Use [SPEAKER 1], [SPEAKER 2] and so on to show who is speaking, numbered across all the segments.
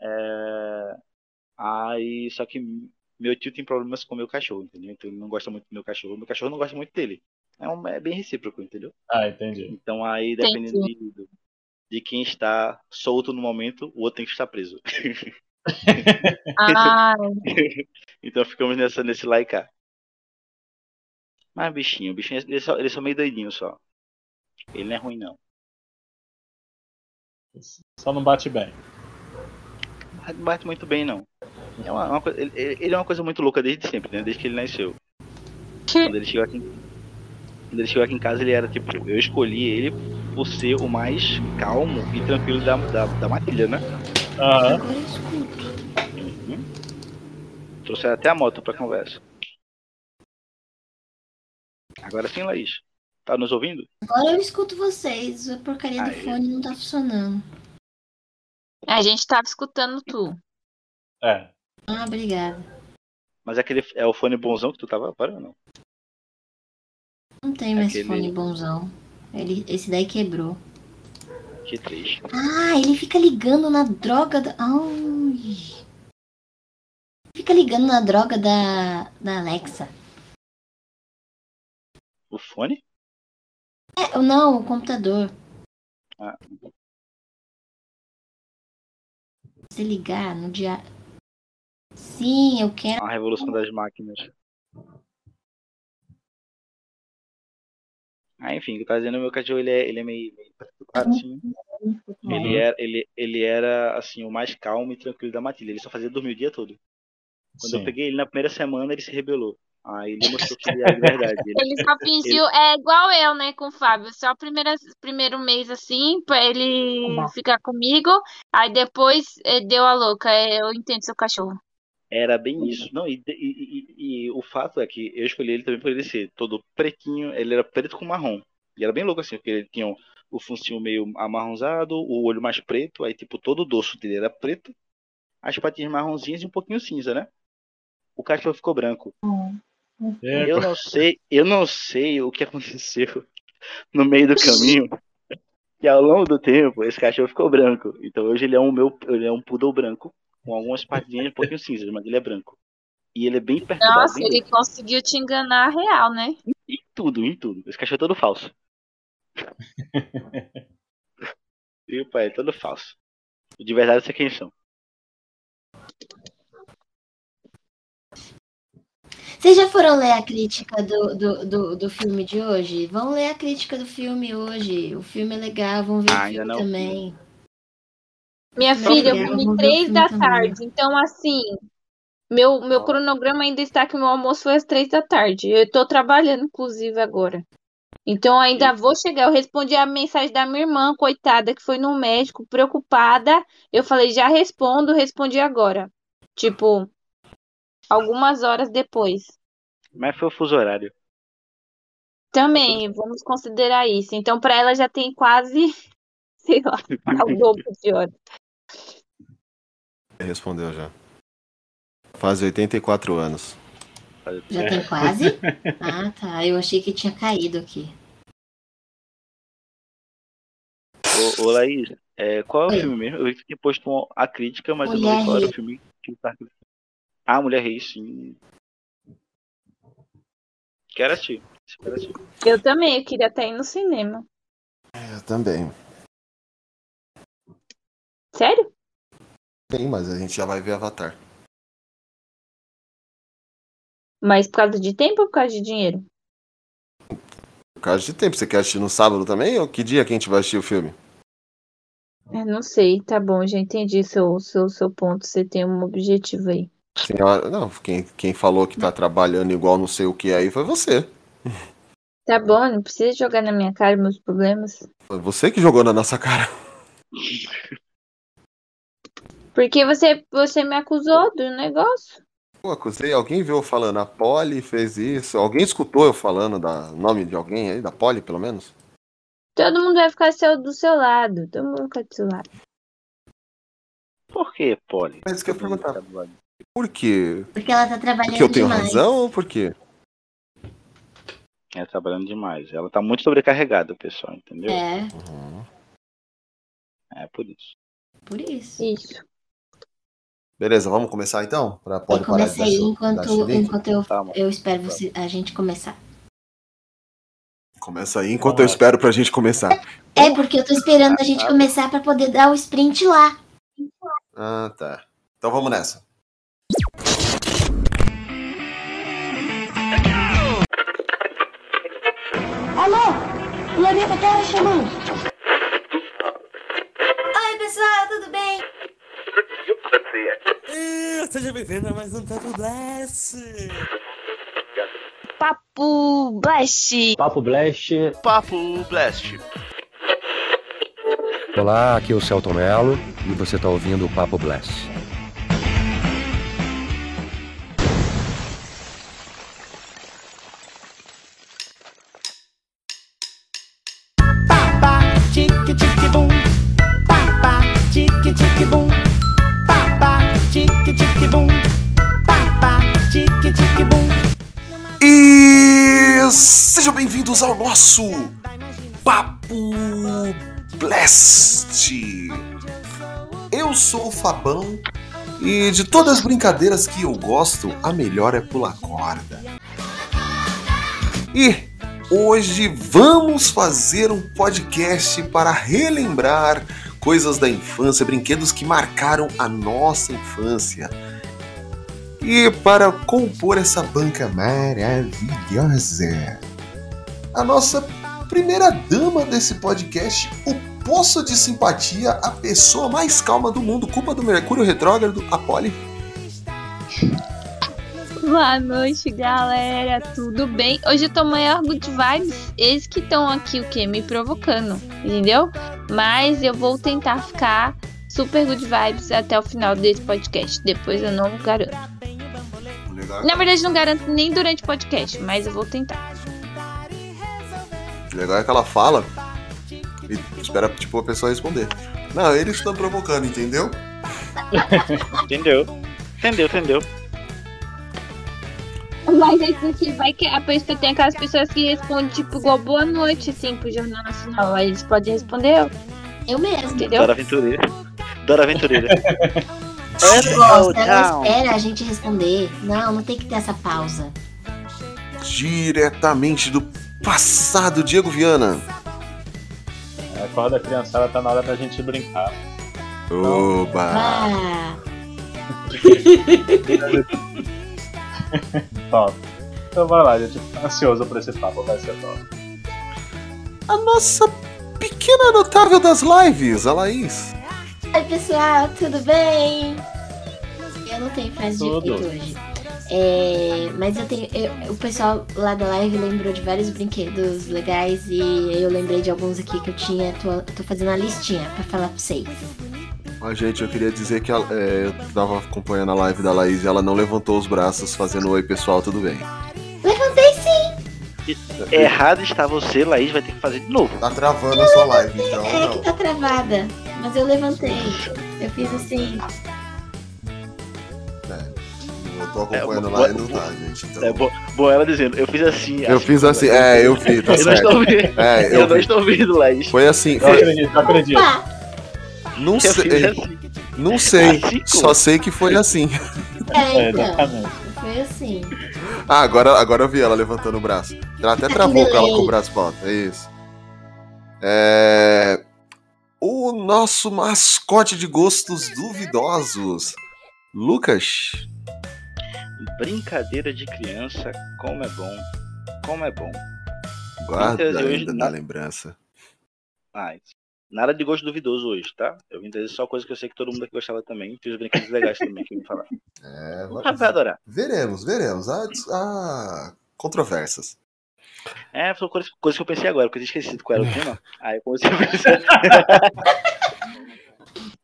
[SPEAKER 1] É, aí, só que meu tio tem problemas com meu cachorro, entendeu? Então ele não gosta muito do meu cachorro, meu cachorro não gosta muito dele. É, um, é bem recíproco, entendeu?
[SPEAKER 2] Ah, entendi.
[SPEAKER 1] Então aí, dependendo de, de quem está solto no momento, o outro tem que estar preso.
[SPEAKER 3] Ah,
[SPEAKER 1] então ficamos nessa, nesse lá e cá. Mas bichinho, bichinho, eles são, eles são meio doidinhos só. Ele não é ruim não.
[SPEAKER 2] Só não bate bem.
[SPEAKER 1] Mas não bate muito bem não. É uma, uma coisa- ele, ele é uma coisa muito louca desde sempre, né? Desde que ele nasceu. Quando ele chegou aqui, quando ele chegou aqui em casa, ele era tipo, eu escolhi ele por ser o mais calmo e tranquilo da, da, da matilha, né?
[SPEAKER 2] Aham.
[SPEAKER 4] Agora eu escuto.
[SPEAKER 1] Trouxe até a moto pra conversa. Agora sim, Laís. Tá nos ouvindo?
[SPEAKER 4] Agora eu escuto vocês. A porcaria do
[SPEAKER 1] Aí.
[SPEAKER 4] fone não tá funcionando.
[SPEAKER 3] a gente tava escutando tu.
[SPEAKER 2] É.
[SPEAKER 4] Ah, obrigada.
[SPEAKER 1] Mas aquele é o fone bonzão que tu tava agora ou não?
[SPEAKER 4] Não tem mais
[SPEAKER 1] Aquele-
[SPEAKER 4] fone bonzão. Ele, esse daí quebrou.
[SPEAKER 1] Que triste.
[SPEAKER 4] Ah, ele fica ligando na droga da. Ai. Fica ligando na droga da, da Alexa.
[SPEAKER 1] O fone?
[SPEAKER 4] É, ou não, o computador.
[SPEAKER 1] Ah.
[SPEAKER 4] Se ligar no dia. Sim, eu quero.
[SPEAKER 1] A revolução das máquinas. Ah, enfim, o que eu tava dizendo, meu cachorro, ele é, ele é meio, meio particular, assim. Ele é era, ele, ele era, assim, o mais calmo e tranquilo da matilha. Ele só fazia dormir o dia todo. Quando eu
[SPEAKER 2] Sim.
[SPEAKER 1] peguei ele na primeira semana, ele se rebelou. Aí ele mostrou que ele era de verdade. Ele-
[SPEAKER 3] Ele só fingiu, é igual eu, né, com o Fábio. Só o primeiro, primeiro mês assim, pra ele
[SPEAKER 4] Tá.
[SPEAKER 3] ficar comigo. Aí depois eh, deu a louca. É, Eu entendo seu cachorro.
[SPEAKER 1] Era bem isso. Não, e, e- e- e o fato é que eu escolhi ele também por ele ser todo pretinho, ele era preto com marrom. E era bem louco assim, porque ele tinha o- o focinho meio amarronzado, o olho mais preto, aí tipo todo o dorso dele era preto, as patinhas marronzinhas e um pouquinho cinza, né? O cachorro ficou branco.
[SPEAKER 2] É,
[SPEAKER 1] Eu não sei, eu não sei o que aconteceu no meio do caminho. E ao longo do tempo, esse cachorro ficou branco. Então hoje ele é um meu, ele é um poodle branco, com algumas patinhas um pouquinho cinzas, mas ele é branco. E ele é bem perturbado.
[SPEAKER 3] Nossa,
[SPEAKER 1] bem
[SPEAKER 3] ele conseguiu te enganar real, né?
[SPEAKER 1] em tudo, em tudo. Esse cachorro é todo falso. e o pai é todo falso. O de verdade eu sei quem eles são.
[SPEAKER 4] Vocês já foram ler a crítica do, do, do, do filme de hoje? Vão ler a crítica do filme hoje. O filme é legal, vão ver
[SPEAKER 1] Ah,
[SPEAKER 4] o
[SPEAKER 1] ainda
[SPEAKER 4] filme
[SPEAKER 1] não.
[SPEAKER 4] também.
[SPEAKER 3] Minha
[SPEAKER 4] Não,
[SPEAKER 3] filha,
[SPEAKER 4] filha,
[SPEAKER 3] eu
[SPEAKER 4] eu vou
[SPEAKER 3] comi
[SPEAKER 4] ver o
[SPEAKER 3] três
[SPEAKER 4] filme
[SPEAKER 3] da
[SPEAKER 4] também.
[SPEAKER 3] tarde. Então, assim, meu, meu cronograma ainda está que meu almoço foi às três da tarde. Eu estou trabalhando, inclusive, agora. Então, ainda vou chegar. Eu respondi a mensagem da minha irmã, coitada, que foi no médico, preocupada. Eu falei, já respondo, respondi agora. Tipo, algumas horas depois.
[SPEAKER 1] Mas foi o fuso horário.
[SPEAKER 3] Também, vamos considerar isso. Então, para ela já tem quase, sei lá, o dobro de horas.
[SPEAKER 5] Respondeu já. Faz 84 anos.
[SPEAKER 4] Já tem quase? Ah, tá. Eu achei que tinha caído aqui.
[SPEAKER 1] Ô, ô Laís, é, qual é o
[SPEAKER 4] Oi.
[SPEAKER 1] filme mesmo? Eu vi que tu tinha posto uma- a crítica, mas eu não
[SPEAKER 4] Mulher
[SPEAKER 1] vi qual era o
[SPEAKER 4] Rei.
[SPEAKER 1] filme que tu tava criticando. Ah, Mulher Rei, sim. Quero assistir. Quero assistir.
[SPEAKER 3] Eu também, eu queria até ir no cinema.
[SPEAKER 5] Eu É, também.
[SPEAKER 3] Sério?
[SPEAKER 5] Tem, mas a gente já vai ver Avatar.
[SPEAKER 3] Mas por causa de tempo ou por causa de dinheiro?
[SPEAKER 5] Por causa de tempo, você quer assistir no sábado também? Ou que dia que a gente vai assistir o filme?
[SPEAKER 3] Eu não sei, tá bom, já entendi seu, seu, seu ponto. Você tem um objetivo aí.
[SPEAKER 5] Senhora, não, quem, quem falou que tá trabalhando igual não sei o que aí foi você.
[SPEAKER 3] Tá bom, não precisa jogar na minha cara meus problemas.
[SPEAKER 5] Foi você que jogou na nossa cara.
[SPEAKER 3] Porque você, você me acusou do negócio.
[SPEAKER 5] Eu acusei, alguém viu eu falando, a Polly fez isso. Alguém escutou eu falando da nome de alguém aí, da Polly, pelo menos?
[SPEAKER 3] Todo mundo vai ficar seu, do seu lado. Todo mundo vai ficar do seu lado.
[SPEAKER 1] Por que, Polly?
[SPEAKER 5] É isso que eu ia perguntar.
[SPEAKER 1] Tá
[SPEAKER 5] Por quê?
[SPEAKER 4] Porque ela tá trabalhando
[SPEAKER 5] Porque eu tenho
[SPEAKER 4] demais.
[SPEAKER 5] razão ou por quê?
[SPEAKER 1] Ela tá trabalhando demais. Ela tá muito sobrecarregada, pessoal, entendeu?
[SPEAKER 4] É,
[SPEAKER 5] Uhum.
[SPEAKER 1] É por isso.
[SPEAKER 4] por isso.
[SPEAKER 3] Isso.
[SPEAKER 5] Beleza, vamos começar então? Pra
[SPEAKER 4] Eu
[SPEAKER 5] pode parar de
[SPEAKER 4] começa
[SPEAKER 5] dar
[SPEAKER 4] aí
[SPEAKER 5] chu- dar
[SPEAKER 4] enquanto,
[SPEAKER 5] chilique?
[SPEAKER 4] enquanto eu,
[SPEAKER 1] Tá, mano.
[SPEAKER 4] eu espero você, a gente começar.
[SPEAKER 5] Começa aí enquanto
[SPEAKER 2] Vamos
[SPEAKER 5] eu
[SPEAKER 2] lá.
[SPEAKER 5] espero pra gente começar.
[SPEAKER 4] É porque eu tô esperando a
[SPEAKER 5] tá.
[SPEAKER 4] gente começar pra poder dar o sprint lá.
[SPEAKER 5] Ah, tá. Então vamos nessa.
[SPEAKER 4] Oi, pessoal, tudo bem?
[SPEAKER 6] Seja bem-vindo a mais um Tato Blast!
[SPEAKER 3] Papo Blast.
[SPEAKER 7] Papo Blast.
[SPEAKER 8] Papo Blast.
[SPEAKER 7] Olá, aqui é o Celton Mello e você está ouvindo o Papo Blast.
[SPEAKER 5] E sejam bem-vindos ao nosso Papo Blast. Eu sou o Fabão e de todas as brincadeiras que eu gosto, a melhor é pular corda. E hoje vamos fazer um podcast para relembrar coisas da infância, brinquedos que marcaram a nossa infância. E para compor essa banca maravilhosa, a nossa primeira dama desse podcast, o poço de simpatia, a pessoa mais calma do mundo, culpa do Mercúrio Retrógrado, a Polly.
[SPEAKER 3] Boa noite, galera. Tudo bem? Hoje eu tô maior good vibes. Eles que estão aqui, o quê? Me provocando, entendeu? Mas eu vou tentar ficar super good vibes até o final desse podcast. Depois eu não garanto.
[SPEAKER 5] Legal, é
[SPEAKER 3] Na verdade, não garanto nem durante o podcast, mas eu vou tentar.
[SPEAKER 5] legal é que ela fala e espera tipo, a pessoa responder. Não, eles estão provocando, entendeu?
[SPEAKER 1] Entendeu? Entendeu, entendeu.
[SPEAKER 3] Mas é porque vai que a pessoa tem aquelas pessoas que respondem, tipo, igual boa noite, assim, pro Jornal Nacional. Aí eles podem responder,
[SPEAKER 4] Eu mesmo.
[SPEAKER 3] entendeu?
[SPEAKER 1] Dora Aventureira. Dora Aventureira.
[SPEAKER 4] Nossa, ela espera a gente responder. Não, não tem que ter essa pausa.
[SPEAKER 5] Diretamente do passado, Diego Viana.
[SPEAKER 2] Acorda, criançada, tá na hora da gente brincar.
[SPEAKER 5] Oba!
[SPEAKER 4] Ah,
[SPEAKER 2] Top. Então vai lá, gente. Tô ansioso por esse papo, vai ser top.
[SPEAKER 5] A nossa pequena notável das lives, a Laís.
[SPEAKER 4] Oi, pessoal, tudo bem? Eu não tenho frase de
[SPEAKER 2] Tudo.
[SPEAKER 4] efeito hoje. É, mas eu tenho. eu- o pessoal lá da live lembrou de vários brinquedos legais e eu lembrei de alguns aqui que eu tinha. Tô, tô fazendo a listinha pra falar pra vocês.
[SPEAKER 5] Ah, gente, eu queria dizer que ela- é, eu tava acompanhando a live da Laís e ela não levantou os braços fazendo oi pessoal, tudo bem.
[SPEAKER 4] Levantei sim! é
[SPEAKER 1] Errado está você, Laís vai ter que fazer de novo.
[SPEAKER 5] Tá travando a sua live, então.
[SPEAKER 4] É que tá travada, mas eu levantei. Eu fiz assim.
[SPEAKER 5] Eu tô
[SPEAKER 1] acompanhando
[SPEAKER 5] acompanhando
[SPEAKER 1] É,
[SPEAKER 5] a
[SPEAKER 1] lá
[SPEAKER 5] live
[SPEAKER 1] e
[SPEAKER 5] não
[SPEAKER 1] não
[SPEAKER 5] tá,
[SPEAKER 1] tá,
[SPEAKER 5] gente.
[SPEAKER 1] É bom, bom ela dizendo, eu fiz assim.
[SPEAKER 5] Eu fiz assim, é, eu vi, tá
[SPEAKER 1] Eu não
[SPEAKER 5] certo.
[SPEAKER 1] estou vendo.
[SPEAKER 5] É,
[SPEAKER 1] Eu
[SPEAKER 5] eu
[SPEAKER 1] não
[SPEAKER 5] vi.
[SPEAKER 1] estou ouvindo, Laís.
[SPEAKER 5] Foi assim,
[SPEAKER 2] Eu
[SPEAKER 5] foi-
[SPEAKER 2] acredito, eu acredito.
[SPEAKER 4] Opa!
[SPEAKER 5] não
[SPEAKER 1] Eu fiz
[SPEAKER 5] sei,
[SPEAKER 1] assim.
[SPEAKER 5] não sei,
[SPEAKER 1] Assim,
[SPEAKER 5] só sei que foi assim.
[SPEAKER 4] É,
[SPEAKER 2] É,
[SPEAKER 4] então.
[SPEAKER 2] exatamente.
[SPEAKER 4] Foi assim.
[SPEAKER 5] Ah, agora, agora eu vi ela levantando o braço. Ela até travou com ela com o braço pronto, é isso. É... O nosso mascote de gostos duvidosos, Lucas.
[SPEAKER 1] Brincadeira de criança, como é bom. Como é bom.
[SPEAKER 5] Guarda
[SPEAKER 1] Muitas vezes
[SPEAKER 5] ainda
[SPEAKER 1] não.
[SPEAKER 5] da lembrança.
[SPEAKER 1] Mas, nada de gosto duvidoso hoje, tá? Eu vim trazer só coisa que eu sei que todo mundo aqui gostava também. Tem os brinquedos legais também que me falaram.
[SPEAKER 5] É,
[SPEAKER 1] Ah, vai adorar.
[SPEAKER 5] veremos, veremos. Há, há controvérsias.
[SPEAKER 1] É, foi coisa, coisa que eu pensei agora, porque eu tinha esquecido qual era o tema. assim, Aí eu comecei a pensar.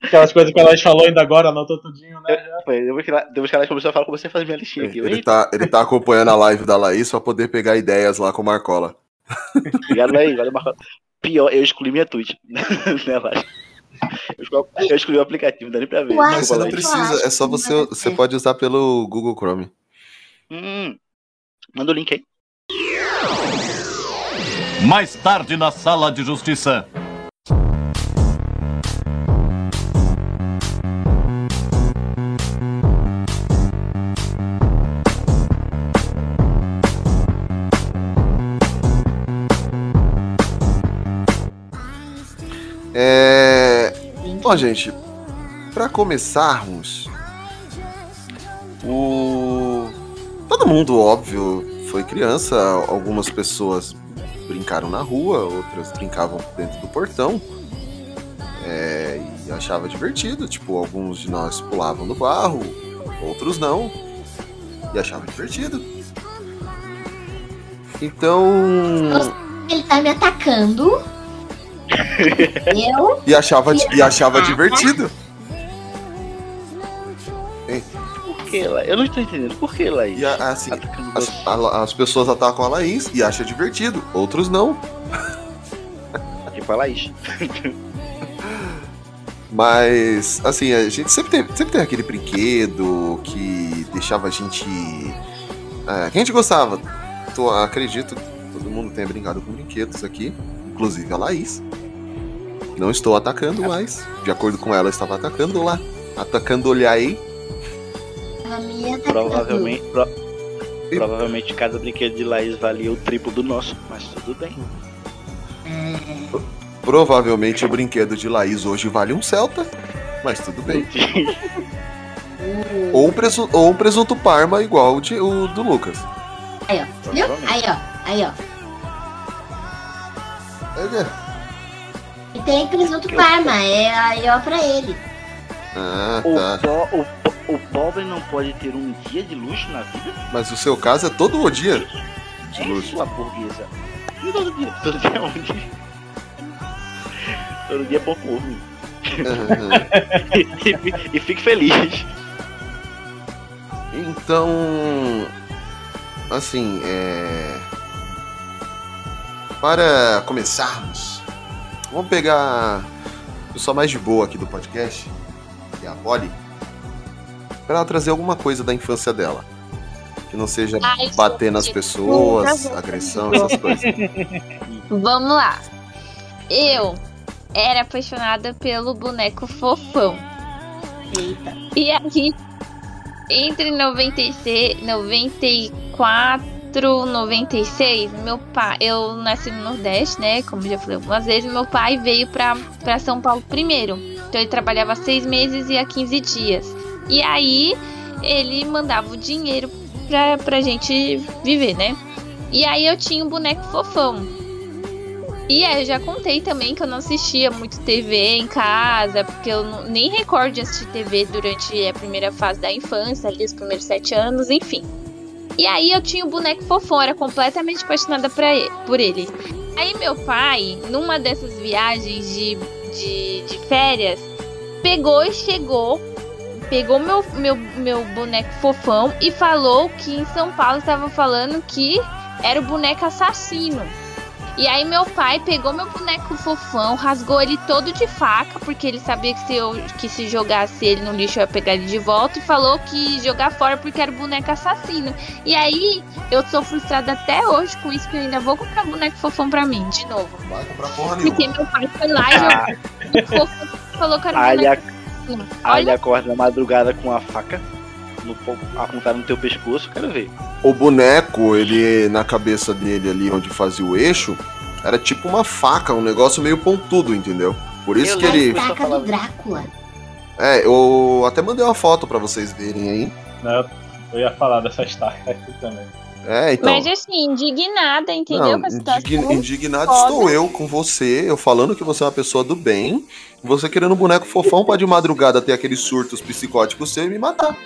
[SPEAKER 2] Aquelas coisas que a Laís falou ainda agora, anotou tudinho, né? Já.
[SPEAKER 1] Foi, Depois que, ela- depois que ela começou a falar, eu comecei a fazer minha listinha aqui.
[SPEAKER 5] Ele
[SPEAKER 1] Eita,
[SPEAKER 5] tá, ele tá acompanhando a live da Laís pra poder pegar ideias lá com o Marcola.
[SPEAKER 1] obrigado aí, valeu, Marco. Pior, eu excluí minha Twitch. né, Laís? eu, excluí, eu excluí o aplicativo, não dá nem pra ver.
[SPEAKER 4] Uai,
[SPEAKER 5] Mas
[SPEAKER 1] Desculpa,
[SPEAKER 5] você não
[SPEAKER 1] Laís.
[SPEAKER 5] precisa, é só você. Você pode usar pelo Google Chrome.
[SPEAKER 1] Hum, manda o link aí.
[SPEAKER 6] Mais tarde na Sala de Justiça.
[SPEAKER 5] É, Bom, gente, pra começarmos, o todo mundo, óbvio, foi criança, algumas pessoas brincaram na rua, outras brincavam dentro do portão. é, e achava divertido, tipo, alguns de nós pulavam no barro, outros não, e achava divertido. Então,
[SPEAKER 4] Ele tá me atacando. eu?
[SPEAKER 5] E achava, e achava divertido.
[SPEAKER 1] Por que, La- Eu não tô entendendo. Por que, Laís?
[SPEAKER 5] E a- assim,
[SPEAKER 1] Atacando
[SPEAKER 5] as,
[SPEAKER 1] você.
[SPEAKER 5] a- as pessoas atacam a Laís e acham divertido, outros não.
[SPEAKER 1] Tipo, a Laís.
[SPEAKER 5] Mas, assim, a gente sempre teve, sempre teve aquele brinquedo que deixava a gente. É, que a gente gostava. Tô, acredito que todo mundo tenha brincado com brinquedos aqui, inclusive a Laís. Não estou atacando mais. De acordo com ela, eu estava atacando lá. Atacando olhar aí.
[SPEAKER 4] Tava me atacando.
[SPEAKER 1] Provavelmente, pro- provavelmente cada brinquedo de Laís valia o triplo do nosso, mas tudo bem.
[SPEAKER 5] Provavelmente o brinquedo de Laís hoje vale um Celta, mas tudo bem.
[SPEAKER 4] Uh,
[SPEAKER 5] Ou um presunto, ou um presunto parma igual o, de- o do Lucas.
[SPEAKER 4] Aí, ó. Viu? Aí, ó. Aí, ó. E tem presunto parma. É aí, ó, pra ele.
[SPEAKER 5] Ah,
[SPEAKER 1] o,
[SPEAKER 5] tá.
[SPEAKER 1] po- o po- o pobre não pode ter um dia de luxo na vida?
[SPEAKER 5] Mas o seu caso é todo o dia de
[SPEAKER 1] É
[SPEAKER 5] luxo.
[SPEAKER 1] sua burguesa. E todo dia? Todo dia onde? Todo dia é pouco ovo.
[SPEAKER 5] Aham.
[SPEAKER 1] E, fi- e fique feliz.
[SPEAKER 5] então. Assim, é. Para começarmos, vamos pegar o pessoal mais de boa aqui do podcast, que é a Polly, para ela trazer alguma coisa da infância dela. Que não seja
[SPEAKER 3] Ai,
[SPEAKER 5] bater nas
[SPEAKER 3] Ah, gente, tá
[SPEAKER 5] pessoas,
[SPEAKER 3] nunca vou.
[SPEAKER 5] agressão, essas coisas.
[SPEAKER 3] Vamos lá. Eu era apaixonada pelo boneco fofão.
[SPEAKER 4] Eita.
[SPEAKER 3] E aí, entre 96, 94, 96, meu pai, eu nasci no Nordeste, né? Como já falei algumas vezes, meu pai veio pra, pra São Paulo primeiro. Então ele trabalhava seis meses e ia 15 dias. E aí ele mandava o dinheiro pra, pra gente viver, né? E aí eu tinha um boneco fofão. E aí eu já contei também que eu não assistia muito TV em casa, porque eu não- nem recordo de assistir TV durante a primeira fase da infância, ali os primeiros sete anos, enfim. E aí eu tinha o boneco fofão, era completamente apaixonada pra e- por ele. Aí meu pai, numa dessas viagens de, de, de férias, pegou e chegou, pegou meu, meu, meu boneco fofão e falou que em São Paulo estava falando que era o boneco assassino. E aí meu pai pegou meu boneco fofão, rasgou ele todo de faca, porque ele sabia que se, eu, que se jogasse ele no lixo eu ia pegar ele de volta, e falou que ia jogar fora porque era o boneco assassino. E aí eu sou frustrada até hoje com isso, que eu ainda vou comprar um boneco fofão pra mim, de novo.
[SPEAKER 5] Vai comprar porra
[SPEAKER 3] Porque
[SPEAKER 5] nenhuma.
[SPEAKER 3] meu pai foi lá e jogou o boneco fofão e falou que era um
[SPEAKER 1] Aí
[SPEAKER 3] boneco
[SPEAKER 1] a-
[SPEAKER 3] assassino.
[SPEAKER 1] Aí ele
[SPEAKER 3] Olha,
[SPEAKER 1] acorda na madrugada com a faca no, po- apontada no teu pescoço, quero ver.
[SPEAKER 5] O boneco, ele na cabeça dele ali onde fazia o eixo, era tipo uma faca, um negócio meio pontudo, entendeu? Por isso
[SPEAKER 1] Eu
[SPEAKER 5] que
[SPEAKER 1] lembro.
[SPEAKER 5] ele.
[SPEAKER 4] A
[SPEAKER 3] tá
[SPEAKER 1] Só
[SPEAKER 4] estaca
[SPEAKER 1] falava-
[SPEAKER 4] do Drácula.
[SPEAKER 5] É, eu até mandei uma foto pra vocês verem aí.
[SPEAKER 2] Né? Eu ia falar dessa estaca aqui também.
[SPEAKER 5] É, então.
[SPEAKER 3] mas assim, indignada, entendeu?
[SPEAKER 5] Não,
[SPEAKER 3] com a situação. é um
[SPEAKER 5] indign- indignado
[SPEAKER 3] foda.
[SPEAKER 5] estou eu com você, eu falando que você é uma pessoa do bem, você querendo um boneco fofão pra de madrugada ter aqueles surtos psicóticos seu e me matar.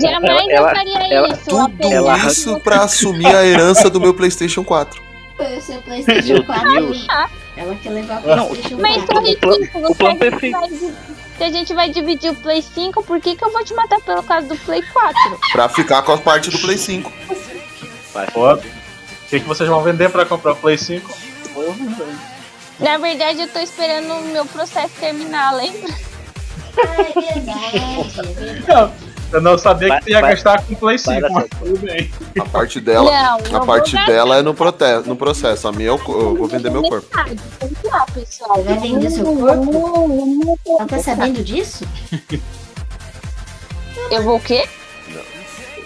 [SPEAKER 3] Jamais
[SPEAKER 1] Ela-
[SPEAKER 3] eu faria
[SPEAKER 1] ela-
[SPEAKER 3] isso.
[SPEAKER 5] Tudo
[SPEAKER 1] ela-
[SPEAKER 5] isso pra assumir a herança do meu PlayStation 4.
[SPEAKER 4] Foi o seu
[SPEAKER 1] Meu
[SPEAKER 4] Playstation 4.
[SPEAKER 1] Deus.
[SPEAKER 4] Ela quer levar o
[SPEAKER 1] Não,
[SPEAKER 4] Playstation
[SPEAKER 3] tipo, Mas tô
[SPEAKER 4] 4.
[SPEAKER 3] ridículo,
[SPEAKER 1] o plano
[SPEAKER 3] se a gente
[SPEAKER 1] perfeito.
[SPEAKER 3] vai di- Se a gente vai dividir o Play 5, por que, que eu vou te matar pelo caso do Play 4?
[SPEAKER 5] Pra ficar com a parte do Play 5.
[SPEAKER 1] Vai,
[SPEAKER 2] Ó. O que, que vocês vão vender pra comprar o Play 5?
[SPEAKER 3] Na verdade, eu tô esperando o meu processo terminar, lembra?
[SPEAKER 4] Ah, é verdade, é verdade.
[SPEAKER 2] Eu não sabia
[SPEAKER 1] Vai-
[SPEAKER 2] que você ia
[SPEAKER 1] vai-
[SPEAKER 2] gastar com o Play 5,
[SPEAKER 1] vai dar
[SPEAKER 2] mas tudo bem. É
[SPEAKER 5] A parte dela.
[SPEAKER 3] não,
[SPEAKER 5] A
[SPEAKER 3] não
[SPEAKER 5] parte
[SPEAKER 3] vou gastar
[SPEAKER 5] dela é no, prote- no processo. A minha eu, co- eu vou vender meu corpo.
[SPEAKER 3] metade. Vamos lá, pessoal.
[SPEAKER 4] Vai vender seu
[SPEAKER 3] corpo?
[SPEAKER 4] Ela tá sabendo disso?
[SPEAKER 3] Eu vou o quê?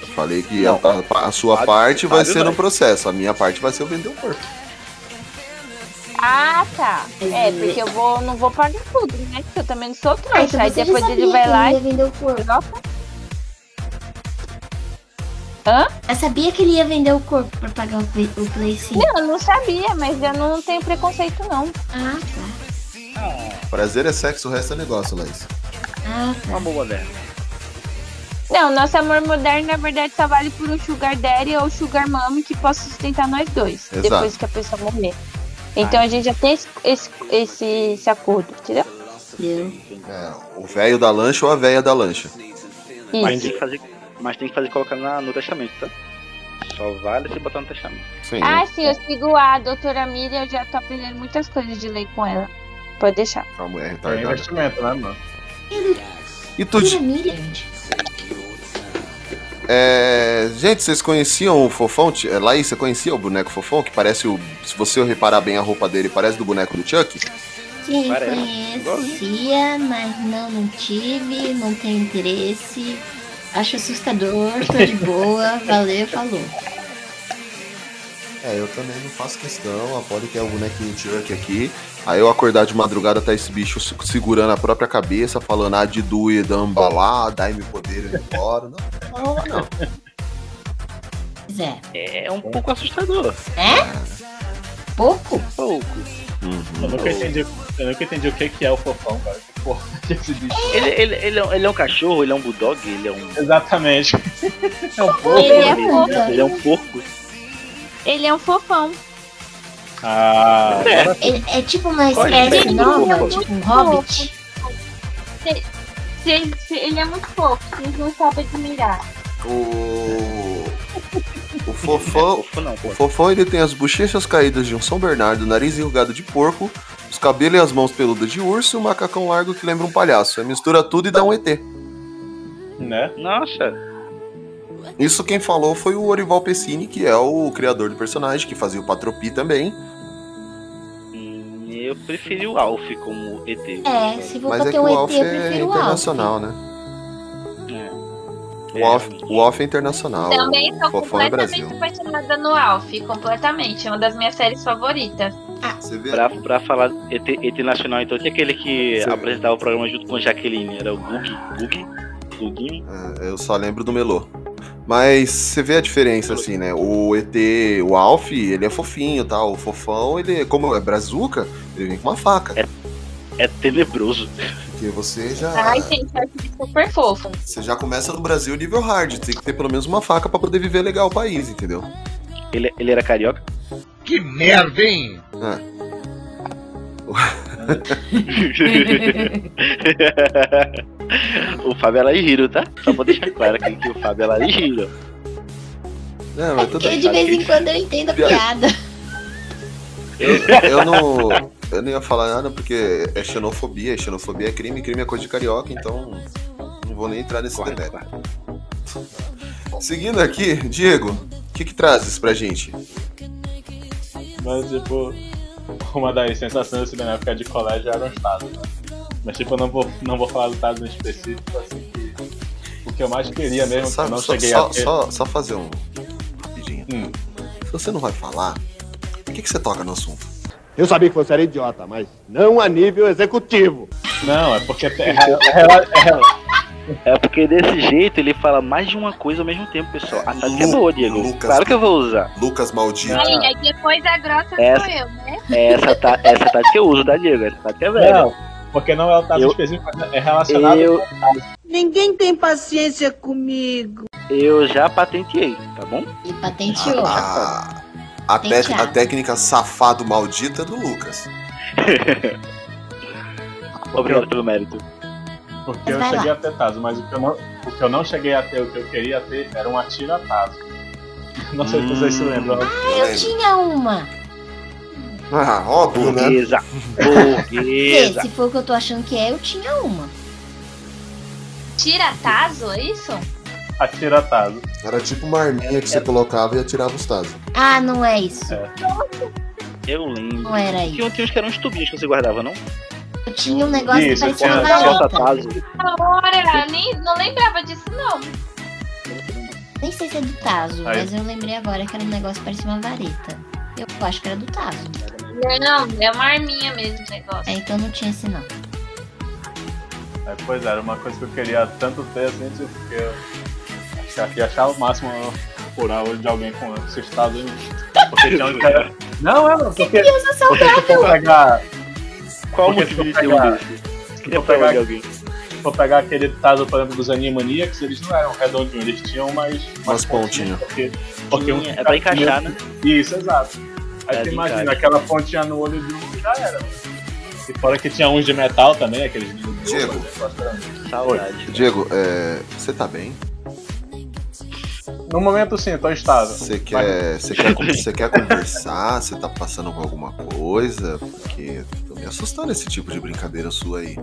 [SPEAKER 5] Eu falei que
[SPEAKER 1] Não.
[SPEAKER 5] a, a sua
[SPEAKER 1] Fábio-
[SPEAKER 5] parte vai
[SPEAKER 1] Fábio
[SPEAKER 5] ser no
[SPEAKER 1] vai.
[SPEAKER 5] processo. A minha parte vai ser eu vender o corpo.
[SPEAKER 3] Ah, tá. É, porque eu vou, não vou pagar tudo, né? Porque eu também não sou
[SPEAKER 4] Ah,
[SPEAKER 3] trouxa.
[SPEAKER 4] então
[SPEAKER 3] Aí
[SPEAKER 4] você já
[SPEAKER 3] depois
[SPEAKER 4] sabia
[SPEAKER 3] ele vai
[SPEAKER 4] que
[SPEAKER 3] lá
[SPEAKER 4] ele
[SPEAKER 3] e
[SPEAKER 4] ia vender o corpo.
[SPEAKER 3] troca.
[SPEAKER 4] Eu sabia que ele ia vender o corpo pra pagar o, play- o Play 5.
[SPEAKER 3] Não, eu não sabia, mas eu não tenho preconceito, não.
[SPEAKER 4] Ah, tá.
[SPEAKER 5] Prazer é sexo, o resto é negócio, Laís.
[SPEAKER 4] Ah, tá.
[SPEAKER 1] Amor moderno.
[SPEAKER 3] Não, nosso amor moderno, na verdade, só vale por um sugar daddy ou sugar mommy que possa sustentar nós dois.
[SPEAKER 5] Exato.
[SPEAKER 3] Depois que a pessoa morrer. Então a gente já tem esse, esse, esse, esse acordo, entendeu?
[SPEAKER 4] Deu.
[SPEAKER 5] É, o velho da lancha ou a velha da lancha.
[SPEAKER 1] Mas tem
[SPEAKER 3] Isso.
[SPEAKER 1] que fazer, mas tem que fazer colocar na- no testamento, tá? Só vale se botar no testamento.
[SPEAKER 5] Sim.
[SPEAKER 3] Ah, sim, eu sigo a doutora Miriam, eu já tô aprendendo muitas coisas de lei com ela. Pode deixar.
[SPEAKER 5] A mulher
[SPEAKER 2] É
[SPEAKER 5] retardada.
[SPEAKER 2] investimento, né, mano?
[SPEAKER 5] E tu,
[SPEAKER 4] Tira a milha.
[SPEAKER 5] é... gente, vocês conheciam o Fofão? Ti- é, Laís, você conhecia o boneco Fofão? Que parece o. Se você reparar bem a roupa dele, parece do boneco do Chuck?
[SPEAKER 4] Sim,
[SPEAKER 1] Parece.
[SPEAKER 4] conhecia, mas não, não tive, não tenho interesse. Acho assustador, tô de boa, valeu, falou.
[SPEAKER 5] É, eu também não faço questão. A Polly tem o bonequinho Chuck aqui. Aí eu acordar de madrugada, tá esse bicho se- segurando a própria cabeça, falando ah, de doer, dambalá, dai-me poder, eu vou embora. Não, não, rola, não.
[SPEAKER 4] Pois é,
[SPEAKER 1] É um pouco assustador.
[SPEAKER 4] pouco?
[SPEAKER 1] Pouco.
[SPEAKER 2] Eu nunca entendi, eu nunca entendi o que que é o fofão, cara. Que porra que esse bicho.
[SPEAKER 1] Ele, ele, ele, é um- ele é um cachorro, ele é um bulldog, ele é um.
[SPEAKER 2] Exatamente. É um
[SPEAKER 3] Ele
[SPEAKER 2] pouco.
[SPEAKER 3] é
[SPEAKER 1] ele,
[SPEAKER 3] fofo.
[SPEAKER 1] ele é um porco.
[SPEAKER 3] Ele é um fofão.
[SPEAKER 2] Ah, agora
[SPEAKER 4] Ele- é tipo uma
[SPEAKER 1] Olha,
[SPEAKER 4] espécie
[SPEAKER 1] ele é
[SPEAKER 4] nova,
[SPEAKER 1] fofo.
[SPEAKER 4] tipo um hobbit.
[SPEAKER 3] Se ele, se- ele é muito fofo, vocês não sabem admirar.
[SPEAKER 5] O. O
[SPEAKER 1] Não é
[SPEAKER 5] Fofão.
[SPEAKER 1] fofo não,
[SPEAKER 5] O
[SPEAKER 1] pô.
[SPEAKER 5] Fofão ele tem as bochechas caídas de um São Bernardo, nariz enrugado de porco, os cabelos e as mãos peludas de urso e um macacão largo que lembra um palhaço. Aí mistura tudo e dá um ET.
[SPEAKER 2] né?
[SPEAKER 1] Nossa,
[SPEAKER 5] Isso quem falou foi o Orival Pessini, que é o criador do personagem, que fazia o Patropi também.
[SPEAKER 1] hum, eu preferi o Alf como ET.
[SPEAKER 4] É, se for
[SPEAKER 5] mas
[SPEAKER 4] pra
[SPEAKER 5] é
[SPEAKER 4] ter
[SPEAKER 5] que
[SPEAKER 4] um
[SPEAKER 5] o
[SPEAKER 4] ET,
[SPEAKER 5] Alf
[SPEAKER 4] eu
[SPEAKER 5] é
[SPEAKER 4] prefiro o Alf.
[SPEAKER 5] internacional, né?
[SPEAKER 1] É.
[SPEAKER 5] O Alf, o Alf é internacional.
[SPEAKER 3] Também
[SPEAKER 5] O
[SPEAKER 3] sou
[SPEAKER 5] Fofão é
[SPEAKER 3] completamente
[SPEAKER 5] Brasil.
[SPEAKER 3] apaixonada no Alf, completamente. É uma das minhas séries favoritas.
[SPEAKER 5] Você vê?
[SPEAKER 1] Pra, pra falar ET, ET Nacional, então, tinha aquele que
[SPEAKER 5] Sim.
[SPEAKER 1] apresentava o programa junto com a Jaqueline. Era o Gug. Gug? Guguinho?
[SPEAKER 5] É, Eu só lembro do Melô. Mas você vê a diferença, assim, né? O ET, o Alf, ele é fofinho tal. O Fofão, ele, é- como é brazuca, ele vem com uma faca.
[SPEAKER 1] É tenebroso.
[SPEAKER 5] Porque você já.
[SPEAKER 3] Ai, gente, eu acho ele super fofo.
[SPEAKER 5] Você já começa no Brasil nível hard, tem que ter pelo menos uma faca pra poder viver legal o país, entendeu?
[SPEAKER 1] Ele, ele era carioca?
[SPEAKER 8] Que merda, hein?
[SPEAKER 5] Ah.
[SPEAKER 1] o Fábio era Hiro, tá? Só pra deixar claro aqui que o Fábio era Hiro.
[SPEAKER 5] É, mas tudo
[SPEAKER 4] Porque de vez em quando eu entendo a piada.
[SPEAKER 5] Eu não. Eu não ia falar nada porque é xenofobia, e xenofobia é crime, crime é coisa de carioca, então não vou nem entrar nesse
[SPEAKER 1] Correto,
[SPEAKER 5] demérito. Seguindo aqui, Diego, o que, que trazes pra gente?
[SPEAKER 2] Mas, tipo, uma das sensações assim, na época de colégio era o Estado, né? Mas, tipo, eu não vou, não vou falar do Estado em específico, assim, que o que eu mais queria mesmo, que
[SPEAKER 5] Só,
[SPEAKER 2] eu não
[SPEAKER 5] só-
[SPEAKER 2] cheguei
[SPEAKER 5] só-
[SPEAKER 2] a ter...
[SPEAKER 5] só- só fazer um. Rapidinho.
[SPEAKER 2] Hum.
[SPEAKER 5] Se você não vai falar, por que, que você toca no assunto?
[SPEAKER 8] Eu sabia que você era idiota, mas não a nível executivo.
[SPEAKER 2] Não, é porque é, é, é-
[SPEAKER 1] É porque desse jeito ele fala mais de uma coisa ao mesmo tempo, pessoal. A tática é boa, Diego.
[SPEAKER 5] Lucas.
[SPEAKER 1] Claro que eu vou usar.
[SPEAKER 5] Lucas Maldito.
[SPEAKER 2] Ah.
[SPEAKER 3] Aí, aí depois a grossa
[SPEAKER 1] Essa-
[SPEAKER 3] sou eu, né?
[SPEAKER 1] Essa, tá, essa tática eu uso, tá, Diego? Essa tática é
[SPEAKER 2] é-
[SPEAKER 1] velha.
[SPEAKER 2] não, porque não é o Estado
[SPEAKER 1] Eu-
[SPEAKER 2] específico, mas é relacionado...
[SPEAKER 1] Eu-
[SPEAKER 9] Ninguém tem paciência comigo.
[SPEAKER 1] Eu já patenteei, tá bom?
[SPEAKER 4] E patenteou.
[SPEAKER 5] A, Ah, a,
[SPEAKER 4] Tem
[SPEAKER 5] tec-
[SPEAKER 4] teatro.
[SPEAKER 5] a técnica safado maldita do Lucas.
[SPEAKER 1] Obrigado pelo mérito.
[SPEAKER 2] Porque eu
[SPEAKER 4] Vai lá.
[SPEAKER 2] cheguei a ter Tazo, mas o que, eu não, o que eu não cheguei a ter, o que eu queria ter, era um atira Tazo. Não sei se vocês se lembram.
[SPEAKER 4] Eu tinha uma.
[SPEAKER 5] Tá Ah, óbvio, né?
[SPEAKER 1] Burguesa.
[SPEAKER 4] Quer dizer,
[SPEAKER 1] Burguesa.
[SPEAKER 4] Se for o que eu tô achando que é, eu tinha uma.
[SPEAKER 3] Tira taso, é isso?
[SPEAKER 2] Atira Tazo.
[SPEAKER 5] Era tipo uma arminha que você colocava e atirava os tazos.
[SPEAKER 4] Ah, não é isso.
[SPEAKER 2] É.
[SPEAKER 1] Eu lembro.
[SPEAKER 4] Não é era
[SPEAKER 1] Tinha
[SPEAKER 4] isso.
[SPEAKER 1] uns que eram uns tubinhos que você guardava, não? um
[SPEAKER 4] Eu tinha um negócio
[SPEAKER 2] Isso,
[SPEAKER 4] que parecia
[SPEAKER 2] tinha-
[SPEAKER 4] uma
[SPEAKER 2] tinha
[SPEAKER 1] Solta
[SPEAKER 4] vareta.
[SPEAKER 1] taso.
[SPEAKER 3] Ora, Ah, nem, não lembrava disso, não.
[SPEAKER 4] Nem sei se é do Tazo,
[SPEAKER 2] Aí.
[SPEAKER 4] mas eu lembrei agora que era um negócio que parecia uma vareta. Eu acho que era do Tazo.
[SPEAKER 3] Não, é uma arminha mesmo o
[SPEAKER 4] É,
[SPEAKER 3] negócio.
[SPEAKER 4] então não tinha esse não.
[SPEAKER 2] Aí, pois é, era uma coisa que eu queria tanto ter assim, tipo, porque eu achava, que achava o máximo eu furar o olho de alguém com esses Estados Unidos. Porque tinha um cara. Não, é, mano, porque.
[SPEAKER 4] Usa
[SPEAKER 2] Porque se for pegar.
[SPEAKER 1] Qual o
[SPEAKER 2] Porque
[SPEAKER 1] motivo
[SPEAKER 2] se
[SPEAKER 1] de
[SPEAKER 2] for
[SPEAKER 1] ter um
[SPEAKER 2] pegar-
[SPEAKER 1] desses?
[SPEAKER 2] se
[SPEAKER 1] Eu
[SPEAKER 2] for
[SPEAKER 1] falar de
[SPEAKER 2] pegar-
[SPEAKER 1] alguém.
[SPEAKER 2] se for pegar aquele Tazo, por exemplo, dos Animaniacs, eles não eram redondinhos, eles tinham mais.
[SPEAKER 5] Umas pontinhas.
[SPEAKER 2] Porque, porque um
[SPEAKER 1] É pra encaixar, né?
[SPEAKER 2] Isso, exato. Aí
[SPEAKER 1] É,
[SPEAKER 2] tu
[SPEAKER 1] de
[SPEAKER 2] imagina,
[SPEAKER 1] encaixe.
[SPEAKER 2] aquela pontinha no olho de um já era. E fora que tinha uns de metal também, aqueles de ouro,
[SPEAKER 5] Diego.
[SPEAKER 2] né, que eu acho que era-
[SPEAKER 1] Saudade.
[SPEAKER 5] Diego, é, você tá bem?
[SPEAKER 2] No momento sim, tô estável.
[SPEAKER 5] Você quer, você quer, você quer conversar? Você tá passando por alguma coisa? Porque tô me assustando esse tipo de brincadeira sua aí.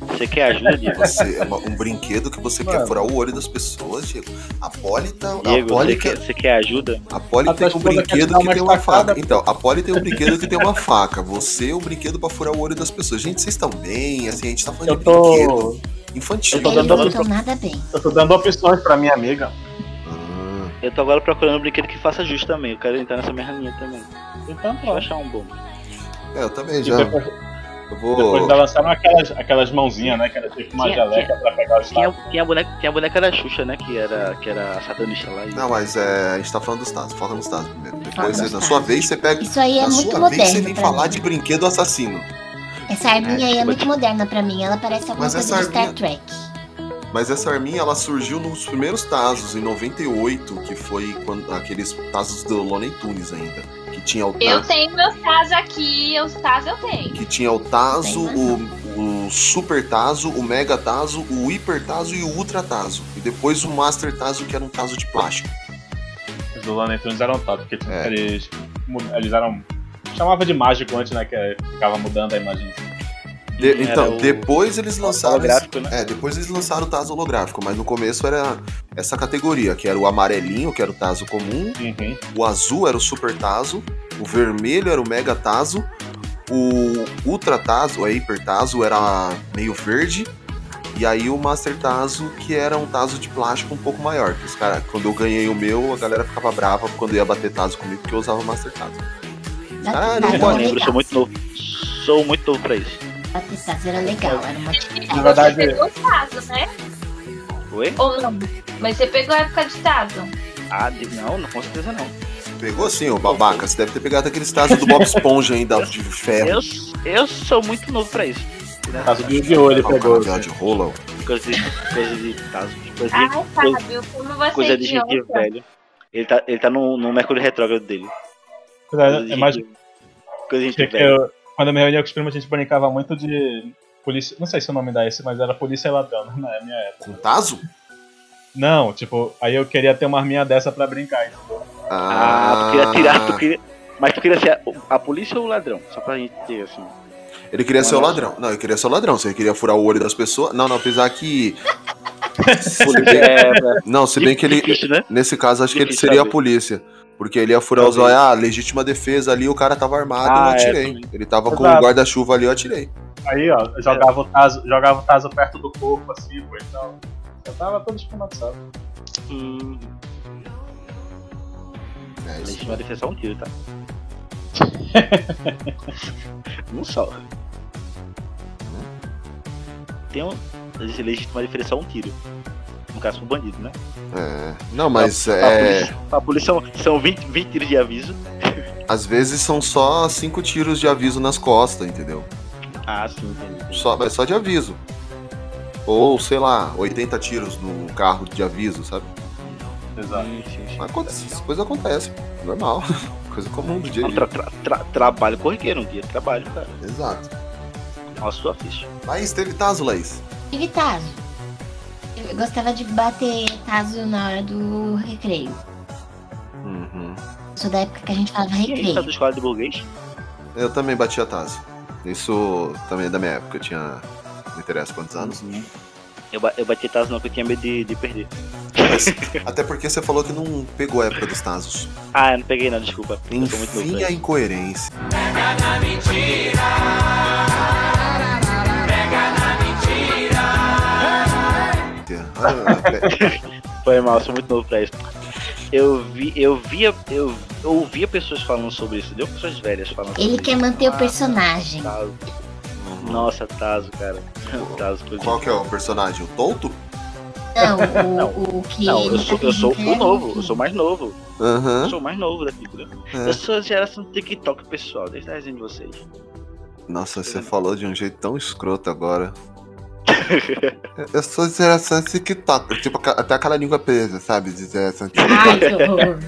[SPEAKER 1] Você quer ajuda, Diego?
[SPEAKER 5] Você é uma- um brinquedo que você quer
[SPEAKER 2] Mano.
[SPEAKER 5] furar o olho das pessoas, Diego. A Polly tá, a
[SPEAKER 1] Diego,
[SPEAKER 5] Polly
[SPEAKER 1] você
[SPEAKER 5] quer,
[SPEAKER 1] quer, você quer ajuda?
[SPEAKER 5] A Polly
[SPEAKER 2] A
[SPEAKER 5] tem
[SPEAKER 2] tua
[SPEAKER 5] um
[SPEAKER 2] esposa quer te
[SPEAKER 5] brinquedo
[SPEAKER 2] dar
[SPEAKER 5] que
[SPEAKER 2] uma
[SPEAKER 5] tem uma
[SPEAKER 2] estacada.
[SPEAKER 5] faca. Então, a Polly tem um brinquedo que tem uma faca. Você é um brinquedo pra furar o olho das pessoas. Gente, vocês estão bem? Assim, a gente tá falando
[SPEAKER 2] Eu
[SPEAKER 5] de
[SPEAKER 2] tô.
[SPEAKER 5] brinquedo infantil.
[SPEAKER 2] Eu tô
[SPEAKER 4] Eles
[SPEAKER 2] dando-
[SPEAKER 4] não estão nada bem.
[SPEAKER 2] Eu tô dando opções pra minha amiga.
[SPEAKER 5] Ah,
[SPEAKER 1] Eu tô agora procurando um brinquedo que faça justo também. Eu quero entrar nessa merda minha também.
[SPEAKER 2] Então,
[SPEAKER 1] Vou
[SPEAKER 2] pô.
[SPEAKER 1] achar um bom.
[SPEAKER 5] é, eu também
[SPEAKER 2] E
[SPEAKER 5] já.
[SPEAKER 2] depois,
[SPEAKER 5] Eu
[SPEAKER 2] depois
[SPEAKER 5] vou.
[SPEAKER 2] ainda lançaram aquelas, aquelas mãozinhas, né? Que era tipo uma
[SPEAKER 1] Tinha-
[SPEAKER 2] jaleca pra pegar os
[SPEAKER 1] Tinha,
[SPEAKER 2] tapas.
[SPEAKER 1] tinha, a boneca, tinha a boneca da Xuxa, né? Que era, que era a satanista lá. E...
[SPEAKER 5] Não, mas é, a gente tá falando dos Tazos. Foca nos Tazos primeiro.
[SPEAKER 4] Foca
[SPEAKER 5] Depois,
[SPEAKER 4] nos
[SPEAKER 5] você- na
[SPEAKER 4] Tazos.
[SPEAKER 5] sua vez, você pega.
[SPEAKER 4] Isso aí é
[SPEAKER 5] na
[SPEAKER 4] muito
[SPEAKER 5] sua vez, você
[SPEAKER 4] moderno.
[SPEAKER 5] vem
[SPEAKER 4] pra
[SPEAKER 5] falar
[SPEAKER 4] mim.
[SPEAKER 5] de brinquedo assassino.
[SPEAKER 4] Essa arminha aí é
[SPEAKER 1] desculpa,
[SPEAKER 4] muito
[SPEAKER 1] tipo-
[SPEAKER 4] moderna pra mim. Ela parece alguma
[SPEAKER 5] Mas
[SPEAKER 4] coisa
[SPEAKER 5] essa
[SPEAKER 4] do Star
[SPEAKER 5] arminha-
[SPEAKER 4] Trek.
[SPEAKER 5] Mas essa arminha, ela surgiu nos primeiros Tazos, em 98, que foi quando, aqueles Tazos do Looney Tunes ainda. Que tinha o
[SPEAKER 3] Eu
[SPEAKER 5] Tazo.
[SPEAKER 3] tenho meus Taz aqui, os Taz eu tenho.
[SPEAKER 5] que tinha o Tazo,
[SPEAKER 4] Tem
[SPEAKER 5] o, o Super Tazo, o Mega Tazo, o Hiper Tazo e o Ultra Tazo. E depois o Master Tazo, que era um Tazo de plástico.
[SPEAKER 2] Os do Lana Tunes eram top, porque tipo,
[SPEAKER 5] É.
[SPEAKER 2] eles, mu- eles eram. Chamava de mágico antes, né? Que ficava mudando a imagem.
[SPEAKER 5] De-
[SPEAKER 1] Era
[SPEAKER 5] então,
[SPEAKER 1] o-
[SPEAKER 5] depois eles lançaram. esse-
[SPEAKER 1] Holográfico, né?
[SPEAKER 5] É, depois eles lançaram o Tazo holográfico, mas no começo era essa categoria, que era o amarelinho, que era o Tazo comum,
[SPEAKER 2] Uhum.
[SPEAKER 5] o azul era o Super Tazo, o vermelho era o Mega Tazo, o Ultra Tazo, a Hiper Tazo era meio verde, e aí o Master Tazo, que era um Tazo de plástico um pouco maior. Que os cara, quando eu ganhei o meu, a galera ficava brava quando ia bater Tazo comigo, porque eu usava o Master Tazo.
[SPEAKER 4] Bater
[SPEAKER 5] Caralho,
[SPEAKER 4] Tazo
[SPEAKER 1] Eu
[SPEAKER 5] Era
[SPEAKER 1] não
[SPEAKER 4] era
[SPEAKER 1] lembro, eu sou
[SPEAKER 4] tá legal.
[SPEAKER 1] muito novo. Sou muito novo pra isso.
[SPEAKER 4] Bater Tazo era é legal. Era uma
[SPEAKER 2] Na
[SPEAKER 4] atividade.
[SPEAKER 2] verdade,
[SPEAKER 3] Você pegou os Taz, né?
[SPEAKER 1] Oi?
[SPEAKER 3] Ou não? Mas você pegou a época de Taz.
[SPEAKER 1] Ah, de- não, não, com certeza não.
[SPEAKER 5] Pegou sim, ô babaca. Você deve ter pegado aqueles Tazo do Bob Esponja ainda, de ferro.
[SPEAKER 1] Eu, eu sou muito novo pra isso.
[SPEAKER 2] no caso do Yu-Gi-Oh! ele
[SPEAKER 5] Ah, o
[SPEAKER 2] pegou. É,
[SPEAKER 5] canavial de rola.
[SPEAKER 1] Coisa de. Coisa de. Tazo, Coisa de,
[SPEAKER 3] Ai,
[SPEAKER 1] coisa,
[SPEAKER 3] Fábio, Tá, como você
[SPEAKER 1] coisa
[SPEAKER 3] é
[SPEAKER 1] de gente
[SPEAKER 3] idiota.
[SPEAKER 1] velho. Ele tá, ele tá no, no Mercúrio Retrógrado dele. Coisa de
[SPEAKER 2] É, mais-
[SPEAKER 1] gente- Coisa de
[SPEAKER 2] Tinha
[SPEAKER 1] gente
[SPEAKER 2] que
[SPEAKER 1] velho.
[SPEAKER 2] eu- quando eu me reunia com os primos, a gente brincava muito de polícia. Não sei se o nome dá esse, mas era polícia e ladrão né, na minha época.
[SPEAKER 5] Com Tazo?
[SPEAKER 2] Não, tipo, aí eu queria ter uma arminha dessa pra brincar. então.
[SPEAKER 1] Ah, tu queria tirar. Tu queria, mas tu queria ser a, a polícia ou o ladrão? Só pra gente ter assim.
[SPEAKER 5] Ele queria ser o ladrão. Não, ele queria ser o ladrão. Você queria furar o olho das pessoas. Não, não, apesar que. Se bem-
[SPEAKER 1] É,
[SPEAKER 5] Não, se bem que ele.
[SPEAKER 1] Difícil, né?
[SPEAKER 5] Nesse caso, acho que ele
[SPEAKER 1] Difícil
[SPEAKER 5] seria a
[SPEAKER 1] saber.
[SPEAKER 5] polícia. Porque ele ia furar o
[SPEAKER 1] Talvez.
[SPEAKER 5] zóio. Ah, legítima defesa ali, o cara tava armado
[SPEAKER 1] Ah,
[SPEAKER 5] eu
[SPEAKER 1] é,
[SPEAKER 5] atirei.
[SPEAKER 1] também.
[SPEAKER 5] ele tava com o
[SPEAKER 2] Exato.
[SPEAKER 5] guarda-chuva ali, eu atirei.
[SPEAKER 2] Aí, ó, eu jogava o taso, jogava o taso perto do corpo, assim, pô, então. Eu tava todo esquematizado.
[SPEAKER 1] Hum,
[SPEAKER 5] É isso.
[SPEAKER 1] Eles vão defender só um tiro, tá? um só. Tem um. Existe legítima defesa só um tiro. No caso, pro bandido, né?
[SPEAKER 5] É. Não, mas
[SPEAKER 1] Pra
[SPEAKER 5] é.
[SPEAKER 1] Tá, polícia, pra polícia são, são 20, 20 tiros de aviso.
[SPEAKER 5] Às vezes são só cinco tiros de aviso nas costas, entendeu?
[SPEAKER 1] Ah, sim, entendi.
[SPEAKER 5] Só, mas só de aviso. Ou, sei lá, 80 tiros num carro de aviso, sabe?
[SPEAKER 2] Exato.
[SPEAKER 1] Sim, sim, sim.
[SPEAKER 5] Acontece, essas coisas acontecem. Normal. Coisa comum do dia a
[SPEAKER 1] Não,
[SPEAKER 5] dia.
[SPEAKER 1] tra- tra- tra- trabalho corriqueiro, um dia de trabalho, cara.
[SPEAKER 5] Exato.
[SPEAKER 1] Nossa, sua ficha.
[SPEAKER 5] Laís teve Tazo, Laís.
[SPEAKER 4] Tive Tazo. Eu gostava de bater Tazo na hora do recreio.
[SPEAKER 5] Uhum.
[SPEAKER 4] Sou da época que a gente
[SPEAKER 1] E
[SPEAKER 4] falava
[SPEAKER 1] aí, tá da
[SPEAKER 4] recreio.
[SPEAKER 1] escola de burguês?
[SPEAKER 5] Eu também batia Tazo. Isso também é da minha época. Eu tinha. Não interessa quantos anos.
[SPEAKER 1] Uhum. Eu, ba- eu bati Tazo não, porque eu tinha medo de, de perder.
[SPEAKER 5] Até porque você falou que não pegou a época dos Tazos.
[SPEAKER 1] Ah, eu não peguei não, desculpa. Eu sou muito novo. né?
[SPEAKER 5] Enfim, a incoerência. Pega é. na mentira! Pega na mentira!
[SPEAKER 1] Foi mal, sou muito novo pra isso. Eu vi, eu via, eu eu ouvia pessoas falando sobre isso, deu pessoas velhas falando sobre
[SPEAKER 4] Ele
[SPEAKER 1] isso.
[SPEAKER 4] quer manter o
[SPEAKER 1] Ah,
[SPEAKER 4] personagem.
[SPEAKER 1] Tazo. Nossa, Tazo, cara. Tazo, coisa
[SPEAKER 5] Qual que é o personagem? O Tolto?
[SPEAKER 4] Não, o, o que.
[SPEAKER 1] Não, eu
[SPEAKER 4] ele
[SPEAKER 1] sou,
[SPEAKER 4] tá
[SPEAKER 1] eu sou o
[SPEAKER 4] brincando,
[SPEAKER 1] novo, eu
[SPEAKER 4] enfim.
[SPEAKER 1] sou o mais novo.
[SPEAKER 5] Aham.
[SPEAKER 1] Eu sou o mais novo da figura.
[SPEAKER 5] É.
[SPEAKER 1] Eu sou a geração do TikTok, pessoal. Deixa eu resenha de vocês.
[SPEAKER 5] Nossa,
[SPEAKER 1] é
[SPEAKER 5] você falou de um jeito tão escroto agora. Eu sou geração TikTok. Tipo, aca- até aquela língua presa, sabe? De geração TikTok.
[SPEAKER 4] Ai, que horror.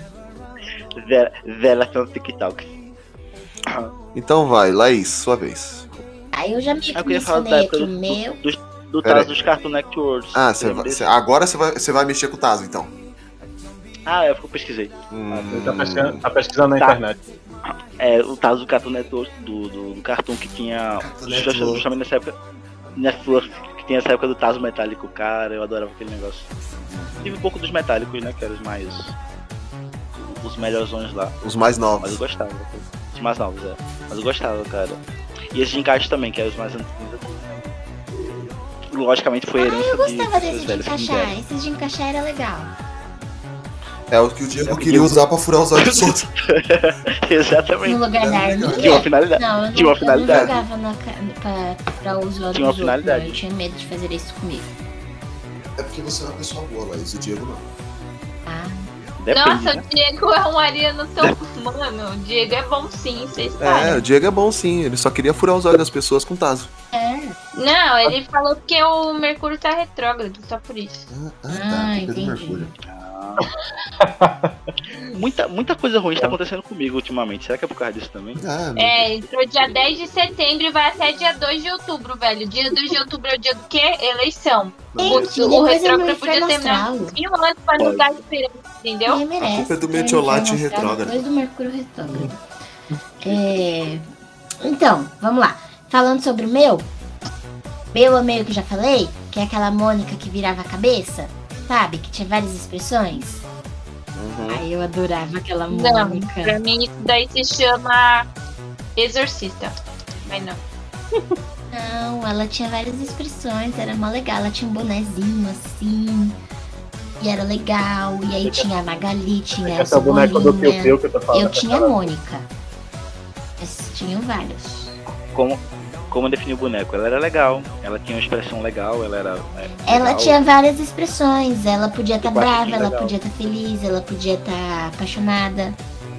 [SPEAKER 1] Zera- Geração TikTok.
[SPEAKER 5] Então vai, Laís, sua vez.
[SPEAKER 4] Aí eu já me
[SPEAKER 1] Ah, eu queria falar da
[SPEAKER 4] mencionei
[SPEAKER 1] época
[SPEAKER 4] aqui
[SPEAKER 1] do,
[SPEAKER 4] o meu.
[SPEAKER 1] do, do
[SPEAKER 5] Pera
[SPEAKER 1] Tazo
[SPEAKER 5] aí.
[SPEAKER 1] dos Cartoon Networks.
[SPEAKER 5] Ah, você
[SPEAKER 1] Lembra
[SPEAKER 5] vai,
[SPEAKER 1] desse?
[SPEAKER 5] você- agora você vai, você vai mexer com o Tazo, então. Hum,
[SPEAKER 1] Ah, é, porque eu pesquisei.
[SPEAKER 2] Ele tá pesquisando, tá pesquisando na
[SPEAKER 1] Tá.
[SPEAKER 2] internet.
[SPEAKER 1] É, o Tazo do Cartoon Network, do, do, do Cartoon que tinha.
[SPEAKER 5] Network.
[SPEAKER 1] Justa- Justamente nessa época. Network, que tinha essa época do Tazo metálico, cara, eu adorava aquele negócio. Tive um pouco dos metálicos, né? Que eram os mais. Os melhores lá.
[SPEAKER 5] Os mais
[SPEAKER 1] Mas eu
[SPEAKER 5] novos.
[SPEAKER 1] gostava. Os mais novos, é. Mas eu gostava, cara. E esses de encaixe também, que eram os mais antigos. né. Logicamente foi herança
[SPEAKER 4] Ah, eu
[SPEAKER 1] de
[SPEAKER 4] gostava
[SPEAKER 1] pessoas
[SPEAKER 4] desse de
[SPEAKER 1] velhas que me
[SPEAKER 4] encaixar.
[SPEAKER 1] deram.
[SPEAKER 4] Esse de encaixar era legal.
[SPEAKER 5] É o que o Diego
[SPEAKER 1] É o que
[SPEAKER 5] queria
[SPEAKER 1] eu-
[SPEAKER 5] usar pra furar os olhos soltos.
[SPEAKER 4] No
[SPEAKER 1] Exatamente.
[SPEAKER 4] lugar da arma.
[SPEAKER 1] Tinha uma finalidade.
[SPEAKER 4] Não, eu
[SPEAKER 1] Tinha uma
[SPEAKER 4] não, eu não
[SPEAKER 1] finalidade.
[SPEAKER 4] jogava na, ca- pra, pra usar dos
[SPEAKER 1] Tinha uma
[SPEAKER 4] outros, não.
[SPEAKER 1] finalidade.
[SPEAKER 4] Eu tinha medo de fazer isso comigo.
[SPEAKER 5] É porque você é uma pessoa boa, Laís. O Diego não.
[SPEAKER 4] Ah,
[SPEAKER 1] Depende,
[SPEAKER 3] Nossa,
[SPEAKER 1] né?
[SPEAKER 3] o Diego é um ariano tão. Mano, o Diego é bom sim, vocês
[SPEAKER 5] É,
[SPEAKER 3] sabem.
[SPEAKER 5] o Diego é bom sim. Ele só queria furar os olhos das pessoas com o Tazo.
[SPEAKER 4] é.
[SPEAKER 3] Não, ele falou que o Mercúrio tá retrógrado, só por isso.
[SPEAKER 5] Ah,
[SPEAKER 4] Ah, entendi.
[SPEAKER 1] Muita, muita coisa ruim está acontecendo comigo ultimamente. Será que é por causa disso também?
[SPEAKER 5] Ah, meu
[SPEAKER 3] É, entrou dia 10 de setembro e vai até dia 2 de outubro, velho. Dia 2 de outubro é o dia do quê? Eleição. O,
[SPEAKER 4] Gente,
[SPEAKER 3] o
[SPEAKER 4] depois é
[SPEAKER 3] retrógrado
[SPEAKER 4] meu
[SPEAKER 3] podia
[SPEAKER 4] inferno
[SPEAKER 3] terminar
[SPEAKER 4] astral.
[SPEAKER 3] um pouquinho antes pra nos dar esperança, entendeu?
[SPEAKER 4] Ninguém merece.
[SPEAKER 5] A culpa é do
[SPEAKER 4] Tem
[SPEAKER 5] metiolate
[SPEAKER 4] inferno astral
[SPEAKER 5] retrógrado.
[SPEAKER 4] Depois do Mercúrio retrógrado. É, Então, vamos lá. Falando sobre o meu. Meu é meio que eu já falei, que é aquela Mônica que virava a cabeça, sabe? Que tinha várias expressões.
[SPEAKER 1] Uhum.
[SPEAKER 4] Aí eu adorava aquela
[SPEAKER 3] Não,
[SPEAKER 4] Mônica.
[SPEAKER 3] pra mim isso daí se chama exorcista. Mas não.
[SPEAKER 4] Não, ela tinha várias expressões, era mó legal. Ela tinha um bonezinho assim. E era legal. E aí tinha a Magali, tinha a
[SPEAKER 2] Essa boneca do Teu
[SPEAKER 4] Soninha.
[SPEAKER 2] Teu que eu tô falando.
[SPEAKER 4] Eu tinha a
[SPEAKER 2] aquela-
[SPEAKER 4] Mônica. Mas tinham vários.
[SPEAKER 1] Como, como eu defini o boneco? Ela era legal, ela tinha uma expressão legal, ela era. é,
[SPEAKER 4] Ela
[SPEAKER 1] legal.
[SPEAKER 4] tinha várias expressões. Ela podia estar
[SPEAKER 1] Eu acho
[SPEAKER 4] brava,
[SPEAKER 1] que
[SPEAKER 4] ela
[SPEAKER 1] legal.
[SPEAKER 4] podia estar feliz, ela podia estar apaixonada.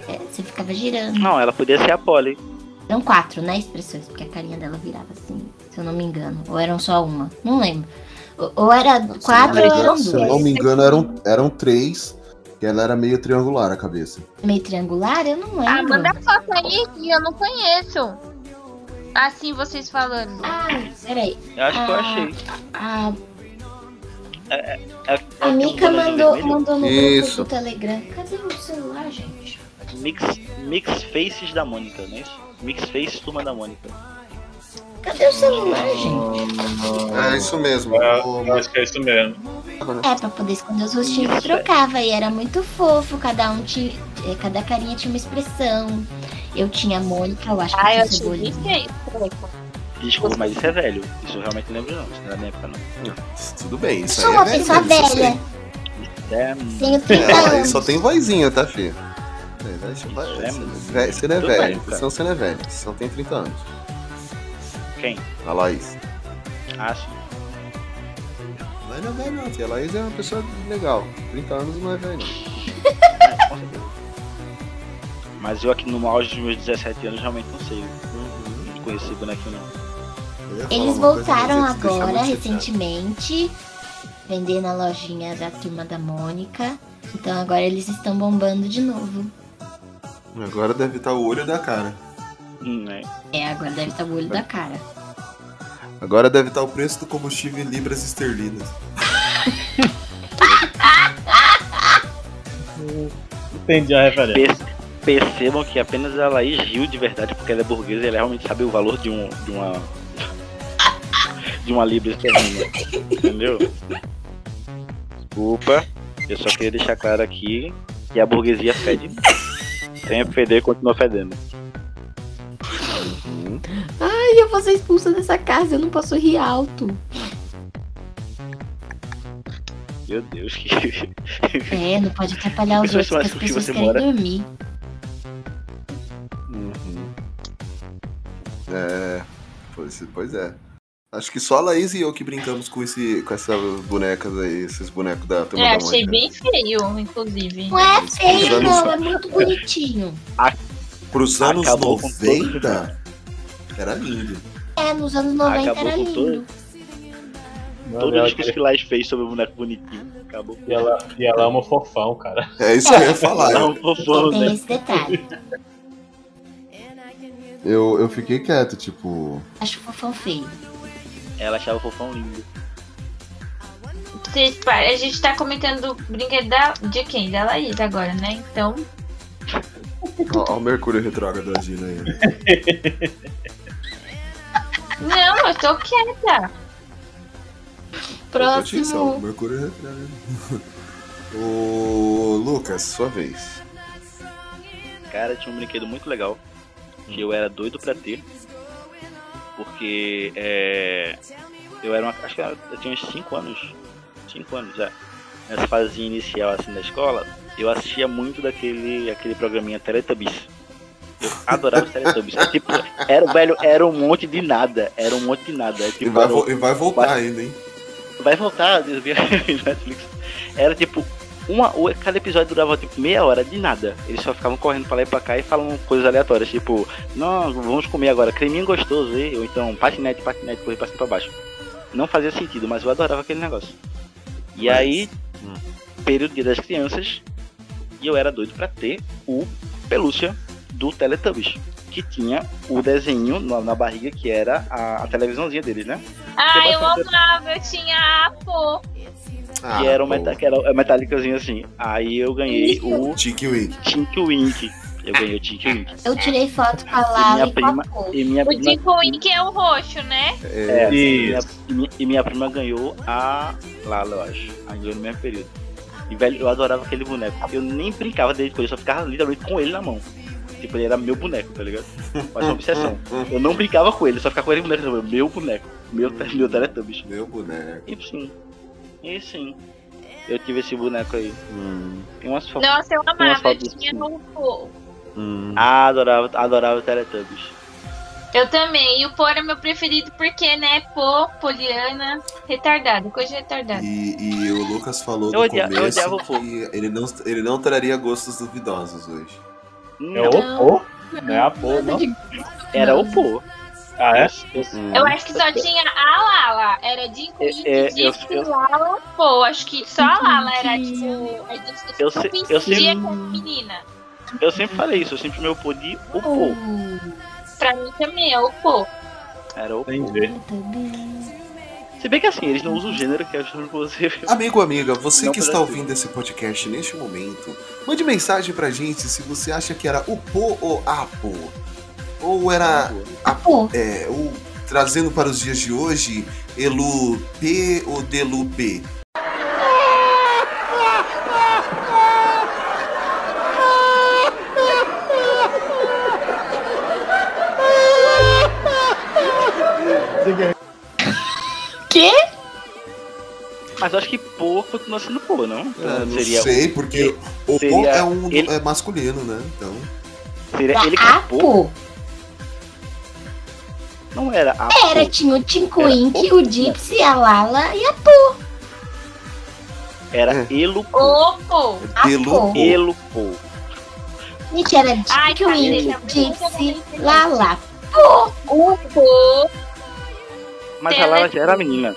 [SPEAKER 4] É, você ficava girando.
[SPEAKER 1] Não, ela podia ser a Polly.
[SPEAKER 4] Eram quatro, né? Expressões, porque a carinha dela virava assim, se eu não me engano. Ou eram só uma, não lembro. Ou, ou era quatro ou
[SPEAKER 5] se eu não me
[SPEAKER 4] eram
[SPEAKER 5] engano, se eu não
[SPEAKER 4] duas.
[SPEAKER 5] me engano, eram, eram três. E ela era meio triangular a cabeça.
[SPEAKER 4] Meio triangular, eu não
[SPEAKER 3] Ah,
[SPEAKER 4] lembro.
[SPEAKER 3] manda foto aí que eu não conheço. Assim vocês falando.
[SPEAKER 4] Ai, Ah, peraí.
[SPEAKER 1] Eu acho que eu
[SPEAKER 4] Ah,
[SPEAKER 1] achei.
[SPEAKER 4] A,
[SPEAKER 1] Ela-
[SPEAKER 3] Ah,
[SPEAKER 4] a
[SPEAKER 1] ela tem um
[SPEAKER 4] Mika
[SPEAKER 3] então
[SPEAKER 1] bonezinho
[SPEAKER 4] mandou,
[SPEAKER 1] vermelho,
[SPEAKER 4] mandou no
[SPEAKER 5] Isso.
[SPEAKER 4] grupo do Telegram. Cadê o celular, gente?
[SPEAKER 1] Mix, mix Faces da Mônica, não é isso? Mix Faces Turma da Mônica.
[SPEAKER 4] Cadê o celular,
[SPEAKER 5] Ah,
[SPEAKER 4] gente?
[SPEAKER 5] É isso mesmo.
[SPEAKER 2] Eu acho que é isso mesmo.
[SPEAKER 4] É, pra poder esconder os rostinhos eu trocava. E era muito fofo, cada um tinha. eh, Cada carinha tinha uma expressão. Eu tinha a Mônica, eu acho que
[SPEAKER 3] Ah, eu
[SPEAKER 4] tinha
[SPEAKER 3] achei É,
[SPEAKER 4] cebolinha.
[SPEAKER 3] isso aí, treco.
[SPEAKER 1] Desculpa, mas isso é velho. Isso eu realmente lembro não, isso não é da minha época não.
[SPEAKER 5] Tudo bem,
[SPEAKER 4] Eu
[SPEAKER 5] isso aí.
[SPEAKER 4] sou uma
[SPEAKER 5] é velho
[SPEAKER 4] pessoa
[SPEAKER 5] mesmo, isso
[SPEAKER 4] velha, Então.
[SPEAKER 1] É,
[SPEAKER 4] tenho 30
[SPEAKER 5] É, aí
[SPEAKER 4] anos.
[SPEAKER 5] só tem vozinha, tá, filho? É, vai chamar-
[SPEAKER 1] Isso é
[SPEAKER 5] Você
[SPEAKER 1] muito
[SPEAKER 5] velho, você não é
[SPEAKER 1] velho,
[SPEAKER 5] velho,
[SPEAKER 1] cara.
[SPEAKER 5] senão você não é velho, você só tem 30 anos.
[SPEAKER 1] Quem?
[SPEAKER 5] A Laís.
[SPEAKER 1] ah, sim.
[SPEAKER 5] Velho é velho, não, filho. A Laís é uma pessoa legal. 30 anos não é velho. não.
[SPEAKER 1] Mas eu aqui no auge dos meus 17 anos realmente não sei. Não conheci esse bonequinho não.
[SPEAKER 5] Eu ia falar
[SPEAKER 4] Eles
[SPEAKER 5] uma coisa, mas
[SPEAKER 4] voltaram
[SPEAKER 5] ia te deixar muito
[SPEAKER 4] agora,
[SPEAKER 5] chateado.
[SPEAKER 4] recentemente, vender na lojinha da turma da Mônica. Então agora eles estão bombando de novo.
[SPEAKER 5] Agora deve estar o olho da cara.
[SPEAKER 1] Hum, é.
[SPEAKER 4] É, agora deve estar o olho da cara.
[SPEAKER 5] Agora deve estar o preço do combustível em libras esterlinas.
[SPEAKER 2] Entendi a referência.
[SPEAKER 1] Perce- Percebam que apenas a Laís riu de verdade porque ela é burguesa e ela realmente sabe o valor de um. de uma. de uma libra esterlina. Entendeu? Desculpa, eu só queria deixar claro aqui que a burguesia fede. Sempre feder continua fedendo.
[SPEAKER 4] Ai, eu vou ser expulsa dessa casa, eu não posso rir alto.
[SPEAKER 1] Meu Deus, que.
[SPEAKER 4] É, não pode atrapalhar os
[SPEAKER 1] Pessoas
[SPEAKER 4] outros, porque
[SPEAKER 1] que
[SPEAKER 4] as
[SPEAKER 1] você
[SPEAKER 4] pessoas querem
[SPEAKER 1] mora.
[SPEAKER 4] dormir.
[SPEAKER 5] esse- pois é. Acho que só a Laís e eu que brincamos com, esse, com essas bonecas aí, esses bonecos da turma
[SPEAKER 3] É,
[SPEAKER 5] da
[SPEAKER 3] achei
[SPEAKER 5] Mônica.
[SPEAKER 3] bem feio, inclusive.
[SPEAKER 4] Não é feio,
[SPEAKER 5] Cruzando-
[SPEAKER 4] não, é muito bonitinho.
[SPEAKER 5] Pros anos
[SPEAKER 1] Acabou com né?
[SPEAKER 5] 90, era lindo.
[SPEAKER 4] É, nos anos 90
[SPEAKER 1] Ah, Acabou
[SPEAKER 4] era
[SPEAKER 1] com
[SPEAKER 4] lindo.
[SPEAKER 1] Todo
[SPEAKER 2] ela,
[SPEAKER 1] o discurso que Laís fez sobre o boneco bonitinho. Acabou.
[SPEAKER 2] e, ela, e ela ama o fofão, cara.
[SPEAKER 5] É isso que eu ia falar.
[SPEAKER 1] Não, fofão,
[SPEAKER 4] Tem
[SPEAKER 1] né?
[SPEAKER 4] esse detalhe.
[SPEAKER 5] Eu, eu fiquei quieto, tipo.
[SPEAKER 4] Acho fofão feio.
[SPEAKER 1] Ela achava o fofão lindo.
[SPEAKER 3] Vocês pa- A gente tá comentando do brinquedo da- de quem? Da Laís agora, né? Então,
[SPEAKER 5] Ó, ó o Mercúrio retrógrado agindo aí. né?
[SPEAKER 3] não, eu tô quieta.
[SPEAKER 5] Presta atenção,
[SPEAKER 4] Próximo.
[SPEAKER 5] o Mercúrio retrógrado. Ô, Lucas, sua vez.
[SPEAKER 1] Cara, tinha um brinquedo muito legal que eu era doido pra ter. Porque é, eu era uma. Acho que eu eu tinha uns 5 anos. 5 anos já. Nessa fase inicial assim da escola, eu assistia muito daquele aquele programinha Teletubbies. Eu adorava os Teletubbies. É tipo, era, velho, era um monte de nada. Era um monte de nada. É
[SPEAKER 5] E
[SPEAKER 1] tipo,
[SPEAKER 5] vai,
[SPEAKER 1] era um-
[SPEAKER 5] vo- e vai voltar ainda, hein?
[SPEAKER 1] Vai voltar, eu vi a Netflix. Era tipo, uma, o- cada episódio durava tipo meia hora de nada. Eles só ficavam correndo pra lá e pra cá e falavam coisas aleatórias, tipo, não, vamos comer agora, creminho gostoso, hein? ou então patinete, patinete, correr pra cima e pra baixo. Não fazia sentido, mas eu adorava aquele negócio. E
[SPEAKER 5] Mas-
[SPEAKER 1] aí, período dia das crianças, e eu era doido pra ter o pelúcia do Teletubbies, que tinha o desenho na, na barriga, que era a, a televisãozinha deles, né?
[SPEAKER 3] Ah, eu
[SPEAKER 1] bastante-
[SPEAKER 3] amava, eu tinha Apo.
[SPEAKER 5] Ah,
[SPEAKER 1] que era um
[SPEAKER 5] pô.
[SPEAKER 1] meta, que era um metálicazinho assim. Aí eu ganhei o
[SPEAKER 5] Tiki Wink.
[SPEAKER 1] Tink Wink. Eu ganhei o Tink Wink.
[SPEAKER 4] Eu tirei foto com a
[SPEAKER 1] minha
[SPEAKER 4] Lala e com
[SPEAKER 1] prima-
[SPEAKER 4] a Pou.
[SPEAKER 1] E minha
[SPEAKER 3] O
[SPEAKER 1] prima.
[SPEAKER 3] Dico Wink é o roxo, né?
[SPEAKER 5] É,
[SPEAKER 1] é, e, minha,
[SPEAKER 2] Isso.
[SPEAKER 1] e minha- e minha prima ganhou a Lala, eu acho. A ganhou no mesmo período. E velho, eu adorava aquele boneco. Eu nem brincava dele com ele, eu só ficava literalmente com ele na mão. Tipo, ele era meu boneco, tá ligado? Mas uma obsessão. Eu não brincava com ele, eu só ficava com ele boneco, meu boneco. Meu, te- meu Teletubbies.
[SPEAKER 5] meu boneco.
[SPEAKER 1] E sim. E sim. Eu tive esse boneco aí. Tem umas fotos.
[SPEAKER 3] Nossa, eu
[SPEAKER 1] umas
[SPEAKER 3] amava, eu
[SPEAKER 1] fotos
[SPEAKER 3] tinha
[SPEAKER 1] assim.
[SPEAKER 3] o Po.
[SPEAKER 5] Uhum. Hum.
[SPEAKER 1] Ah, adorava, adorava o Teletubbies.
[SPEAKER 3] Eu também. E o Po era meu preferido porque, né? Po, Poliana, retardado, coisa de retardado.
[SPEAKER 5] E, e o Lucas
[SPEAKER 1] É.
[SPEAKER 5] falou
[SPEAKER 1] Eu
[SPEAKER 5] no
[SPEAKER 1] odia- eu
[SPEAKER 5] começo
[SPEAKER 1] odiava o povo.
[SPEAKER 5] que ele não, ele não traria gostos duvidosos hoje.
[SPEAKER 2] É o pô? Não é a pô, não?
[SPEAKER 1] Era o Pô.
[SPEAKER 2] Ah, é?
[SPEAKER 3] Eu acho que só tinha a Lala. Era Dico
[SPEAKER 1] É,
[SPEAKER 3] Wink,
[SPEAKER 1] é, eu-
[SPEAKER 3] Dico,
[SPEAKER 1] eu-
[SPEAKER 3] Lala, Po. Acho que só a Lala era, tipo... A gente
[SPEAKER 1] Eu
[SPEAKER 3] só
[SPEAKER 1] sei- eu sei-
[SPEAKER 3] fingia que era menina.
[SPEAKER 1] Eu sempre falei isso, eu sempre meu Pô de o
[SPEAKER 5] Uhum.
[SPEAKER 1] Pô.
[SPEAKER 3] Pra mim também é o Po.
[SPEAKER 1] Era o Pô.
[SPEAKER 2] Entendi.
[SPEAKER 1] Se bem que assim, eles não usam o gênero que é o gênero que você.
[SPEAKER 5] Amigo, amiga, você
[SPEAKER 1] Não
[SPEAKER 5] que está
[SPEAKER 1] parece.
[SPEAKER 5] ouvindo esse podcast neste momento, mande mensagem pra gente se você acha que era o Pô ou a Pô. Ou
[SPEAKER 1] Tá
[SPEAKER 5] era
[SPEAKER 4] Pô,
[SPEAKER 5] é, o, trazendo para os dias de hoje, Elu P ou Delu P.
[SPEAKER 4] quê?
[SPEAKER 1] Mas eu acho que Pô continua sendo Pô, não?
[SPEAKER 5] Ah,
[SPEAKER 1] Então,
[SPEAKER 5] não
[SPEAKER 1] seria,
[SPEAKER 5] sei, porque o Pô
[SPEAKER 1] seria
[SPEAKER 5] é um
[SPEAKER 1] ele-
[SPEAKER 5] é masculino, né? Então.
[SPEAKER 1] seria
[SPEAKER 5] Ah,
[SPEAKER 1] ele que
[SPEAKER 4] A
[SPEAKER 1] é Pô?
[SPEAKER 4] Pou.
[SPEAKER 1] Não era a
[SPEAKER 4] Era,
[SPEAKER 1] Pô.
[SPEAKER 4] tinha o Tinko
[SPEAKER 1] Era
[SPEAKER 4] Ink,
[SPEAKER 1] o-
[SPEAKER 4] o Gypsy, a Lala e a
[SPEAKER 1] Era Elo Pô.
[SPEAKER 3] O Po.
[SPEAKER 5] é Delu É. Pô.
[SPEAKER 1] Elo Ah, Pô.
[SPEAKER 4] Gente, era
[SPEAKER 3] Ai,
[SPEAKER 4] Tinko Ink,
[SPEAKER 3] caceta,
[SPEAKER 4] Gypsy,
[SPEAKER 3] muito
[SPEAKER 4] Lala.
[SPEAKER 3] O Po.
[SPEAKER 1] Mas a Lala já era menina.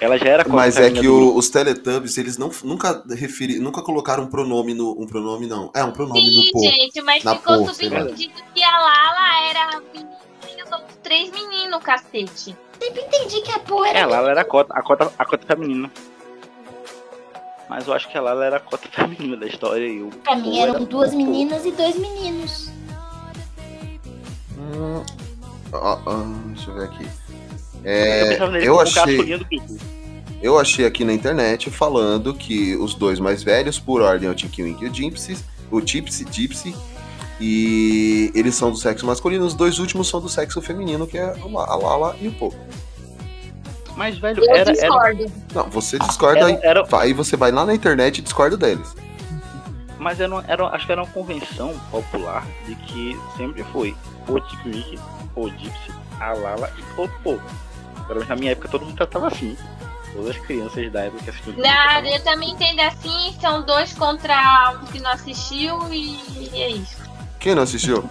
[SPEAKER 1] Ela já era
[SPEAKER 5] Mas
[SPEAKER 1] Tá a
[SPEAKER 5] é
[SPEAKER 1] menina
[SPEAKER 5] que
[SPEAKER 1] do grupo.
[SPEAKER 5] o- os Teletubbies, eles não, nunca referi, nunca colocaram um pronome no. Um pronome, não. É, um pronome
[SPEAKER 3] Sim,
[SPEAKER 5] no Pô.
[SPEAKER 3] gente, mas
[SPEAKER 5] Na né?
[SPEAKER 3] ficou
[SPEAKER 5] porra, sei lá.
[SPEAKER 3] subentendido que a Lala era a menina e os outros três meninos, cacete.
[SPEAKER 4] Entendi que a Pou
[SPEAKER 1] É,
[SPEAKER 4] era.
[SPEAKER 1] a Lala era a cota, a cota, a cota feminina. Mas eu acho que a Lala era a cota feminina da história e o
[SPEAKER 4] Pra mim
[SPEAKER 1] Pô era
[SPEAKER 4] eram duas
[SPEAKER 1] Pô.
[SPEAKER 4] meninas e dois meninos.
[SPEAKER 5] Hum, Ó, ó, deixa eu ver aqui.
[SPEAKER 1] eu
[SPEAKER 5] É,
[SPEAKER 1] pensava nele
[SPEAKER 5] eu
[SPEAKER 1] como o
[SPEAKER 5] achei,
[SPEAKER 1] gasolina do grupo.
[SPEAKER 5] eu achei aqui na internet falando que os dois mais velhos, por ordem, é o Tiki Wink e o Gypsy, o Gypsy, Gypsy, e eles são do sexo masculino, os dois últimos são do sexo feminino, que é a La- a Lala e o Pô.
[SPEAKER 1] Mas, velho,
[SPEAKER 3] Eu
[SPEAKER 1] era, era,
[SPEAKER 3] discordo.
[SPEAKER 5] Não, você
[SPEAKER 3] Ah, é
[SPEAKER 5] discorda,
[SPEAKER 1] era, era-
[SPEAKER 5] aí, aí você vai lá na internet e discorda deles.
[SPEAKER 1] mas era, uma- era- acho que era uma convenção popular de que sempre foi o Tick Wick, ou Gypsy, a Lala e Popô. Pelo menos na minha época todo mundo tratava assim. Todas as crianças da época que assistiam.
[SPEAKER 3] Nada, eu também entendo assim, são dois contra um que não assistiu e é isso.
[SPEAKER 5] Quem não assistiu?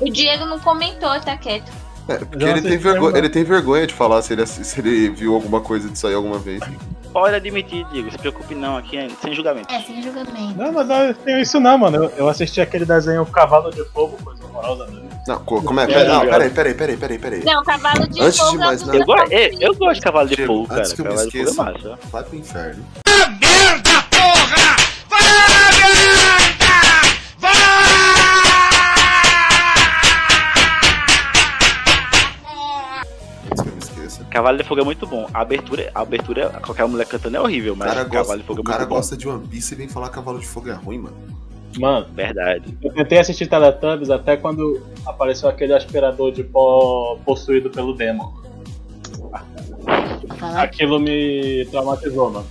[SPEAKER 3] O Diego não comentou, tá quieto.
[SPEAKER 5] É, porque
[SPEAKER 2] não
[SPEAKER 5] ele tem,
[SPEAKER 2] assisti
[SPEAKER 5] vergo-
[SPEAKER 2] mesmo, não.
[SPEAKER 5] ele tem vergonha de falar se ele, assi- se ele viu alguma coisa disso aí alguma vez.
[SPEAKER 1] Olha, admitir, Diego, se preocupe não, aqui é sem julgamento.
[SPEAKER 4] É, sem julgamento.
[SPEAKER 2] Não, mas eu tenho isso não, mano. Eu, eu assisti aquele desenho Cavalo de Fogo, coisa horrorosa né? mesmo.
[SPEAKER 5] Não, co- como é?
[SPEAKER 1] É,
[SPEAKER 5] Pera, não,
[SPEAKER 1] obrigado.
[SPEAKER 5] peraí, peraí, peraí, peraí, peraí.
[SPEAKER 3] Não, cavalo de
[SPEAKER 5] Antes de
[SPEAKER 3] fogo
[SPEAKER 5] mais
[SPEAKER 3] é
[SPEAKER 5] nada-
[SPEAKER 1] Eu,
[SPEAKER 3] eu
[SPEAKER 1] go é, eu gosto de cavalo de
[SPEAKER 5] Diego,
[SPEAKER 1] fogo, cara.
[SPEAKER 5] antes que eu me
[SPEAKER 1] Cavalo de fogo é
[SPEAKER 5] esqueça.
[SPEAKER 1] massa.
[SPEAKER 5] Vai pro inferno. Antes que eu me esqueça.
[SPEAKER 1] Cavalo de fogo é muito bom. A abertura, a abertura, qualquer mulher cantando é horrível,
[SPEAKER 5] O
[SPEAKER 1] mas
[SPEAKER 5] cara,
[SPEAKER 1] cavalo
[SPEAKER 5] gosta,
[SPEAKER 1] de fogo é
[SPEAKER 5] o
[SPEAKER 1] muito
[SPEAKER 5] cara
[SPEAKER 1] bom.
[SPEAKER 5] gosta de One Piece e vem falar que cavalo de fogo é ruim, mano.
[SPEAKER 2] Mano,
[SPEAKER 1] Verdade.
[SPEAKER 2] eu tentei assistir Teletubbies até quando apareceu aquele aspirador de pó possuído pelo Demon.
[SPEAKER 1] Ah.
[SPEAKER 4] Falar
[SPEAKER 2] Aquilo me traumatizou, mano.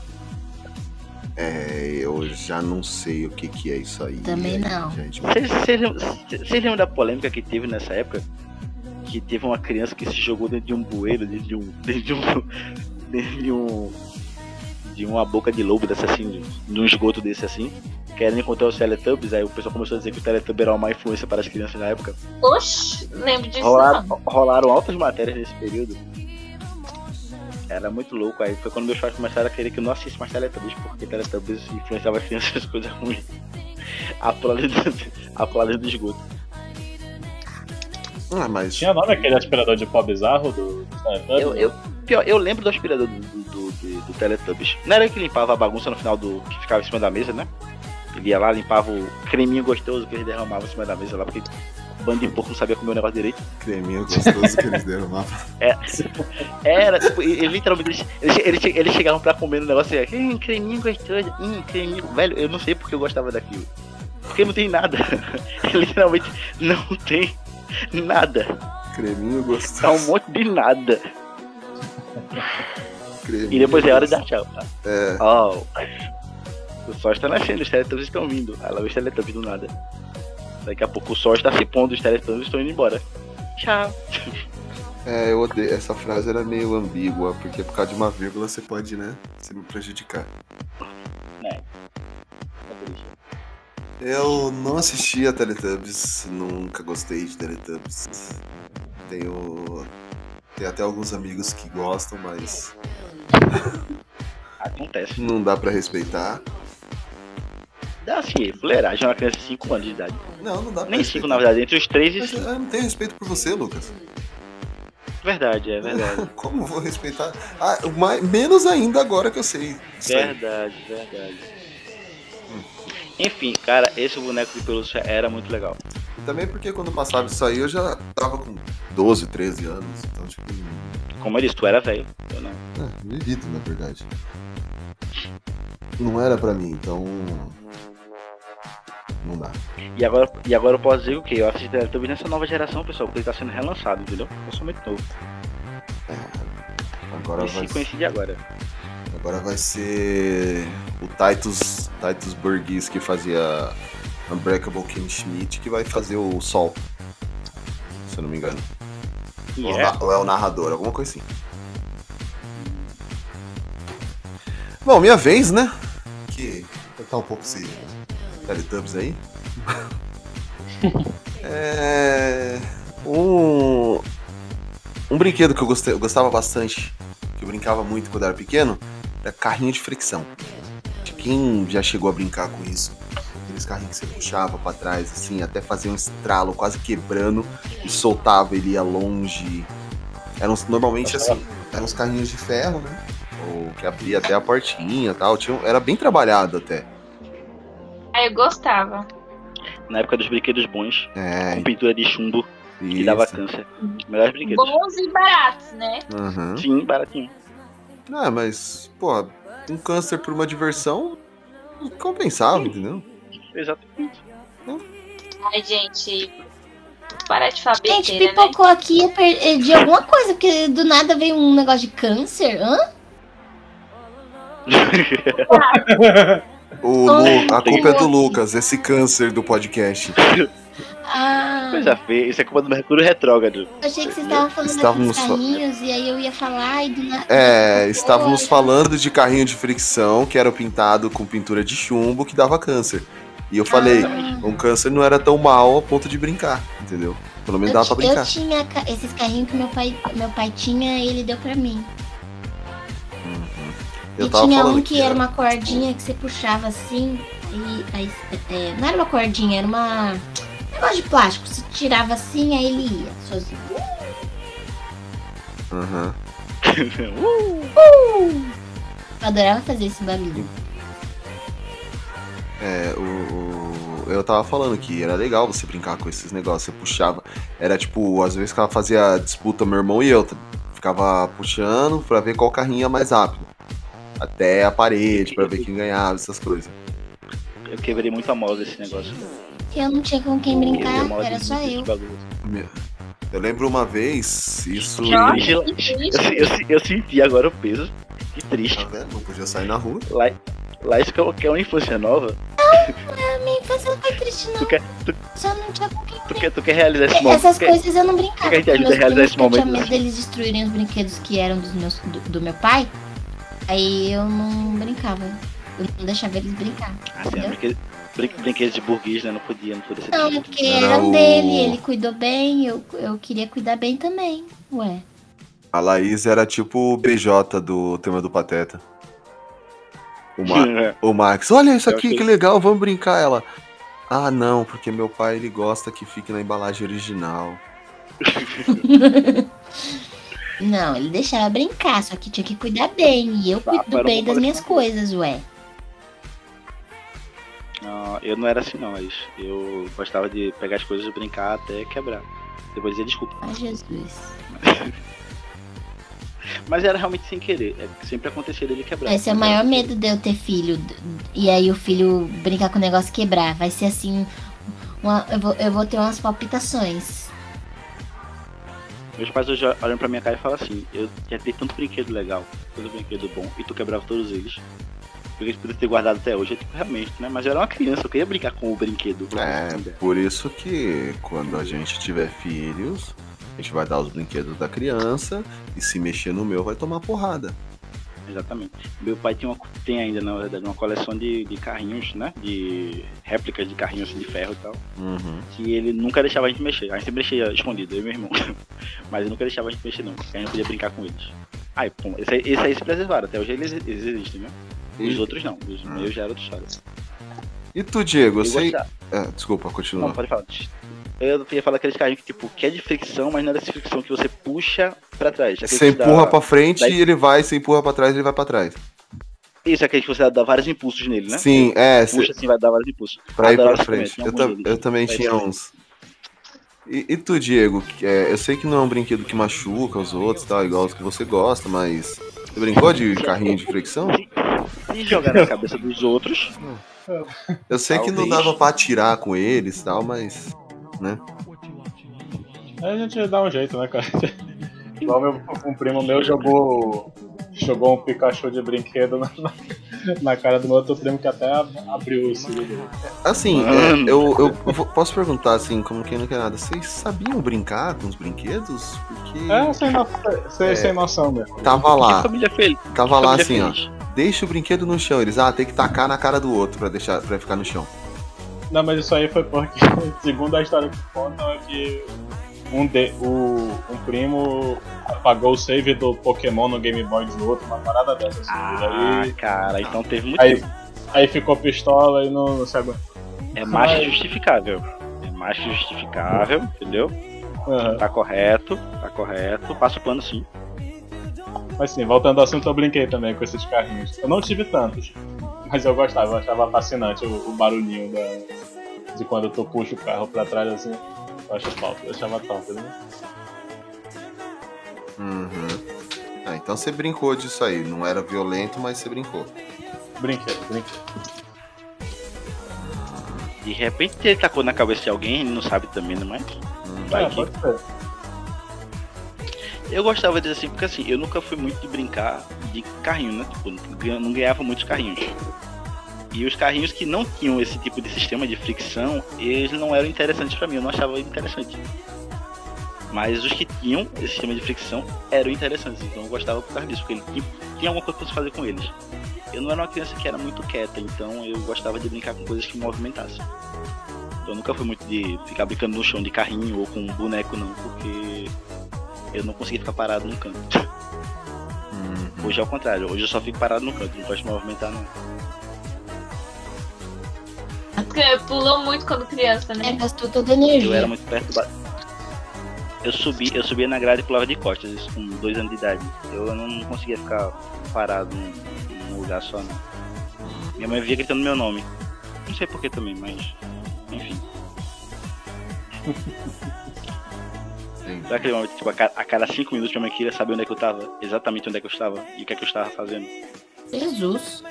[SPEAKER 5] É, eu já não sei o que, que é isso aí.
[SPEAKER 4] Também
[SPEAKER 5] É,
[SPEAKER 4] não.
[SPEAKER 5] Gente,
[SPEAKER 1] Vocês- Vocês lembram- vocês lembram da polêmica que teve nessa época? Que teve uma criança que se jogou dentro de um bueiro, dentro de um. dentro de um. dentro de um. de uma boca de lobo dessa assim, de- de um esgoto desse assim, querendo encontrar os Teletubbies, aí o pessoal começou a dizer que o Teletubbies era uma má influência para as crianças na época.
[SPEAKER 3] Oxi, lembro disso
[SPEAKER 1] Rolaram,
[SPEAKER 3] não.
[SPEAKER 1] rolaram altas matérias nesse período. Era muito louco, aí foi quando meus pais começaram a querer que eu não assistisse mais Teletubbies, porque Teletubbies influenciava as crianças em coisas ruins. A prole do- a prole do esgoto.
[SPEAKER 5] ah, mas
[SPEAKER 2] Tinha nome aquele aspirador de pó bizarro do do Teletubbies?
[SPEAKER 1] Eu, eu, pior, eu lembro do aspirador do, do, do, do- do Teletubbies. Não era ele que limpava a bagunça no final do. que ficava em cima da mesa, né? Ele ia lá, limpava o creminho gostoso que ele derramava em cima da mesa lá, porque o bando de porco não sabia comer o negócio direito.
[SPEAKER 5] creminho gostoso que eles deram lá.
[SPEAKER 1] É, era, tipo, ele, ele literalmente. Eles, eles, eles chegavam pra comer no negócio e ia, hum, creminho gostoso, hum, creminho. Velho, eu não sei porque eu gostava daquilo. Porque não tem nada. literalmente não tem nada.
[SPEAKER 5] Creminho gostoso.
[SPEAKER 1] É um monte de nada.
[SPEAKER 5] creminho
[SPEAKER 1] E depois é hora de dar
[SPEAKER 5] gostoso.
[SPEAKER 1] tchau, tá?
[SPEAKER 5] É.
[SPEAKER 1] Ó. O sol está nascendo, os Teletubbies estão vindo. Aí lá vem os Teletubbies do nada. Daqui a pouco o sol está se pondo, os Teletubbies estão indo embora. Tchau.
[SPEAKER 5] É, eu odeio. Essa frase era meio ambígua, porque por causa de uma vírgula você pode, né, se me prejudicar. Eu não assisti a Teletubbies, nunca gostei de Teletubbies. Tenho. Tem até alguns amigos que gostam, mas
[SPEAKER 1] Acontece.
[SPEAKER 5] não dá pra respeitar.
[SPEAKER 1] Dá assim, fuleiragem é uma criança de 5 anos de idade.
[SPEAKER 5] Não, não dá pra
[SPEAKER 1] Nem 5, na
[SPEAKER 5] respeitar.
[SPEAKER 1] verdade, entre os 3 e
[SPEAKER 5] é Mas é-
[SPEAKER 1] 5.
[SPEAKER 5] eu não tenho respeito por você, Lucas.
[SPEAKER 1] Verdade, é verdade.
[SPEAKER 5] Como eu vou respeitar? Ah, mais, menos ainda agora que eu sei. disso aí.
[SPEAKER 1] Verdade, verdade. Enfim, cara, esse boneco de pelúcia era muito legal.
[SPEAKER 5] Também porque quando passava isso aí eu já tava com 12, 13 anos. Então, tipo,
[SPEAKER 1] Como eu disse, tu era velho. Eu não.
[SPEAKER 5] é, vivido, na verdade. Não era pra mim, então. Não dá.
[SPEAKER 1] E agora, e agora eu posso dizer o quê? Eu assisti Teletubbies nessa nova geração, pessoal, porque ele tá sendo relançado, entendeu? Eu sou muito novo.
[SPEAKER 5] Agora vai,
[SPEAKER 1] Esse coincide agora.
[SPEAKER 5] agora vai ser o Titus, Titus Burgess que fazia Unbreakable Kim Schmidt que vai fazer o Sol. Se eu não me engano.
[SPEAKER 1] E
[SPEAKER 5] Ou,
[SPEAKER 1] é.
[SPEAKER 5] na- ou é o narrador, alguma coisa assim. Bom, minha vez, né? Que tá um pouco esse Teletubbies aí. é. Um. Um brinquedo que eu, gostei- eu gostava bastante, que eu brincava muito quando era pequeno, era carrinho de fricção. Acho que Quem já chegou a brincar com isso? Aqueles carrinhos que você puxava pra trás, assim, até fazer um estralo, quase quebrando, e soltava, ele ia longe. Eram normalmente assim, eram uns carrinhos de ferro, né? Ou que abria até a portinha e tal. Tinha, um- era bem trabalhado até.
[SPEAKER 3] Aí eu gostava.
[SPEAKER 1] Na época dos brinquedos bons,
[SPEAKER 5] É,
[SPEAKER 1] com pintura de chumbo, que
[SPEAKER 5] e
[SPEAKER 1] dava câncer. Melhores brinquedos.
[SPEAKER 3] Bons e baratos, né?
[SPEAKER 5] Aham.
[SPEAKER 1] Sim, baratinho.
[SPEAKER 5] Ah, mas, pô, um câncer por uma diversão compensava, entendeu?
[SPEAKER 1] Exatamente.
[SPEAKER 3] Ai, gente. Parar de falar
[SPEAKER 4] Gente,
[SPEAKER 3] besteira, né?
[SPEAKER 4] pipocou aqui eu per- eh, de alguma coisa, porque do nada veio um negócio de câncer. Hã?
[SPEAKER 5] O Lu- a culpa é do Lucas, esse câncer do podcast.
[SPEAKER 4] Ah,
[SPEAKER 1] Coisa feia. Isso é culpa do Mercúrio Retrógrado.
[SPEAKER 4] Eu achei que vocês estavam falando
[SPEAKER 5] Estávamos
[SPEAKER 4] aqui dos carrinhos e aí eu ia falar e do nada.
[SPEAKER 5] É, estávamos falando de carrinho de fricção que era pintado com pintura de chumbo que dava câncer. E eu falei,
[SPEAKER 4] Ah.
[SPEAKER 5] um câncer não era tão mal a ponto de brincar, entendeu? Pelo menos
[SPEAKER 4] Eu,
[SPEAKER 5] dava pra
[SPEAKER 4] ti- eu tinha
[SPEAKER 5] brincar.
[SPEAKER 4] ca- esses carrinhos que meu pai, meu pai tinha e ele deu pra mim.
[SPEAKER 5] Eu
[SPEAKER 4] e
[SPEAKER 5] tava
[SPEAKER 4] tinha
[SPEAKER 5] falando né?
[SPEAKER 4] um que era uma cordinha que você puxava assim e aí, é, não era uma cordinha, era uma um negócio de plástico. Você tirava assim, aí ele ia sozinho.
[SPEAKER 5] Aham.
[SPEAKER 4] Eu adorava fazer esse barulho.
[SPEAKER 5] É, o, o- eu tava falando que era legal você brincar com esses negócios, você puxava. Era tipo, às vezes que ela fazia disputa, meu irmão e eu. t- Ficava puxando pra ver qual carrinho ia mais rápido. Até a parede, pra ver quem ganhava, essas coisas.
[SPEAKER 1] Eu quebrei muito a moda esse negócio.
[SPEAKER 4] Eu não tinha com quem
[SPEAKER 1] Quebrei a
[SPEAKER 4] brincar,
[SPEAKER 1] moda
[SPEAKER 4] era
[SPEAKER 1] desse-
[SPEAKER 4] só
[SPEAKER 1] desse
[SPEAKER 4] eu.
[SPEAKER 1] bagulho.
[SPEAKER 5] Eu lembro uma vez, isso.
[SPEAKER 4] Ah,
[SPEAKER 3] Nossa,
[SPEAKER 5] em-
[SPEAKER 1] Eu, eu, eu, eu senti agora o peso. Que
[SPEAKER 5] Tá
[SPEAKER 1] triste.
[SPEAKER 5] vendo? Não podia sair na rua.
[SPEAKER 1] Lá, lá isso que é- que é uma infância nova.
[SPEAKER 4] A minha infância então, não foi triste, não.
[SPEAKER 1] Tu quer-
[SPEAKER 4] Só não tinha com quem
[SPEAKER 1] Tu quer, tu quer realizar esse momento?
[SPEAKER 4] Essas
[SPEAKER 1] Tu quer-
[SPEAKER 4] coisas eu não
[SPEAKER 1] Quer
[SPEAKER 4] brincava.
[SPEAKER 1] te
[SPEAKER 4] porque
[SPEAKER 1] ajudar
[SPEAKER 4] meus
[SPEAKER 1] a realizar
[SPEAKER 4] primos,
[SPEAKER 1] esse
[SPEAKER 4] eu tinha
[SPEAKER 1] momento?
[SPEAKER 4] medo deles destruírem os brinquedos que eram dos meus, do, do meu pai. Aí eu não brincava. Eu não deixava eles brincar.
[SPEAKER 1] Ah, sim, brinquedo, brin- brinquedo de burguês, né? Não podia, não podia ser
[SPEAKER 4] Não, é
[SPEAKER 1] desse jeito.
[SPEAKER 4] porque
[SPEAKER 5] Era
[SPEAKER 4] eram
[SPEAKER 5] o-
[SPEAKER 4] dele, ele cuidou bem, eu, eu queria cuidar bem também. Ué.
[SPEAKER 5] A Laís era tipo o BJ do tema do Pateta. O, Mar
[SPEAKER 1] é.
[SPEAKER 5] o Max, olha isso
[SPEAKER 1] Eu
[SPEAKER 5] aqui,
[SPEAKER 1] achei-
[SPEAKER 5] que legal, vamos brincar. Ela, ah não, porque meu pai ele gosta que fique na embalagem original.
[SPEAKER 4] Não, ele deixava brincar, só que tinha que cuidar bem. E eu
[SPEAKER 1] Ah, mas
[SPEAKER 4] cuido
[SPEAKER 1] era
[SPEAKER 4] bem
[SPEAKER 1] uma
[SPEAKER 4] das minhas
[SPEAKER 1] coisa
[SPEAKER 4] coisas, ué.
[SPEAKER 1] Não, eu não era assim não, Laís. Eu gostava de pegar as coisas e brincar até quebrar. Depois dizer desculpa.
[SPEAKER 4] Ai, Jesus.
[SPEAKER 1] Mas era realmente sem querer. É, sempre acontecia dele quebrar.
[SPEAKER 4] Esse é o
[SPEAKER 1] Mas era
[SPEAKER 4] maior
[SPEAKER 1] sem
[SPEAKER 4] medo de eu ter filho. d- E aí o filho brincar com o negócio quebrar. Vai ser assim. uma- eu, vou, eu vou ter umas palpitações.
[SPEAKER 1] querer. Meus pais hoje olham pra minha cara e falam assim, eu já dei tanto brinquedo legal, tanto brinquedo bom, e tu quebrava todos eles. Porque eles podiam ter guardado até hoje, eu, tipo, realmente, né? Mas eu era uma criança, eu queria brincar com o brinquedo.
[SPEAKER 5] É, por isso que quando a gente tiver filhos, a gente vai dar os brinquedos da criança e se mexer no meu vai tomar porrada.
[SPEAKER 1] Exatamente. Meu pai tem, uma, tem ainda, na verdade, uma coleção de, de carrinhos, né? De réplicas de carrinhos assim, de ferro e tal.
[SPEAKER 5] Uhum.
[SPEAKER 1] Que ele nunca deixava a gente mexer. A gente sempre mexia escondido, eu e meu irmão. Mas ele nunca deixava a gente mexer, não. Porque a gente podia brincar com eles. Aí, pum. Esse, aí- esse aí se preservaram. Até hoje eles, eles existem, né? Os outros não.
[SPEAKER 5] é.
[SPEAKER 1] Os meus já era outra história.
[SPEAKER 5] E tu, Diego,
[SPEAKER 1] Eu
[SPEAKER 5] eu sei.
[SPEAKER 1] gostava-
[SPEAKER 5] Ah, desculpa, continua.
[SPEAKER 1] Não, pode falar. Eu ia falar aqueles carrinhos que, tipo, que é de fricção, mas não é dessa fricção que você puxa pra trás. Aqueles
[SPEAKER 5] Você
[SPEAKER 1] que dá-
[SPEAKER 5] empurra pra frente
[SPEAKER 1] da-
[SPEAKER 5] e ele vai, você empurra pra trás e ele vai pra trás.
[SPEAKER 1] Isso, aqueles que você dá vários impulsos nele, né?
[SPEAKER 5] Sim, é, cê-
[SPEAKER 1] Puxa assim, vai dar vários impulsos.
[SPEAKER 5] Pra ir pra
[SPEAKER 1] Adorava também,
[SPEAKER 5] frente. Eu,
[SPEAKER 1] tinha um
[SPEAKER 5] ta-
[SPEAKER 1] monte
[SPEAKER 5] eu
[SPEAKER 1] deles.
[SPEAKER 5] também
[SPEAKER 1] Mas
[SPEAKER 5] tinha
[SPEAKER 1] também.
[SPEAKER 5] uns. E, e tu, Diego? que, é, eu sei que não é um brinquedo que machuca os outros, tá? Igual os que você gosta, mas. Você brincou de carrinho de fricção?
[SPEAKER 1] Se jogar na cabeça dos outros,
[SPEAKER 5] Eu sei que não
[SPEAKER 1] Talvez.
[SPEAKER 5] dava pra atirar com eles e tal, mas.
[SPEAKER 2] A gente dá um jeito, né, cara? Igual meu, um primo meu jogou, jogou um Pikachu de brinquedo na, na- na cara do meu outro primo que até ab- abriu o cílio dele.
[SPEAKER 5] Assim, é,
[SPEAKER 1] Mano.
[SPEAKER 5] eu, eu vou- posso perguntar, assim, como quem não quer nada, vocês sabiam brincar com os brinquedos?
[SPEAKER 2] É,
[SPEAKER 5] Porque.
[SPEAKER 2] sem, no- sem,
[SPEAKER 1] É.
[SPEAKER 2] sem noção mesmo.
[SPEAKER 5] Tava
[SPEAKER 1] que
[SPEAKER 5] lá,
[SPEAKER 1] família feliz.
[SPEAKER 5] tava lá
[SPEAKER 1] família
[SPEAKER 5] assim, ó.
[SPEAKER 1] feliz.
[SPEAKER 5] Deixa o brinquedo no chão. Eles, ah, tem que tacar na cara do outro pra deixar para ficar no chão.
[SPEAKER 2] Não, mas isso aí foi porque, segundo a história que contam, é que um, de, o, um primo apagou o save do Pokémon no Game Boy do outro, uma parada dessa. Assim,
[SPEAKER 1] Ah,
[SPEAKER 2] aí,
[SPEAKER 1] cara, então teve muito.
[SPEAKER 2] aí, aí ficou pistola e não, não se aguentou.
[SPEAKER 1] É mais que justificável. É mais que justificável, entendeu?
[SPEAKER 2] Aham.
[SPEAKER 1] Tá correto, tá correto. Passa o pano sim.
[SPEAKER 2] Mas sim, voltando ao assunto, eu brinquei também com esses carrinhos. Eu não tive tantos, mas eu gostava, eu achava fascinante o, o barulhinho da- de quando tu puxa o carro pra trás assim. Eu acho top, eu achava top, né?
[SPEAKER 5] Uhum. Ah, então você brincou disso aí. Não era violento, mas você brincou.
[SPEAKER 2] Brinquedo, brinquedo.
[SPEAKER 1] De repente ele tacou na cabeça de alguém, ele não sabe também, né? Mas. Vai
[SPEAKER 5] Uhum.
[SPEAKER 2] É,
[SPEAKER 1] que-
[SPEAKER 2] pode ser.
[SPEAKER 1] Eu gostava de dizer assim, porque assim, eu nunca fui muito de brincar de carrinho, né? Tipo, eu não ganhava muitos carrinhos. E os carrinhos que não tinham esse tipo de sistema de fricção, eles não eram interessantes pra mim, eu não achava interessante. Mas os que tinham esse sistema de fricção eram interessantes, então eu gostava por causa disso, porque ele tinha, tinha alguma coisa pra se fazer com eles. Eu não era uma criança que era muito quieta, então eu gostava de brincar com coisas que me movimentassem. Então eu nunca fui muito de ficar brincando no chão de carrinho ou com um boneco, não, porque eu não conseguia ficar parado num canto. Hoje é o contrário, hoje eu só fico parado no canto, não gosto de me movimentar, não.
[SPEAKER 3] Porque Pulou muito quando criança,
[SPEAKER 4] É,
[SPEAKER 3] né?
[SPEAKER 4] gastou toda a
[SPEAKER 1] Eu era
[SPEAKER 4] energia.
[SPEAKER 1] muito perturbado. Eu, subi, eu subia na grade e pulava de costas, isso com dois anos de idade. Eu não conseguia ficar parado num, num lugar só, não. Minha mãe vivia gritando meu nome. Não sei porquê também, mas. Enfim. Sabe aquele momento, tipo, a ca- a cada cinco minutos minha mãe queria saber onde é que eu tava? Exatamente onde é que eu estava e o que é que eu estava fazendo.
[SPEAKER 4] Jesus.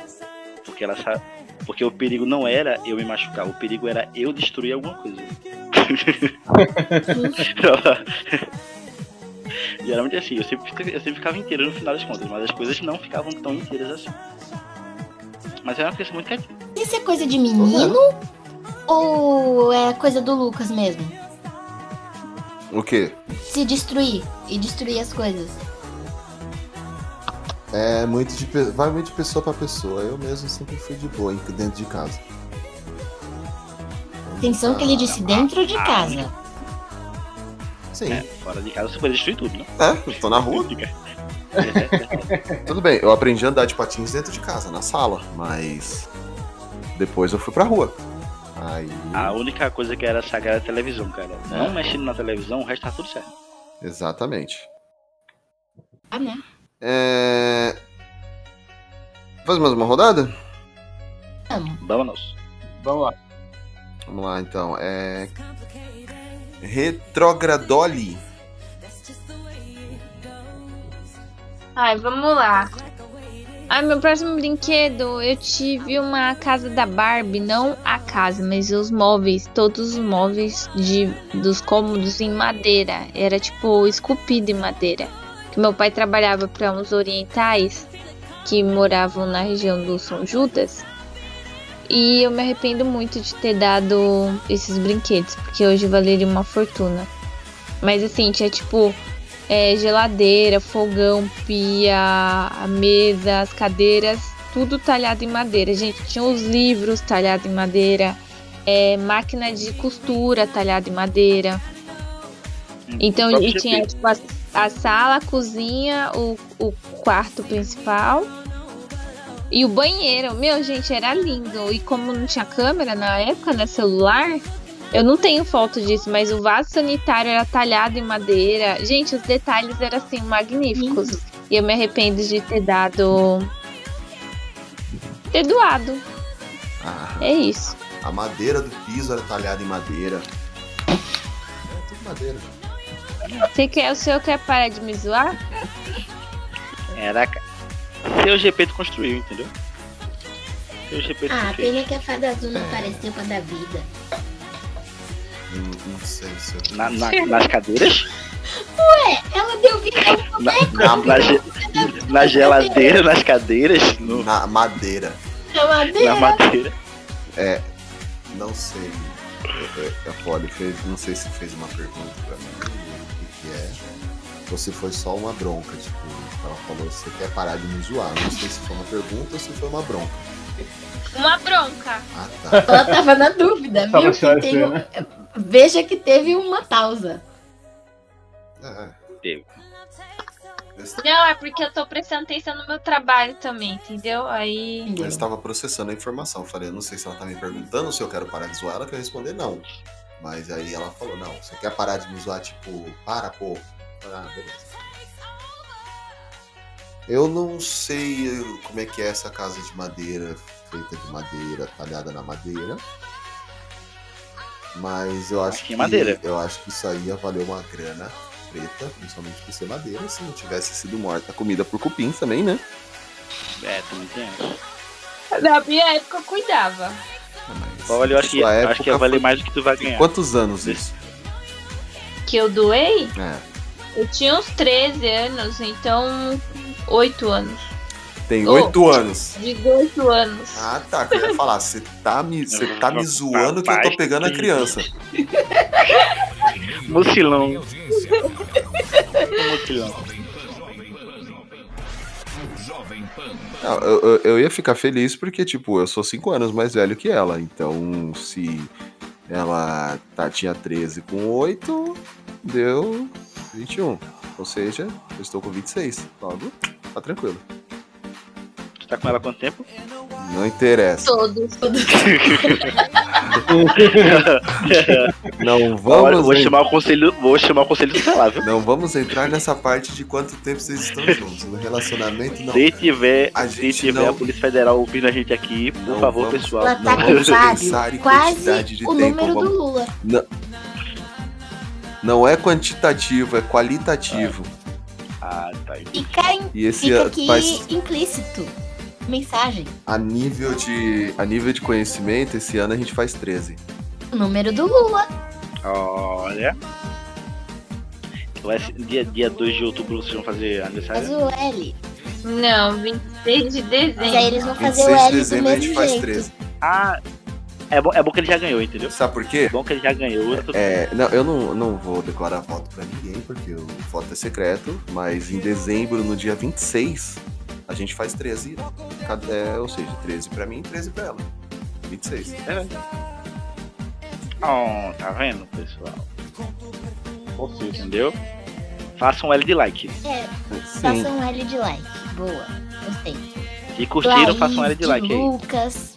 [SPEAKER 1] Porque ela sa... Porque o perigo não era eu me machucar, o perigo era eu destruir alguma coisa. Geralmente é assim, eu sempre, fica- eu sempre ficava inteiro no final das contas, mas as coisas não ficavam tão inteiras assim. Mas era uma criança muito quietinha.
[SPEAKER 4] Isso é coisa de menino?
[SPEAKER 1] Uhum.
[SPEAKER 4] Ou é coisa do Lucas mesmo?
[SPEAKER 5] O quê?
[SPEAKER 4] Se destruir e destruir as coisas.
[SPEAKER 5] É muito de pe- vai muito de pessoa pra pessoa. Eu mesmo sempre fui de boa em- dentro de casa.
[SPEAKER 4] Atenção que ele disse dentro de casa.
[SPEAKER 5] Sim.
[SPEAKER 1] É, fora de casa você pode destruir tudo, né? É,
[SPEAKER 5] É, eu tô na rua. Tudo bem, eu aprendi a andar de patins dentro de casa, na sala, mas depois eu fui pra rua. Aí.
[SPEAKER 1] A única coisa que era sagrada era a televisão, cara.
[SPEAKER 5] É.
[SPEAKER 1] Não mexendo na televisão, o resto tá tudo certo.
[SPEAKER 5] Exatamente.
[SPEAKER 4] Ah, né?
[SPEAKER 5] É... Faz mais uma rodada?
[SPEAKER 1] Vamos nós.
[SPEAKER 2] Vamos lá.
[SPEAKER 5] Vamos lá, então. É. Retrogradoli.
[SPEAKER 3] Ai, vamos lá. Ai, meu próximo brinquedo, eu tive uma casa da Barbie, não a casa, mas os móveis, todos os móveis de, dos cômodos em madeira. Era tipo esculpido em madeira. Que meu pai trabalhava para uns orientais que moravam na região do São Judas. E eu me arrependo muito de ter dado esses brinquedos, porque hoje valeria uma fortuna. Mas assim, tinha tipo é, geladeira, fogão, pia, a mesa, as cadeiras, tudo talhado em madeira. Gente, tinha os livros talhados em madeira, é, máquina de costura talhada em madeira. Então,
[SPEAKER 1] Próprio
[SPEAKER 3] e
[SPEAKER 1] GP.
[SPEAKER 3] tinha tipo, a, a sala, a cozinha, o, o quarto principal e o banheiro. Meu, gente, era lindo. E como não tinha câmera na época, né, celular, eu não tenho foto disso, mas o vaso sanitário era talhado em madeira. Gente, os detalhes eram assim magníficos. E eu me arrependo de ter dado. ter doado.
[SPEAKER 5] Ah,
[SPEAKER 3] É isso.
[SPEAKER 5] a madeira do piso era talhada em madeira. É tudo madeira.
[SPEAKER 3] Você quer o seu quer parar de me zoar?
[SPEAKER 1] Era. ca- Seu GP tu construiu, entendeu? Seu GP tu
[SPEAKER 4] Ah,
[SPEAKER 1] fez.
[SPEAKER 4] pena que a fada azul não apareceu pra dar vida.
[SPEAKER 5] Hum, Não, não sei se eu.
[SPEAKER 1] Na- na- nas cadeiras?
[SPEAKER 4] Ela deu vida ao
[SPEAKER 1] Na, na, na ge- na geladeira, nas cadeiras, no-
[SPEAKER 5] Na madeira.
[SPEAKER 1] na
[SPEAKER 4] madeira.
[SPEAKER 1] madeira.
[SPEAKER 5] Não sei. É, é, A Polly fez. Não sei se fez uma pergunta pra mim. O que, que é? Ou se foi só uma bronca. Tipo, ela falou: você quer parar de me zoar? Não sei se foi uma pergunta ou se foi uma bronca.
[SPEAKER 3] Uma bronca.
[SPEAKER 5] Ah, tá.
[SPEAKER 4] Ela tava na dúvida,
[SPEAKER 2] Tava
[SPEAKER 4] viu? Que tem
[SPEAKER 2] chorecendo,
[SPEAKER 4] um- Veja que teve uma pausa.
[SPEAKER 5] É.
[SPEAKER 1] Teve.
[SPEAKER 5] Esse-
[SPEAKER 3] Não, é porque eu tô prestando atenção no meu trabalho também, entendeu? Aí.
[SPEAKER 5] Eu estava processando a informação. Eu falei, eu não sei se ela tá me perguntando se eu quero parar de zoar. Ela quer responder não. Mas aí ela falou, não, você quer parar de me zoar? Tipo, para, pô. Ah, beleza. Eu não sei eh, como é que é essa casa de madeira, feita de madeira, talhada na madeira. Mas eu acho
[SPEAKER 1] que
[SPEAKER 5] que
[SPEAKER 1] é madeira.
[SPEAKER 5] eu acho que isso aí ia valer uma grana preta, principalmente por ser madeira, se não tivesse sido morta comida por cupins também, né?
[SPEAKER 1] É, também tem. essa.
[SPEAKER 3] Na minha época eu cuidava.
[SPEAKER 5] Mas
[SPEAKER 1] Olha, eu acho que,
[SPEAKER 5] sua
[SPEAKER 1] acho que
[SPEAKER 5] época
[SPEAKER 1] ia valer
[SPEAKER 5] foi-
[SPEAKER 1] mais do que tu vai
[SPEAKER 5] Tem
[SPEAKER 1] ganhar.
[SPEAKER 5] quantos anos isso?
[SPEAKER 3] Que eu doei?
[SPEAKER 5] É.
[SPEAKER 3] Eu tinha uns 13 anos, então 8 anos.
[SPEAKER 5] Tem
[SPEAKER 3] Ô.
[SPEAKER 5] oito anos.
[SPEAKER 3] De 18 anos.
[SPEAKER 5] Ah, tá. que Eu ia falar, você tá me, você tá me zoando que eu tô
[SPEAKER 1] Rapaz,
[SPEAKER 5] pegando a
[SPEAKER 1] que-
[SPEAKER 5] criança.
[SPEAKER 1] Mucilão. Mucilão.
[SPEAKER 5] Não, eu, eu- eu ia ficar feliz porque, tipo, eu sou 5 anos mais velho que ela. Então, se ela tá, tinha 13 com 8, deu 21. Ou seja, eu estou com 26. Logo, tá tranquilo.
[SPEAKER 1] Tu tá com ela há quanto tempo?
[SPEAKER 5] Não interessa.
[SPEAKER 3] Todos.
[SPEAKER 5] Não
[SPEAKER 1] Olha,
[SPEAKER 5] vamos,
[SPEAKER 1] vou
[SPEAKER 5] en-
[SPEAKER 1] chamar o conselho, vou chamar o conselho do Pelá, viu?
[SPEAKER 5] não vamos entrar nessa parte de quanto tempo vocês estão juntos. No relacionamento, não.
[SPEAKER 1] Se tiver,
[SPEAKER 5] A
[SPEAKER 1] se
[SPEAKER 5] gente
[SPEAKER 1] tiver
[SPEAKER 5] não-
[SPEAKER 1] a Polícia Federal ouvindo a gente aqui, por
[SPEAKER 5] Não
[SPEAKER 1] favor,
[SPEAKER 5] vamos.
[SPEAKER 1] pessoal.
[SPEAKER 4] Ela
[SPEAKER 5] Não
[SPEAKER 4] tá com
[SPEAKER 5] vamos
[SPEAKER 4] Fábio
[SPEAKER 5] pensar em quantidade
[SPEAKER 4] quase
[SPEAKER 5] de
[SPEAKER 4] o
[SPEAKER 5] tempo,
[SPEAKER 4] número do
[SPEAKER 5] vamos-
[SPEAKER 4] Lula.
[SPEAKER 5] Não é quantitativo, é qualitativo.
[SPEAKER 1] Ah, tá.
[SPEAKER 4] Fica, em-
[SPEAKER 5] E esse
[SPEAKER 4] fica aqui
[SPEAKER 5] faz-
[SPEAKER 4] implícito. Mensagem.
[SPEAKER 5] A nível, de, a nível de conhecimento, esse ano a gente faz 13.
[SPEAKER 4] O número do Lula.
[SPEAKER 1] Olha. Vai ser- dia, dia 2 de outubro vocês vão fazer
[SPEAKER 5] É.
[SPEAKER 1] aniversário?
[SPEAKER 4] Faz o L.
[SPEAKER 3] Não, 26 de
[SPEAKER 4] Mas aí
[SPEAKER 3] dezembro.
[SPEAKER 4] eles vão fazer o
[SPEAKER 5] 26 de
[SPEAKER 4] L do
[SPEAKER 5] dezembro a gente
[SPEAKER 4] mesmo
[SPEAKER 5] faz
[SPEAKER 4] jeito.
[SPEAKER 5] 13.
[SPEAKER 1] Ah, é bom, é bom que ele já ganhou, entendeu?
[SPEAKER 5] Sabe por
[SPEAKER 1] É
[SPEAKER 5] quê?
[SPEAKER 1] bom que ele já ganhou. eu tô-
[SPEAKER 5] É, não, eu não, não vou declarar voto pra ninguém, porque o voto é secreto, mas em dezembro, no dia 26, a gente faz 13. cada- é, ou seja, 13 pra mim e 13 pra ela. 26.
[SPEAKER 1] Ah, tá vendo, pessoal?
[SPEAKER 2] Fofinho.
[SPEAKER 1] Entendeu? Façam um L de like.
[SPEAKER 5] Sim.
[SPEAKER 4] Faça é, um L de like. Boa. Gostei.
[SPEAKER 1] Se curtiram,
[SPEAKER 4] Laís,
[SPEAKER 1] façam um L de like aí.
[SPEAKER 4] Lucas.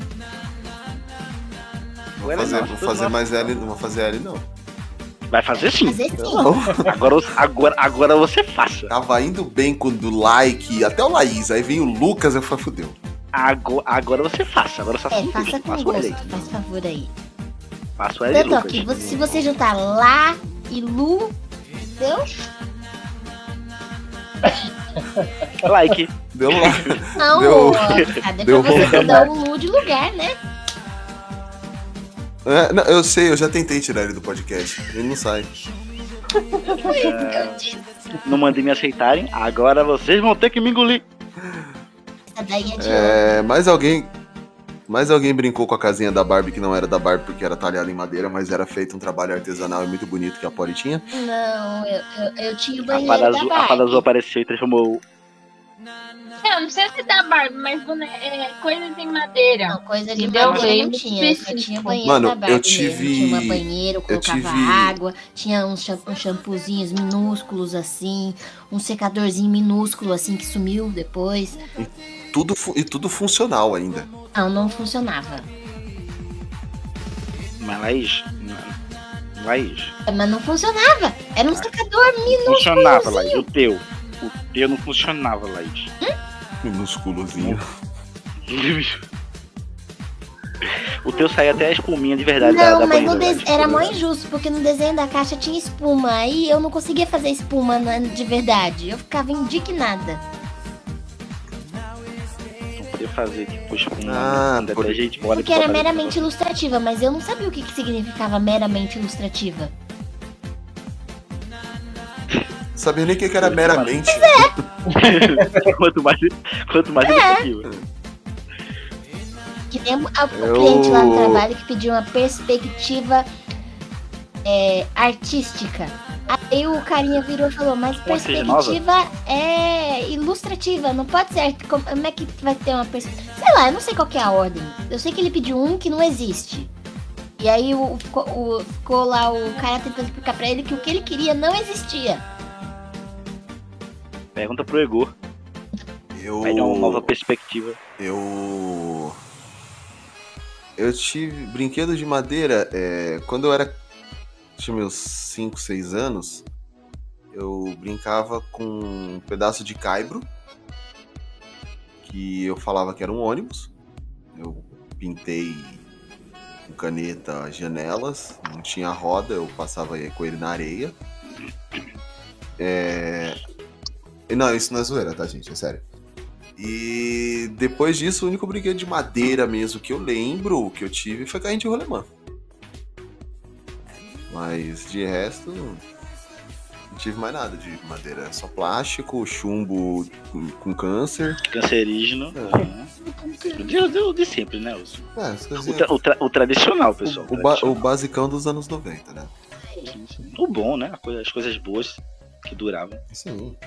[SPEAKER 5] Vou
[SPEAKER 1] Ela é
[SPEAKER 5] fazer,
[SPEAKER 1] nossa,
[SPEAKER 5] vou
[SPEAKER 1] toda
[SPEAKER 5] fazer
[SPEAKER 1] nossa.
[SPEAKER 5] mais L, não vou fazer L, não.
[SPEAKER 1] Vai fazer sim.
[SPEAKER 4] Fazer sim.
[SPEAKER 5] Não.
[SPEAKER 1] Agora, os- agora, agora você faça.
[SPEAKER 5] Tava indo bem com o do like, até o Laís, aí vem o Lucas, eu falei, fudeu.
[SPEAKER 1] Ago- Agora você faça. Agora só
[SPEAKER 4] É,
[SPEAKER 1] se
[SPEAKER 4] faça
[SPEAKER 1] curte.
[SPEAKER 4] com
[SPEAKER 1] Faça o L.
[SPEAKER 4] gosto. Faz favor aí.
[SPEAKER 1] Faça o L de
[SPEAKER 4] Tanto
[SPEAKER 1] Lucas.
[SPEAKER 4] aqui, se você juntar lá e Lu, deu?
[SPEAKER 1] É Like.
[SPEAKER 5] Deu like.
[SPEAKER 4] Não,
[SPEAKER 5] Deu-
[SPEAKER 4] cara,
[SPEAKER 5] deu
[SPEAKER 4] pra você
[SPEAKER 5] vontade.
[SPEAKER 4] mudar o Lu de lugar, né?
[SPEAKER 5] É, não, eu sei, eu já tentei tirar ele do podcast. Ele não sai.
[SPEAKER 4] Foi isso que eu disse.
[SPEAKER 1] Não mandei me aceitarem. Agora vocês vão ter que me engolir.
[SPEAKER 4] Essa daí é de ouro.
[SPEAKER 5] É, mais alguém. Mais alguém brincou com a casinha da Barbie que não era da Barbie porque era talhada em madeira, mas era feito um trabalho artesanal e muito bonito que a Polly tinha.
[SPEAKER 4] Não, eu, eu, eu tinha o
[SPEAKER 1] A
[SPEAKER 4] banheiro
[SPEAKER 1] fada,
[SPEAKER 4] da
[SPEAKER 1] azul, a fada
[SPEAKER 4] Barbie.
[SPEAKER 1] azul apareceu e transformou.
[SPEAKER 3] Não, não precisa ser da Barbie, mas bone- é, coisas em madeira.
[SPEAKER 4] Não, coisa de
[SPEAKER 3] Me deu
[SPEAKER 4] madeira eu não
[SPEAKER 3] banheiro
[SPEAKER 4] tinha. Eu tinha
[SPEAKER 3] específico.
[SPEAKER 4] banheiro
[SPEAKER 5] Mano,
[SPEAKER 4] da Barbie
[SPEAKER 5] eu tive-
[SPEAKER 4] mesmo. Tinha um banheiro, colocava
[SPEAKER 5] tive-
[SPEAKER 4] água, tinha uns, cham- uns shampoozinhos minúsculos assim, um secadorzinho minúsculo assim que sumiu depois.
[SPEAKER 5] Tudo fu- e tudo funcional ainda.
[SPEAKER 4] Não, não funcionava.
[SPEAKER 1] Mas Laís. Laís.
[SPEAKER 4] Mas não funcionava. Era um secador
[SPEAKER 1] Funcionava,
[SPEAKER 4] assim.
[SPEAKER 1] Laís. O teu. O teu não funcionava, Laís.
[SPEAKER 5] Minúsculozinho.
[SPEAKER 1] Uhum. O teu saiu até a espuminha de verdade da,
[SPEAKER 4] não,
[SPEAKER 1] da
[SPEAKER 4] mas
[SPEAKER 1] banheira. né? Tipo,
[SPEAKER 4] no de-
[SPEAKER 1] Laís.
[SPEAKER 4] era mó injusto, porque no desenho da caixa tinha espuma. Aí eu não conseguia fazer espuma na- de verdade. Eu ficava indignada.
[SPEAKER 1] Não podia fazer tipo espuma.
[SPEAKER 5] Ah,
[SPEAKER 1] né?
[SPEAKER 5] por-
[SPEAKER 1] Até a gente mora
[SPEAKER 4] Porque era meramente ilustrativa, mas eu não sabia o que, que significava meramente ilustrativa.
[SPEAKER 5] Não Sabia nem o que que era meramente.
[SPEAKER 4] um
[SPEAKER 1] quanto mais, quanto
[SPEAKER 4] É.
[SPEAKER 1] mais ilustrativa.
[SPEAKER 4] Que nem a- o
[SPEAKER 5] Eu-
[SPEAKER 4] cliente lá no trabalho que pediu uma perspectiva é, artística. Aí o carinha virou e falou, mas
[SPEAKER 1] Ou seja, nova.
[SPEAKER 4] perspectiva é ilustrativa, não pode ser. arte- Como como é que vai ter uma perspectiva? Sei lá, eu não sei qual que é a ordem. Eu sei que ele pediu um que não existe. E aí o, ficou- o- ficou lá o cara tentando explicar pra ele que o que ele queria não existia.
[SPEAKER 1] Pergunta pro Egor.
[SPEAKER 5] Eu.
[SPEAKER 1] Vai dar é. uma nova perspectiva.
[SPEAKER 5] Eu. Eu tive. Brinquedo de madeira, é, quando eu era. Tinha meus 5, 6 anos, eu brincava com um pedaço de caibro, que eu falava que era um ônibus. Eu pintei com caneta as janelas, não tinha roda, eu passava com ele na areia. É, e Não, isso não é zoeira, tá, gente? É sério. E depois disso, o único brinquedo de madeira mesmo que eu lembro que eu tive foi carrinho de rolemã. Mas de resto, Não tive mais nada de madeira. Só plástico, chumbo com, com câncer.
[SPEAKER 1] Cancerígeno. né? De, de, de sempre, né? Os,
[SPEAKER 5] É, as coisas-
[SPEAKER 1] o, tra- o tra- o tradicional, Então, pessoal. né,
[SPEAKER 5] o, ba- o
[SPEAKER 1] tradicional.
[SPEAKER 5] basicão dos anos 90, né?
[SPEAKER 1] O bom, né? A coisa- As coisas boas que duravam.
[SPEAKER 5] Isso aí.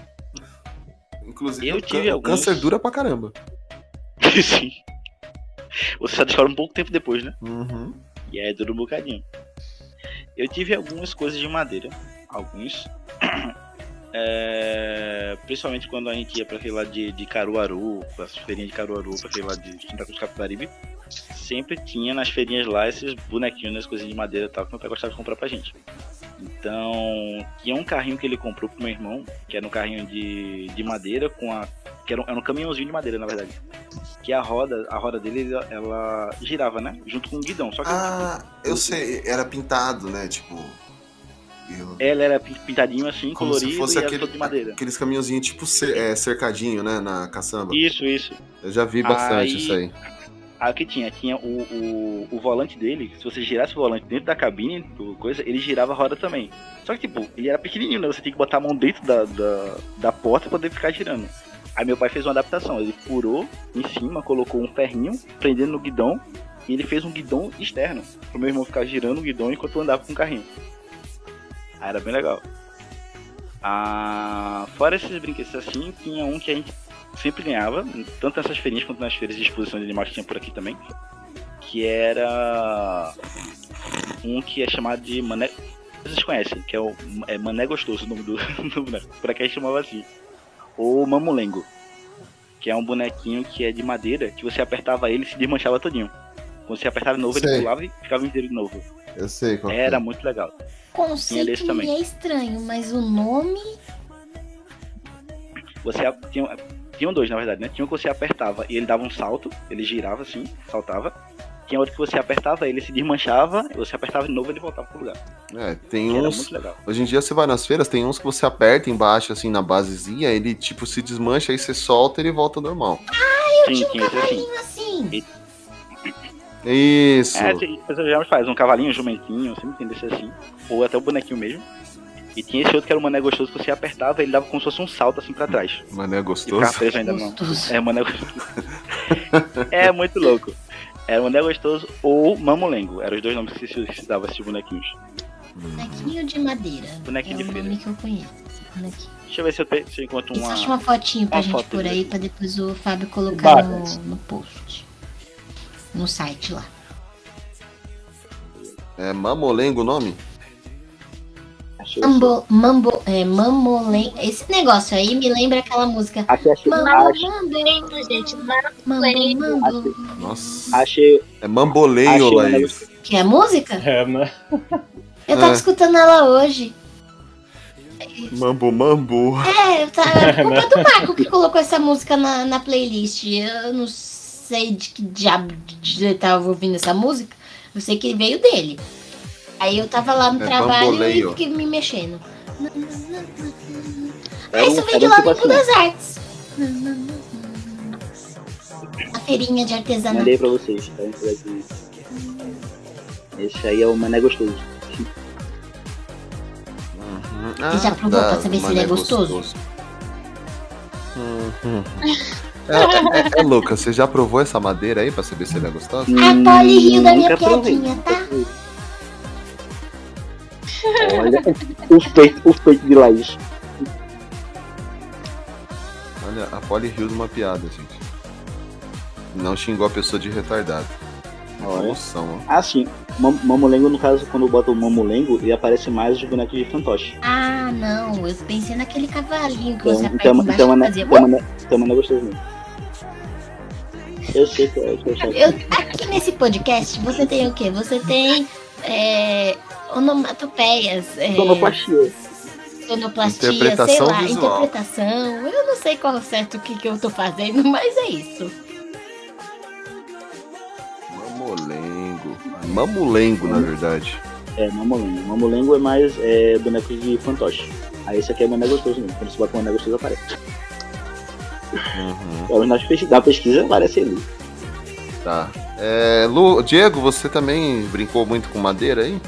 [SPEAKER 5] Inclusive,
[SPEAKER 1] Eu
[SPEAKER 5] o,
[SPEAKER 1] tive
[SPEAKER 5] cân- o
[SPEAKER 1] alguns.
[SPEAKER 5] câncer dura pra caramba.
[SPEAKER 1] Sim. Você só descobre um pouco tempo depois, né?
[SPEAKER 5] Uhum.
[SPEAKER 1] E aí dura um bocadinho. Eu tive algumas coisas de madeira. Alguns. É, principalmente quando a gente ia pra aquele lado de, de Caruaru, pra feirinha de Caruaru, pra aquele lado de Santa Cruz do Capibaribe, sempre tinha nas feirinhas lá esses bonequinhos, né, essas coisinhas de madeira e tal, que meu pai gostava de comprar pra gente. Então, tinha um carrinho que ele comprou pro meu irmão, que era um carrinho de, de madeira com a. que era um, era um caminhãozinho de madeira, na verdade. Que a roda, a roda dele, ela, ela girava, né? Junto com o guidão. Só que
[SPEAKER 5] Ah, eu sei, era pintado, né? Tipo. eu-
[SPEAKER 1] Ela era pin- pintadinho assim,
[SPEAKER 5] como
[SPEAKER 1] colorido
[SPEAKER 5] se fosse
[SPEAKER 1] e era
[SPEAKER 5] aquele,
[SPEAKER 1] todo de madeira.
[SPEAKER 5] aqueles caminhãozinhos tipo cer- é, cercadinho, né? Na caçamba.
[SPEAKER 1] Isso, isso.
[SPEAKER 5] Eu já vi bastante
[SPEAKER 1] Aí-
[SPEAKER 5] isso aí.
[SPEAKER 1] Aí o que tinha? Tinha o, o, o volante dele, se você girasse o volante dentro da cabine, do coisa, ele girava a roda também. Só que, tipo, ele era pequenininho, né? Você tinha que botar a mão dentro da, da, da porta pra poder ficar girando. Aí meu pai fez uma adaptação, ele furou em cima, colocou um ferrinho prendendo no guidão e ele fez um guidão externo pro meu irmão ficar girando o guidão enquanto eu andava com o carrinho. Aí era bem legal. Ah, fora esses brinquedos assim, tinha um que a gente sempre ganhava, tanto nessas feirinhas quanto nas feiras de exposição de animais que tinha por aqui também, que era um que é chamado de Mané. Vocês conhecem, que é o é Mané Gostoso o nome do, do boneco. Por aqui a gente chamava assim. Ou Mamulengo. Que é um bonequinho que é de madeira, que você apertava ele e se desmanchava todinho. Quando você apertava de novo,
[SPEAKER 5] Sei.
[SPEAKER 1] ele pulava e ficava inteiro de novo.
[SPEAKER 5] Eu sei qual que
[SPEAKER 1] Era
[SPEAKER 5] é.
[SPEAKER 1] muito legal. desse
[SPEAKER 4] Conceito me
[SPEAKER 1] também.
[SPEAKER 4] é estranho, mas o nome.
[SPEAKER 1] você a- tinha, tinham dois na verdade, né? Tinha um que você apertava e ele dava um salto, ele girava assim, saltava. Tinha outro que você apertava, ele se desmanchava, você apertava de novo ele voltava pro lugar.
[SPEAKER 5] É, tem
[SPEAKER 1] Que era
[SPEAKER 5] uns.
[SPEAKER 1] muito legal.
[SPEAKER 5] Hoje em dia você vai nas feiras, tem uns que você aperta embaixo, assim, na basezinha, ele tipo se desmancha, aí você solta e ele volta ao normal.
[SPEAKER 1] Sim,
[SPEAKER 4] tinha um
[SPEAKER 1] tinha esse assim.
[SPEAKER 4] cavalinho assim.
[SPEAKER 5] Isso.
[SPEAKER 1] É, esse- esse já me faz, um cavalinho, um jumentinho, sempre tem desse assim. Ou até o bonequinho mesmo. E tinha esse outro que era um mané gostoso que você apertava, ele dava como se fosse um salto assim pra trás. E
[SPEAKER 5] Mané
[SPEAKER 1] ficava
[SPEAKER 5] é gostoso.
[SPEAKER 1] preso ainda não.
[SPEAKER 4] Gostoso.
[SPEAKER 1] É, mané gostoso. é muito louco. Era um mané gostoso ou mamulengo. Eram os dois nomes que se, se dava esses bonequinhos.
[SPEAKER 4] Bonequinho de madeira.
[SPEAKER 1] Bonequinho
[SPEAKER 4] é
[SPEAKER 1] de
[SPEAKER 4] o
[SPEAKER 1] feira.
[SPEAKER 4] nome que eu conheço. Bonequinho.
[SPEAKER 1] Deixa eu ver se eu, pe- se eu encontro
[SPEAKER 4] E
[SPEAKER 1] uma.
[SPEAKER 4] Existe uma fotinho pra
[SPEAKER 1] uma
[SPEAKER 4] gente
[SPEAKER 1] foto
[SPEAKER 4] pôr aí
[SPEAKER 1] dele.
[SPEAKER 4] pra depois o Fábio colocar no,
[SPEAKER 2] Várias.
[SPEAKER 4] no post. No site lá.
[SPEAKER 5] É mamolengo o nome?
[SPEAKER 1] Deixa eu ver se eu-
[SPEAKER 4] Mambo, mambo, é, mamolen... Esse negócio aí me lembra aquela música.
[SPEAKER 1] Aqui achei.
[SPEAKER 4] Mambo,
[SPEAKER 1] Ach-
[SPEAKER 4] mambo, gente. Mambo, mambo.
[SPEAKER 5] Nossa.
[SPEAKER 1] achei.
[SPEAKER 5] É mamboleio,
[SPEAKER 1] Achei o Mané
[SPEAKER 5] Laís.
[SPEAKER 1] Gostoso.
[SPEAKER 4] Que é música?
[SPEAKER 2] É, né?
[SPEAKER 4] Eu tava
[SPEAKER 5] É.
[SPEAKER 4] escutando ela hoje.
[SPEAKER 5] Mambo, mambo.
[SPEAKER 4] É, eu tava- é culpa do Marco que colocou essa música na, na playlist. Eu não sei de que diabo de- ele tava ouvindo essa música. Eu sei que veio dele. Aí eu tava lá no
[SPEAKER 5] É
[SPEAKER 4] trabalho
[SPEAKER 5] bamboleio.
[SPEAKER 4] e fiquei me mexendo.
[SPEAKER 5] É
[SPEAKER 1] Era
[SPEAKER 4] Aí isso
[SPEAKER 1] um-
[SPEAKER 4] veio
[SPEAKER 1] era
[SPEAKER 4] de
[SPEAKER 1] um
[SPEAKER 4] lá
[SPEAKER 1] tipo
[SPEAKER 4] no Mundo
[SPEAKER 1] assim.
[SPEAKER 4] das Artes. A feirinha de artesanato.
[SPEAKER 1] Mandei pra vocês. Tá? Esse daqui. Esse aí é o Mané Gostoso.
[SPEAKER 5] Uhum.
[SPEAKER 4] E já provou pra saber se ele é
[SPEAKER 5] mané
[SPEAKER 4] gostoso?
[SPEAKER 5] Uhum. É, é- é, Lucas, você já provou essa madeira aí pra saber se ele é gostoso?
[SPEAKER 4] A Polly riu da minha
[SPEAKER 1] Hum, Nunca provei,
[SPEAKER 4] piadinha,
[SPEAKER 1] nunca
[SPEAKER 4] tá?
[SPEAKER 1] provei. Olha o peito, o peito de Laís.
[SPEAKER 5] Olha, a Polly riu de uma piada, gente. Não xingou a pessoa de retardado.
[SPEAKER 1] Olha.
[SPEAKER 5] Evolução, ó.
[SPEAKER 1] Ah, sim. Mam- Mamulengo, no caso, quando bota o mamulengo, ele aparece mais os bonecos de fantoche.
[SPEAKER 4] Ah, não. Eu pensei naquele cavalinho que
[SPEAKER 1] Então,
[SPEAKER 4] você aperta
[SPEAKER 1] então,
[SPEAKER 4] embaixo
[SPEAKER 1] então,
[SPEAKER 4] e
[SPEAKER 1] mané,
[SPEAKER 4] fazia...
[SPEAKER 1] então, mané, então mané gostoso mesmo. Eu sei que é. Eu sei que é.
[SPEAKER 4] Eu- aqui nesse podcast, você tem o quê? Você tem é, onomatopeias, é,
[SPEAKER 1] Sonoplastia.
[SPEAKER 4] sonoplastia, sei
[SPEAKER 5] Interpretação
[SPEAKER 4] lá,
[SPEAKER 5] visual.
[SPEAKER 4] interpretação. Eu não sei qual certo o que, que eu tô fazendo, mas é isso.
[SPEAKER 5] Mamolengo. Mamulengo, na verdade.
[SPEAKER 1] É, mamulengo. Mamulengo é mais é, bonecos de fantoche. Aí esse aqui é mané gostoso mesmo. Quando você bota mané gostoso, aparece.
[SPEAKER 5] Uhum,
[SPEAKER 1] Pelo menos na pesquisa- na pesquisa aparece ele.
[SPEAKER 5] tá. É, Lu- Diego, você também brincou muito com madeira aí?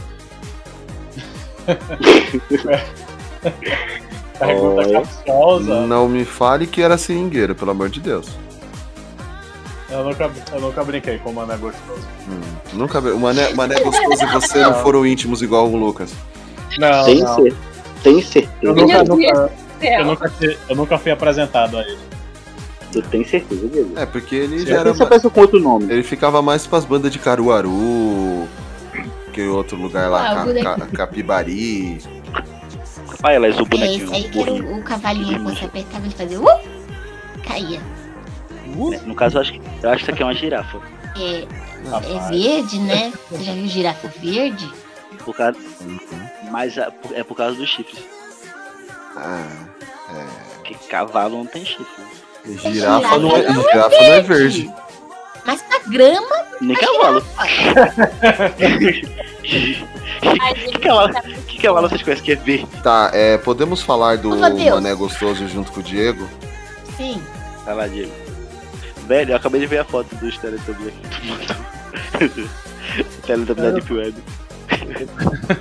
[SPEAKER 2] Pergunta
[SPEAKER 5] Olha.
[SPEAKER 1] Hum.
[SPEAKER 2] capciosa.
[SPEAKER 5] Não me fale que era seringueira, pelo amor de Deus.
[SPEAKER 2] Eu nunca, eu nunca brinquei com o Mané Gostoso.
[SPEAKER 5] Hum, nunca vi. O Mané, Mané é Gostoso e você não foram íntimos igual o Lucas.
[SPEAKER 2] Não,
[SPEAKER 1] tem,
[SPEAKER 2] não.
[SPEAKER 1] cer- tem certeza?
[SPEAKER 2] Eu nunca,
[SPEAKER 3] Meu Deus
[SPEAKER 2] nunca, eu,
[SPEAKER 3] Céu.
[SPEAKER 2] nunca fui, eu nunca fui apresentado a ele.
[SPEAKER 1] Tu tem certeza, Diego?
[SPEAKER 5] É, porque ele
[SPEAKER 2] Sim.
[SPEAKER 5] já era.
[SPEAKER 1] Quem se
[SPEAKER 5] ma-
[SPEAKER 1] apareceu com outro nome?
[SPEAKER 5] Ele ficava mais pras bandas de Caruaru. Que outro lugar
[SPEAKER 4] Ah, o
[SPEAKER 5] lá, ca-
[SPEAKER 4] bonequinho.
[SPEAKER 5] ca- Capibari.
[SPEAKER 1] Ah, ela é o
[SPEAKER 4] É esse
[SPEAKER 1] bonequinho.
[SPEAKER 4] aí que era
[SPEAKER 1] burrinho.
[SPEAKER 4] o, o cavalinho quando você apertava ele fazia. Uh! Caía.
[SPEAKER 1] Né? No caso, eu acho, que, eu acho que isso aqui é uma girafa.
[SPEAKER 4] É, é
[SPEAKER 2] Rapaz.
[SPEAKER 4] verde, né? Você já viu girafa verde?
[SPEAKER 1] Por causa, mas a- é por causa dos chifres.
[SPEAKER 5] Ah,
[SPEAKER 1] Porque cavalo não tem chifre. né?
[SPEAKER 5] girafa não é,
[SPEAKER 4] não é
[SPEAKER 5] girafa não é verde.
[SPEAKER 4] Mas pra grama,
[SPEAKER 1] Nem cavalo.
[SPEAKER 4] é
[SPEAKER 3] Ai, gente,
[SPEAKER 1] que ela-
[SPEAKER 3] tá-
[SPEAKER 1] que cavalo vocês conhecem que é verde?
[SPEAKER 5] Tá, é, podemos falar do
[SPEAKER 4] Ô, Matheus.
[SPEAKER 5] Mané Gostoso junto com o Diego?
[SPEAKER 4] sim.
[SPEAKER 1] Tá lá, Diego. Velho, eu acabei de ver a foto dos Teletubbies aqui. que tu mandou. Teletubbies da Deep Web.
[SPEAKER 5] E
[SPEAKER 2] Eu
[SPEAKER 5] aí,
[SPEAKER 2] não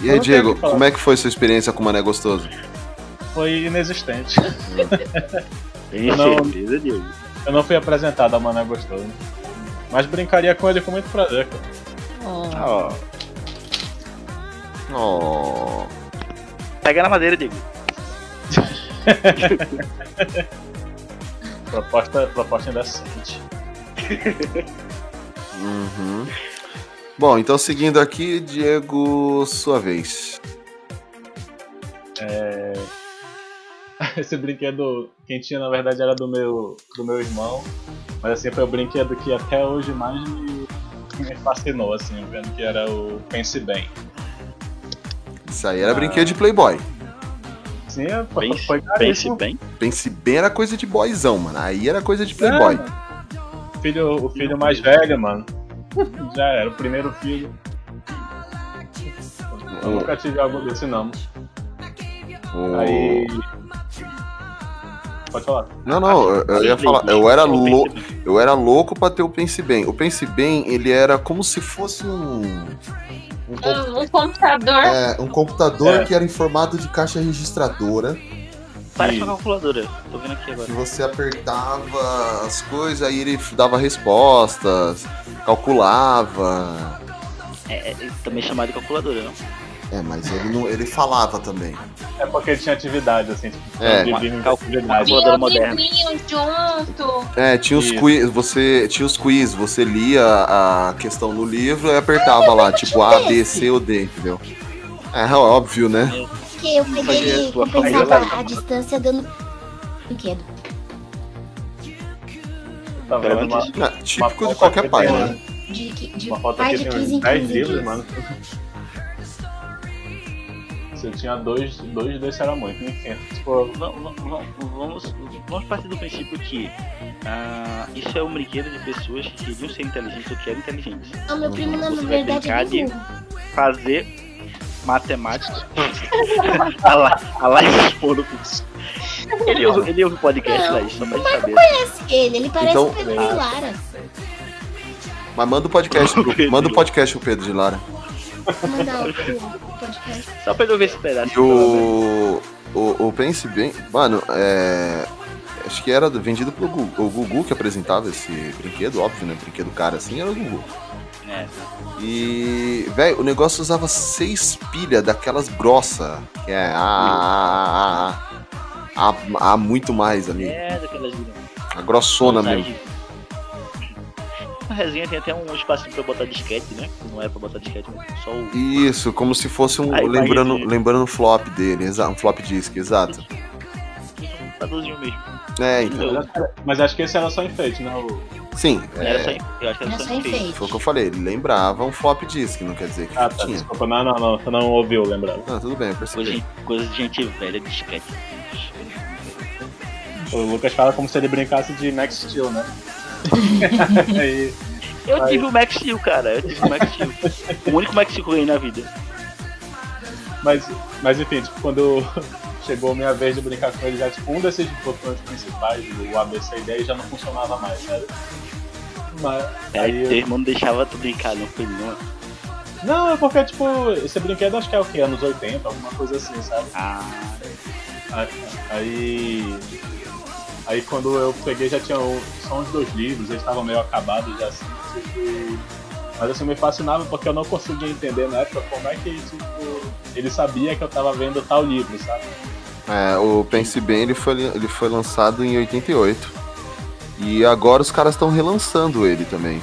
[SPEAKER 2] tenho o
[SPEAKER 5] Diego,
[SPEAKER 2] que falar.
[SPEAKER 5] como é que foi sua experiência com o Mané Gostoso?
[SPEAKER 2] Foi inexistente.
[SPEAKER 1] Tem
[SPEAKER 2] Não.
[SPEAKER 1] certeza, Diego?
[SPEAKER 2] Eu não fui apresentado a Mané Gostoso. Mas brincaria com ele com muito prazer, cara.
[SPEAKER 4] Ó,
[SPEAKER 1] Ah, Ó,
[SPEAKER 5] Oh.
[SPEAKER 1] pega na madeira, Diego.
[SPEAKER 2] Proposta, proposta indecente.
[SPEAKER 5] Uhum. Bom, então seguindo aqui, Diego, sua vez.
[SPEAKER 2] Esse brinquedo, quem tinha na verdade era do meu, do meu irmão. Mas assim, foi o brinquedo que até hoje mais me, me fascinou, assim, vendo que era o Pense Bem.
[SPEAKER 5] Isso
[SPEAKER 2] Ah.
[SPEAKER 5] aí era brinquedo de Playboy.
[SPEAKER 2] Sim, é, foi,
[SPEAKER 1] Pense,
[SPEAKER 2] foi
[SPEAKER 1] pense
[SPEAKER 2] caríssimo.
[SPEAKER 1] bem.
[SPEAKER 5] Pense bem, era coisa de boyzão, mano. Aí era coisa de Playboy.
[SPEAKER 2] O filho, o filho mais velho, mano. Já era, o primeiro filho. Eu nunca tive algo desse, não.
[SPEAKER 5] O-
[SPEAKER 2] Aí. Pode falar.
[SPEAKER 5] Não, não, eu, eu ia falar, eu era,
[SPEAKER 1] Pense
[SPEAKER 5] lou-
[SPEAKER 1] bem.
[SPEAKER 5] eu era louco pra ter o Pense Bem. O Pense Bem, ele era como se fosse um. um com-
[SPEAKER 3] Um computador.
[SPEAKER 5] é, um computador
[SPEAKER 2] É.
[SPEAKER 5] que era em formato de caixa registradora,
[SPEAKER 1] Parece uma calculadora. Tô vendo aqui agora.
[SPEAKER 5] que você apertava as coisas, aí ele dava respostas, calculava.
[SPEAKER 1] É, é também chamado de calculadora, não?
[SPEAKER 5] É, mas ele, não, ele falava também.
[SPEAKER 2] É porque ele tinha atividade, assim, tipo,
[SPEAKER 5] É.
[SPEAKER 2] de vir-
[SPEAKER 1] Calcula-
[SPEAKER 2] atividade.
[SPEAKER 1] calcula-
[SPEAKER 3] Vinha
[SPEAKER 1] Computador
[SPEAKER 3] o
[SPEAKER 1] moderno.
[SPEAKER 3] livrinho junto.
[SPEAKER 5] É, tinha os
[SPEAKER 2] Isso.
[SPEAKER 5] quiz, você tinha os quiz, você lia a questão no livro e apertava lá, tipo A, B, C ou D, entendeu? É óbvio, né?
[SPEAKER 4] porque o
[SPEAKER 1] Fazia
[SPEAKER 4] Federico
[SPEAKER 1] sua família
[SPEAKER 4] compensava
[SPEAKER 1] lá.
[SPEAKER 4] a distância dando brinquedo.
[SPEAKER 2] Tá vendo?
[SPEAKER 1] Pelo
[SPEAKER 2] Uma,
[SPEAKER 1] menos
[SPEAKER 5] É, típico
[SPEAKER 2] uma
[SPEAKER 5] de qualquer
[SPEAKER 2] foto
[SPEAKER 5] pai,
[SPEAKER 2] que tem,
[SPEAKER 5] né?
[SPEAKER 4] De, que- de
[SPEAKER 2] uma foto
[SPEAKER 4] pai
[SPEAKER 2] aqui
[SPEAKER 4] de
[SPEAKER 2] tem
[SPEAKER 4] 15
[SPEAKER 2] uns
[SPEAKER 4] em
[SPEAKER 2] 10
[SPEAKER 4] 15
[SPEAKER 2] livros,
[SPEAKER 4] dias.
[SPEAKER 2] mano. Se eu tinha dois, dois desse era muito, enfim. Tipo,
[SPEAKER 1] Va- va- va- Vamos, vamos partir do princípio que ah, isso é um brinquedo de pessoas que queriam ser inteligentes ou que eram inteligentes.
[SPEAKER 4] Não, meu primo não, na
[SPEAKER 1] Você vai
[SPEAKER 4] verdade
[SPEAKER 1] brincar
[SPEAKER 4] é
[SPEAKER 1] de-
[SPEAKER 4] burro.
[SPEAKER 1] Fazer matemática. a lá, a lá expondo o curso. Ele ouve, ele ouve podcast lá, só pra gente saber.
[SPEAKER 4] Parece Ele, ele parece
[SPEAKER 5] Então-
[SPEAKER 4] o Pedro de Lara.
[SPEAKER 5] Mas manda o podcast, pro,
[SPEAKER 1] Pedro.
[SPEAKER 5] manda o podcast pro Pedro de Lara.
[SPEAKER 4] Vou Mandar o o podcast.
[SPEAKER 1] Só pra ele ouvir esse pedaço.
[SPEAKER 5] E o, o, o Pense Bem, mano, é, acho que era vendido pelo Gugu, o Gugu que apresentava esse brinquedo, óbvio, né? Brinquedo cara assim era o Gugu.
[SPEAKER 1] É,
[SPEAKER 5] E, velho, o negócio usava seis pilhas daquelas grossa, que é a, a, a, a, a, a muito mais ali,
[SPEAKER 1] é daquelas não.
[SPEAKER 5] a grossona mesmo.
[SPEAKER 1] Na resenha tem até um espacinho pra botar disquete, né? Não é pra botar disquete, mas só o.
[SPEAKER 5] Isso, como se fosse um,
[SPEAKER 1] Aí vai
[SPEAKER 5] lembrando,
[SPEAKER 1] resenha.
[SPEAKER 5] lembrando o flop dele, exa- um flop disc, exato.
[SPEAKER 1] um computadorzinho mesmo.
[SPEAKER 5] É, então,
[SPEAKER 1] Eu-
[SPEAKER 2] mas acho que esse era só enfeite, né? O-
[SPEAKER 5] sim,
[SPEAKER 1] Era
[SPEAKER 5] é,
[SPEAKER 1] só, em- eu acho que era
[SPEAKER 4] Era
[SPEAKER 1] só
[SPEAKER 4] só
[SPEAKER 1] enfeite.
[SPEAKER 4] enfeite.
[SPEAKER 5] foi o que eu falei, ele lembrava um flop disc, não quer dizer que
[SPEAKER 2] Ah, tá,
[SPEAKER 5] tinha.
[SPEAKER 2] desculpa. Não, não, não, você não ouviu, lembrava.
[SPEAKER 5] Ah, tudo bem, eu
[SPEAKER 1] Coisa,
[SPEAKER 5] percebi.
[SPEAKER 1] de- coisa de gente velha, disquete.
[SPEAKER 2] O Lucas fala como se ele brincasse de Max Steel, né? Aí,
[SPEAKER 1] Eu
[SPEAKER 2] Aí.
[SPEAKER 1] tive o Max Steel, cara. Eu tive o Max Steel. o único Max Steel que eu ganhei na vida.
[SPEAKER 2] mas, mas enfim, tipo, quando chegou a minha vez de brincar com ele, já tipo, um desses botões principais, o ABC e 10, já não funcionava mais, sabe? Mas,
[SPEAKER 1] Aí
[SPEAKER 2] aí
[SPEAKER 1] teu irmão não deixava tu brincar, não foi não.
[SPEAKER 2] Não, é porque, tipo, esse brinquedo acho que é o quê? Anos 80, alguma coisa assim, sabe? Ah. Aí. Aí quando eu peguei já tinha o- só uns dois livros, eles estavam meio acabados já assim. tipo, Mas assim, me fascinava porque eu não conseguia entender na época como é que, tipo, ele sabia que eu tava vendo tal livro, sabe?
[SPEAKER 5] É, o Pense Bem ele foi, ele foi lançado em 88. E agora os caras estão relançando ele também.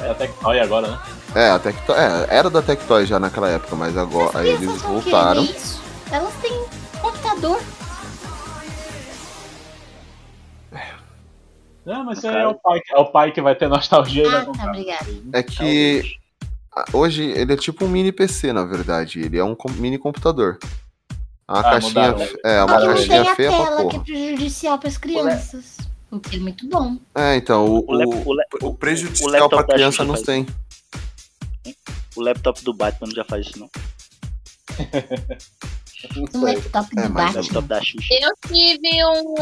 [SPEAKER 2] É até que. Olha agora, né?
[SPEAKER 5] É, a Tectoy, é, era da Tectoy já naquela época, mas agora aí eles
[SPEAKER 4] Crianças não querem
[SPEAKER 5] voltaram.
[SPEAKER 4] É isso. Elas têm computador.
[SPEAKER 2] Não, mas isso aí é o pai, que- é o pai que vai ter nostalgia né? e vai
[SPEAKER 4] Tá,
[SPEAKER 2] comprar.
[SPEAKER 4] obrigada.
[SPEAKER 5] É que ah, hoje ele é tipo um mini PC, na verdade. Ele é um com- mini computador. Uma
[SPEAKER 2] Ah,
[SPEAKER 5] caixinha,
[SPEAKER 2] mudaram.
[SPEAKER 5] fe- é, uma
[SPEAKER 4] Só que não tem
[SPEAKER 5] caixinha
[SPEAKER 4] a
[SPEAKER 5] feia pra
[SPEAKER 4] tela que é
[SPEAKER 5] porra.
[SPEAKER 4] prejudicial para as crianças. O que é muito bom.
[SPEAKER 5] É, então, o,
[SPEAKER 1] O, lap-
[SPEAKER 5] o,
[SPEAKER 1] o, la-
[SPEAKER 5] o
[SPEAKER 1] o
[SPEAKER 5] prejudicial
[SPEAKER 1] laptop
[SPEAKER 5] pra
[SPEAKER 1] da
[SPEAKER 5] criança
[SPEAKER 1] Xuxa
[SPEAKER 5] não
[SPEAKER 1] faz
[SPEAKER 5] tem.
[SPEAKER 1] o laptop do Batman já faz isso, não.
[SPEAKER 4] Um laptop
[SPEAKER 5] É,
[SPEAKER 4] do
[SPEAKER 5] mas
[SPEAKER 1] O
[SPEAKER 4] Batman.
[SPEAKER 1] laptop da Xuxa.
[SPEAKER 3] Eu tive um,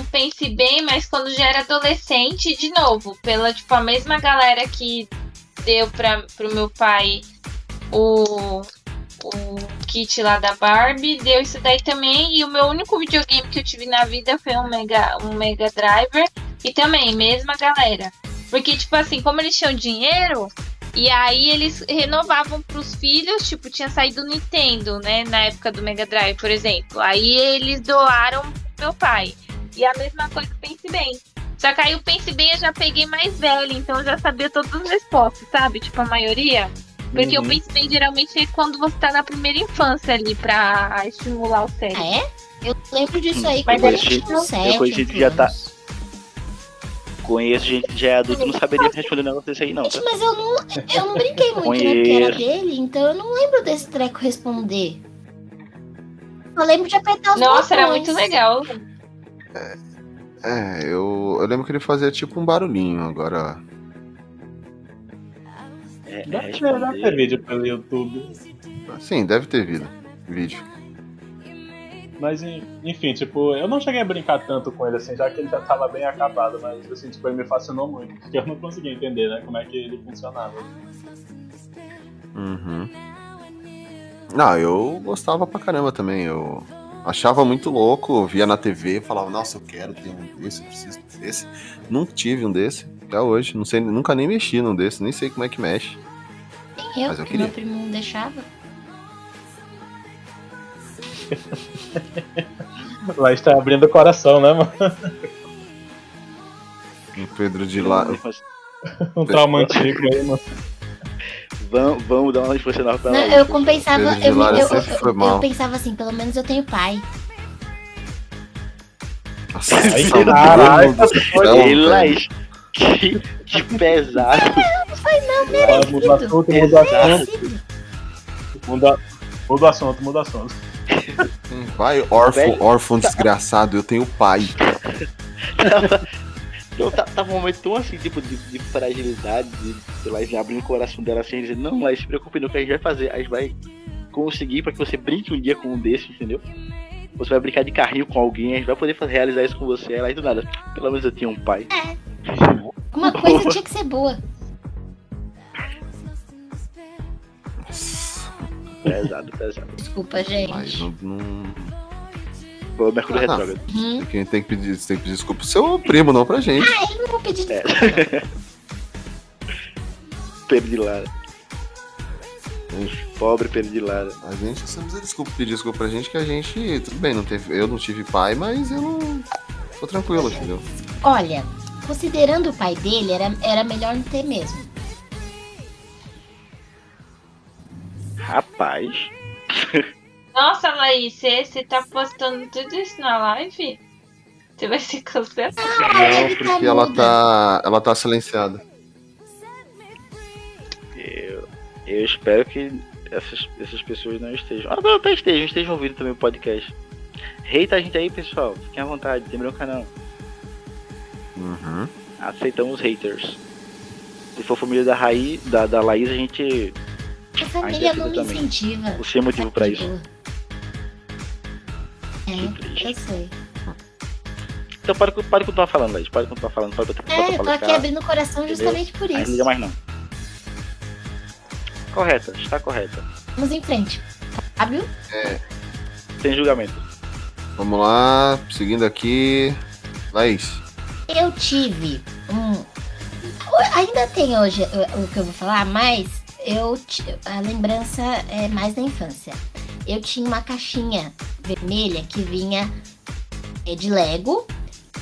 [SPEAKER 3] um Pense Bem, mas quando já era adolescente, de novo, pela tipo, a mesma galera que deu pra, pro meu pai o, o kit lá da Barbie, deu isso daí também. E o meu único videogame que eu tive na vida foi um Mega, um mega Driver. E também, mesma galera. Porque, tipo assim, como eles tinham dinheiro, e aí eles renovavam pros filhos, tipo, tinha saído o Nintendo, né? Na época do Mega Drive, por exemplo. Aí eles doaram pro meu pai. E a mesma coisa que o Pense Bem. Só que aí o Pense Bem eu já peguei mais velho, então eu já sabia todas as respostas, sabe? Tipo, a maioria. Porque o
[SPEAKER 2] Uhum.
[SPEAKER 3] Pense Bem geralmente é quando você tá na primeira infância ali pra estimular o cérebro.
[SPEAKER 4] Ah, é? Eu lembro disso aí
[SPEAKER 1] Hum. Eu
[SPEAKER 4] quando eu
[SPEAKER 1] conheci-
[SPEAKER 4] tinha uns
[SPEAKER 1] eu conheci
[SPEAKER 4] 7,
[SPEAKER 1] que já tá-
[SPEAKER 4] anos.
[SPEAKER 1] Conheço gente que já é adulto e não saberia responder um negócio desse aí, não.
[SPEAKER 4] Gente,
[SPEAKER 1] Tá?
[SPEAKER 4] mas eu não, eu não brinquei muito, né? Porque era dele, então eu não lembro desse treco responder. Eu lembro de apertar os
[SPEAKER 3] Nossa, era
[SPEAKER 4] botões.
[SPEAKER 3] muito legal.
[SPEAKER 5] É, eu, eu lembro que ele fazia tipo um barulhinho agora.
[SPEAKER 1] É, é
[SPEAKER 2] Deve ter, deve ter
[SPEAKER 1] responder.
[SPEAKER 2] vídeo pelo YouTube.
[SPEAKER 5] Sim, deve ter vida. Vídeo.
[SPEAKER 2] Mas en- enfim, tipo, eu não cheguei a brincar tanto com ele assim, já que ele já tava bem acabado, mas assim, tipo, ele me fascinou muito, porque eu não conseguia entender, né, como é que ele funcionava.
[SPEAKER 5] Uhum. Não, eu gostava pra caramba também. Eu achava muito louco, eu via na TV, falava, nossa, eu quero ter um desse, eu preciso desse. Nunca tive um desse, até hoje. Não sei, nunca nem mexi num desse, nem sei como é que mexe.
[SPEAKER 4] Nem eu,
[SPEAKER 5] Mas eu
[SPEAKER 4] que
[SPEAKER 5] queria.
[SPEAKER 4] meu primo não deixava.
[SPEAKER 2] Lá está abrindo o coração, né, mano?
[SPEAKER 5] O Pedro de lá.
[SPEAKER 2] Um trauma antigo aí, mano.
[SPEAKER 1] Vamos, vamos dar uma infância nova pra
[SPEAKER 4] Não,
[SPEAKER 1] ela.
[SPEAKER 4] eu compensava.
[SPEAKER 5] Pedro de
[SPEAKER 4] Eu, me-
[SPEAKER 5] Lara
[SPEAKER 4] eu,
[SPEAKER 5] sempre foi
[SPEAKER 4] eu-
[SPEAKER 5] mal.
[SPEAKER 4] eu pensava assim, pelo menos eu tenho pai.
[SPEAKER 5] Nossa,
[SPEAKER 2] Ai,
[SPEAKER 5] essa
[SPEAKER 2] caraca,
[SPEAKER 5] mulher do céu,
[SPEAKER 1] Ei,
[SPEAKER 5] velho.
[SPEAKER 1] Laís, que, que pesado.
[SPEAKER 2] Muda o assunto, muda o assunto, muda, muda o assunto, muda o assunto.
[SPEAKER 5] Vai, órfão,
[SPEAKER 1] Velho.
[SPEAKER 5] órfão desgraçado, eu tenho pai.
[SPEAKER 1] Então tá, tava um momento tão assim, tipo, de, de fragilidade, de, sei lá, de abrir o coração dela assim e dizer, não, Laís, se preocupe não, que a gente vai fazer, a gente vai conseguir pra que você brinque um dia com um desses, entendeu? Você vai brincar de carrinho com alguém, a gente vai poder fa- realizar isso com você, aí do nada, pelo menos eu tinha um pai.
[SPEAKER 4] Uma coisa tinha que ser boa.
[SPEAKER 1] Pesado, pesado.
[SPEAKER 4] Desculpa,
[SPEAKER 5] Mas
[SPEAKER 4] gente.
[SPEAKER 5] não. não...
[SPEAKER 1] Foi o Mercúrio
[SPEAKER 5] Ah, não.
[SPEAKER 1] Retrógrado.
[SPEAKER 4] Uhum.
[SPEAKER 5] Quem tem que pedir, tem que pedir desculpa pro seu primo, não pra gente.
[SPEAKER 4] Eu não vou pedir
[SPEAKER 1] É.
[SPEAKER 4] desculpa.
[SPEAKER 1] Pedro de Lara. Pobre Pedro de Lara.
[SPEAKER 5] A gente você não precisa desculpa, pedir desculpa pra gente que a gente, tudo bem, não teve, eu não tive pai, mas eu não. Tô tranquilo, entendeu?
[SPEAKER 4] Olha, considerando o pai dele, era, era melhor não ter mesmo.
[SPEAKER 1] Rapaz.
[SPEAKER 3] Nossa, Laís, você você tá postando tudo isso na live? Você vai ser cancelado?
[SPEAKER 4] Não,
[SPEAKER 5] Porque ela tá. Ela tá silenciada.
[SPEAKER 1] Eu, eu espero que essas, essas pessoas não estejam. Ah, não, até estejam, estejam ouvindo também o podcast. Reita a gente aí, pessoal. Fiquem à vontade, tem bronca não.
[SPEAKER 5] Uhum.
[SPEAKER 1] Aceitamos haters. Se for família da Raí, da, da Laís, a gente.
[SPEAKER 4] A família
[SPEAKER 1] Ainda
[SPEAKER 4] não me
[SPEAKER 1] tudo também.
[SPEAKER 4] incentiva. Tá
[SPEAKER 1] Você é motivo pra isso. Que
[SPEAKER 4] É,
[SPEAKER 1] triste.
[SPEAKER 4] eu sei.
[SPEAKER 1] Então para, com- para o que tu tava falando, Laís. Para o que tu tava falando. Para o que tu
[SPEAKER 4] É, eu tô aqui
[SPEAKER 1] falando.
[SPEAKER 4] abrindo o coração
[SPEAKER 1] Entendeu?
[SPEAKER 4] justamente por
[SPEAKER 1] Aí não
[SPEAKER 4] isso.
[SPEAKER 1] liga mais não. correta, está correta.
[SPEAKER 4] Vamos em frente. Fábio?
[SPEAKER 5] É.
[SPEAKER 1] Sem julgamento.
[SPEAKER 5] Vamos lá, seguindo aqui. Laís.
[SPEAKER 4] Eu tive um. o- Ainda tem hoje o- o que eu vou falar, mas eu ti- a lembrança é mais da infância. Eu tinha uma caixinha vermelha que vinha é, de Lego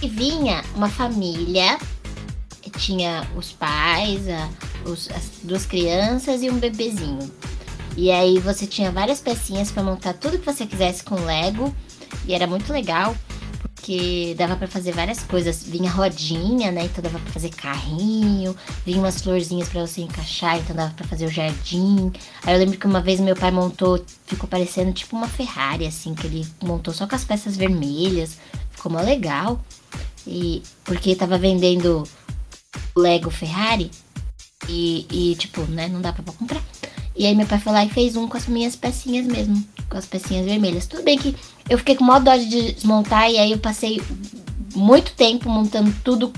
[SPEAKER 4] e vinha uma família. Tinha os pais, a- os- as duas crianças e um bebezinho. E aí você tinha várias pecinhas pra montar tudo que você quisesse com Lego. E era muito legal porque dava pra fazer várias coisas. Vinha rodinha, né? Então dava pra fazer carrinho, vinha umas florzinhas pra você encaixar, então dava pra fazer o jardim. Aí eu lembro que uma vez meu pai montou, ficou parecendo tipo uma Ferrari, assim, que ele montou só com as peças vermelhas. Ficou mó legal. E porque tava vendendo Lego Ferrari e, e, tipo, né, não dá pra comprar. E aí meu pai foi lá e fez um com as minhas pecinhas mesmo, com as pecinhas vermelhas. Tudo bem que eu fiquei com maior dó de desmontar e aí eu passei muito tempo montando tudo,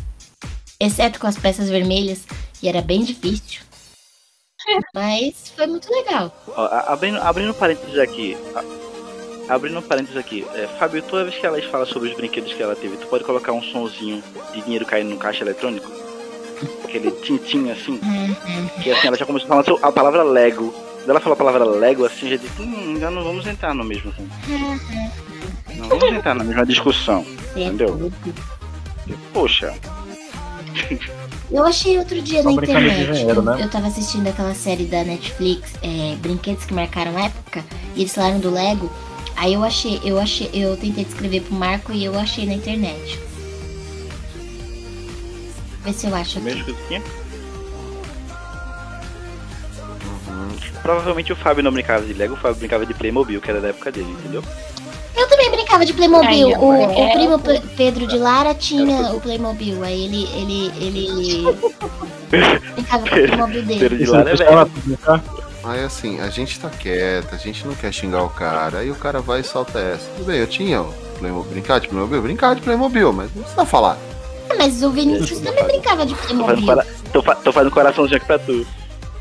[SPEAKER 4] exceto com as peças vermelhas, e era bem difícil. Mas foi muito legal.
[SPEAKER 1] Ó, a- abrindo, abrindo parênteses aqui. a- abrindo parênteses aqui. É, Fábio, toda vez que ela fala sobre os brinquedos que ela teve, tu pode colocar um sonzinho de dinheiro caindo no caixa eletrônico? Aquele tintim assim. Que assim, ela já começou falando sobre a palavra Lego. Quando ela falou a palavra Lego assim, já disse, hum, já não vamos entrar no mesmo. assim." Não vamos entrar na mesma discussão. Entendeu? Poxa.
[SPEAKER 4] Eu achei outro dia
[SPEAKER 1] Só
[SPEAKER 4] na
[SPEAKER 1] brincando de
[SPEAKER 4] internet.
[SPEAKER 1] dinheiro, né?
[SPEAKER 4] Eu tava assistindo aquela série da Netflix, é, Brinquedos que Marcaram Época, e eles falaram do Lego. Aí eu achei, eu achei, eu tentei descrever pro Marco e eu achei na internet. Vê se eu acho aqui.
[SPEAKER 1] Mesmo que tinha?
[SPEAKER 5] Uhum.
[SPEAKER 1] Provavelmente o Fábio não brincava de Lego, o Fábio brincava de Playmobil, que era da época dele, entendeu?
[SPEAKER 4] Eu também brincava de Playmobil.
[SPEAKER 3] Aí,
[SPEAKER 4] o,
[SPEAKER 3] ó,
[SPEAKER 4] o
[SPEAKER 3] é.
[SPEAKER 4] primo Pe- Pedro de Lara tinha o Playmobil. Aí ele, ele, ele brincava com o Playmobil
[SPEAKER 5] Pedro
[SPEAKER 4] dele.
[SPEAKER 5] de Lara é velho.
[SPEAKER 2] Tá?
[SPEAKER 5] Aí assim, a gente tá quieto, a gente não quer xingar o cara, aí o cara vai e solta essa. Tudo bem, eu tinha o Playmobil, brincar de Playmobil, brincar de Playmobil, mas não precisa falar.
[SPEAKER 4] Ah, Mas o Vinícius também brincava de
[SPEAKER 1] Tô fazendo,
[SPEAKER 4] Playmobil.
[SPEAKER 1] cora... tô, fa- tô fazendo coraçãozinho aqui pra tu.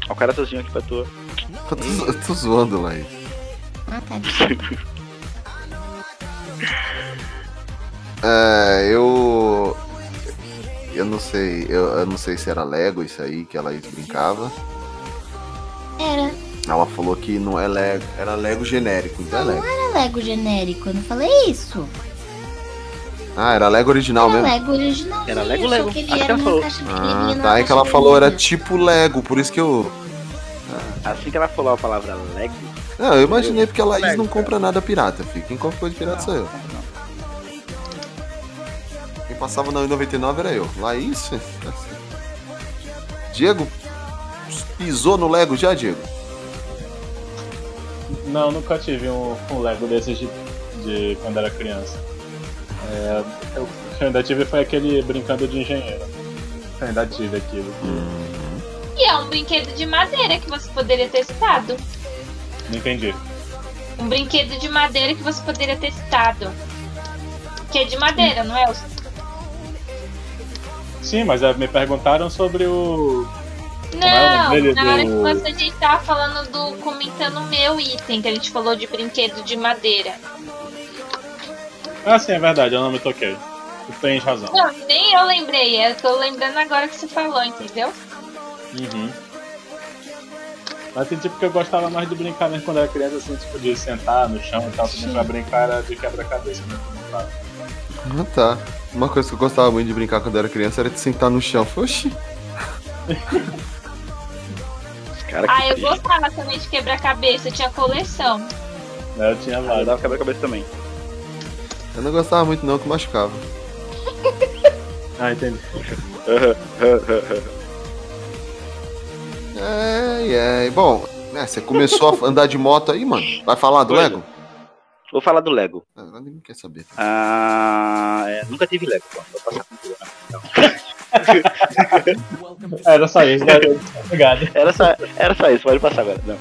[SPEAKER 1] Ó, o coraçãozinho aqui pra tu.
[SPEAKER 5] Eu tô, zo- eu tô zoando, Laís.
[SPEAKER 4] Ah, tá.
[SPEAKER 5] É, eu. Eu não sei, eu, eu não sei se era Lego isso aí que a Laís brincava.
[SPEAKER 4] Era,
[SPEAKER 5] Ela falou que não é Lego, era Lego genérico, então é Lego.
[SPEAKER 4] era Lego genérico. Eu não falei isso.
[SPEAKER 5] Ah, era Lego original
[SPEAKER 4] Era
[SPEAKER 5] mesmo.
[SPEAKER 4] Lego originalzinho.
[SPEAKER 1] Era Lego,
[SPEAKER 4] Só
[SPEAKER 1] Lego.
[SPEAKER 4] que ele
[SPEAKER 1] Acho que
[SPEAKER 4] era
[SPEAKER 1] ela
[SPEAKER 4] uma
[SPEAKER 1] falou.
[SPEAKER 4] caixa pequenininha.
[SPEAKER 5] Ah,
[SPEAKER 4] numa
[SPEAKER 5] tá. É que
[SPEAKER 4] caixa
[SPEAKER 5] ela falou era
[SPEAKER 4] grandinha.
[SPEAKER 5] tipo Lego, por isso que eu.
[SPEAKER 1] Assim que ela falou a palavra Lego,
[SPEAKER 5] Não, ah, eu imaginei porque a Laís
[SPEAKER 1] Lego,
[SPEAKER 5] não compra nada pirata, filho. Quem compra coisa de pirata sou eu. Quem passava na 99 era eu. Laís? Diego pisou no Lego já, Diego?
[SPEAKER 2] Não, nunca tive um, um Lego desses de, de quando era criança. É, eu, o que eu ainda tive foi aquele brincando de engenheiro. Eu ainda tive aquilo.
[SPEAKER 3] E é um brinquedo de madeira que você poderia ter citado.
[SPEAKER 2] Não entendi.
[SPEAKER 3] Um brinquedo de madeira que você poderia ter citado. Que é de madeira, não é?
[SPEAKER 2] Sim, mas eh, me perguntaram sobre o. é o
[SPEAKER 3] Não,
[SPEAKER 2] nome dele?
[SPEAKER 3] na hora que
[SPEAKER 2] Do-
[SPEAKER 3] você a gente tava falando do. comentando o meu item, que a gente falou de brinquedo de madeira.
[SPEAKER 2] Ah, sim, é verdade, eu não me toquei. Tu tens razão.
[SPEAKER 3] Não, nem eu lembrei, é eu tô lembrando agora que você falou, entendeu?
[SPEAKER 2] Uhum. Mas tem tipo que eu gostava mais de brincar mesmo quando era criança, assim, tipo de sentar no chão e tal, também pra brincar era de quebra-cabeça, né? Como eu falo.
[SPEAKER 5] Ah, tá. Uma coisa que eu gostava muito de brincar quando era criança era de sentar no chão. Oxi.
[SPEAKER 1] cara,
[SPEAKER 3] Ah, eu
[SPEAKER 1] que
[SPEAKER 3] gostava também de quebra-cabeça, eu tinha coleção.
[SPEAKER 2] Né, Eu tinha
[SPEAKER 1] eu
[SPEAKER 2] vários.
[SPEAKER 1] dava quebra-cabeça também.
[SPEAKER 5] Eu não gostava muito não, que machucava.
[SPEAKER 2] Ah, entendi.
[SPEAKER 5] É, é. Bom, né, você começou a andar de moto aí, mano. Vai falar do
[SPEAKER 1] Oi.
[SPEAKER 5] Lego?
[SPEAKER 1] Vou falar do Lego.
[SPEAKER 5] Ah, Ninguém quer saber.
[SPEAKER 1] Ah, é, nunca tive Lego. Pronto, vou passar com tudo.
[SPEAKER 2] Era só isso, valeu. Obrigado.
[SPEAKER 1] Era só, era só isso, pode passar agora. Não.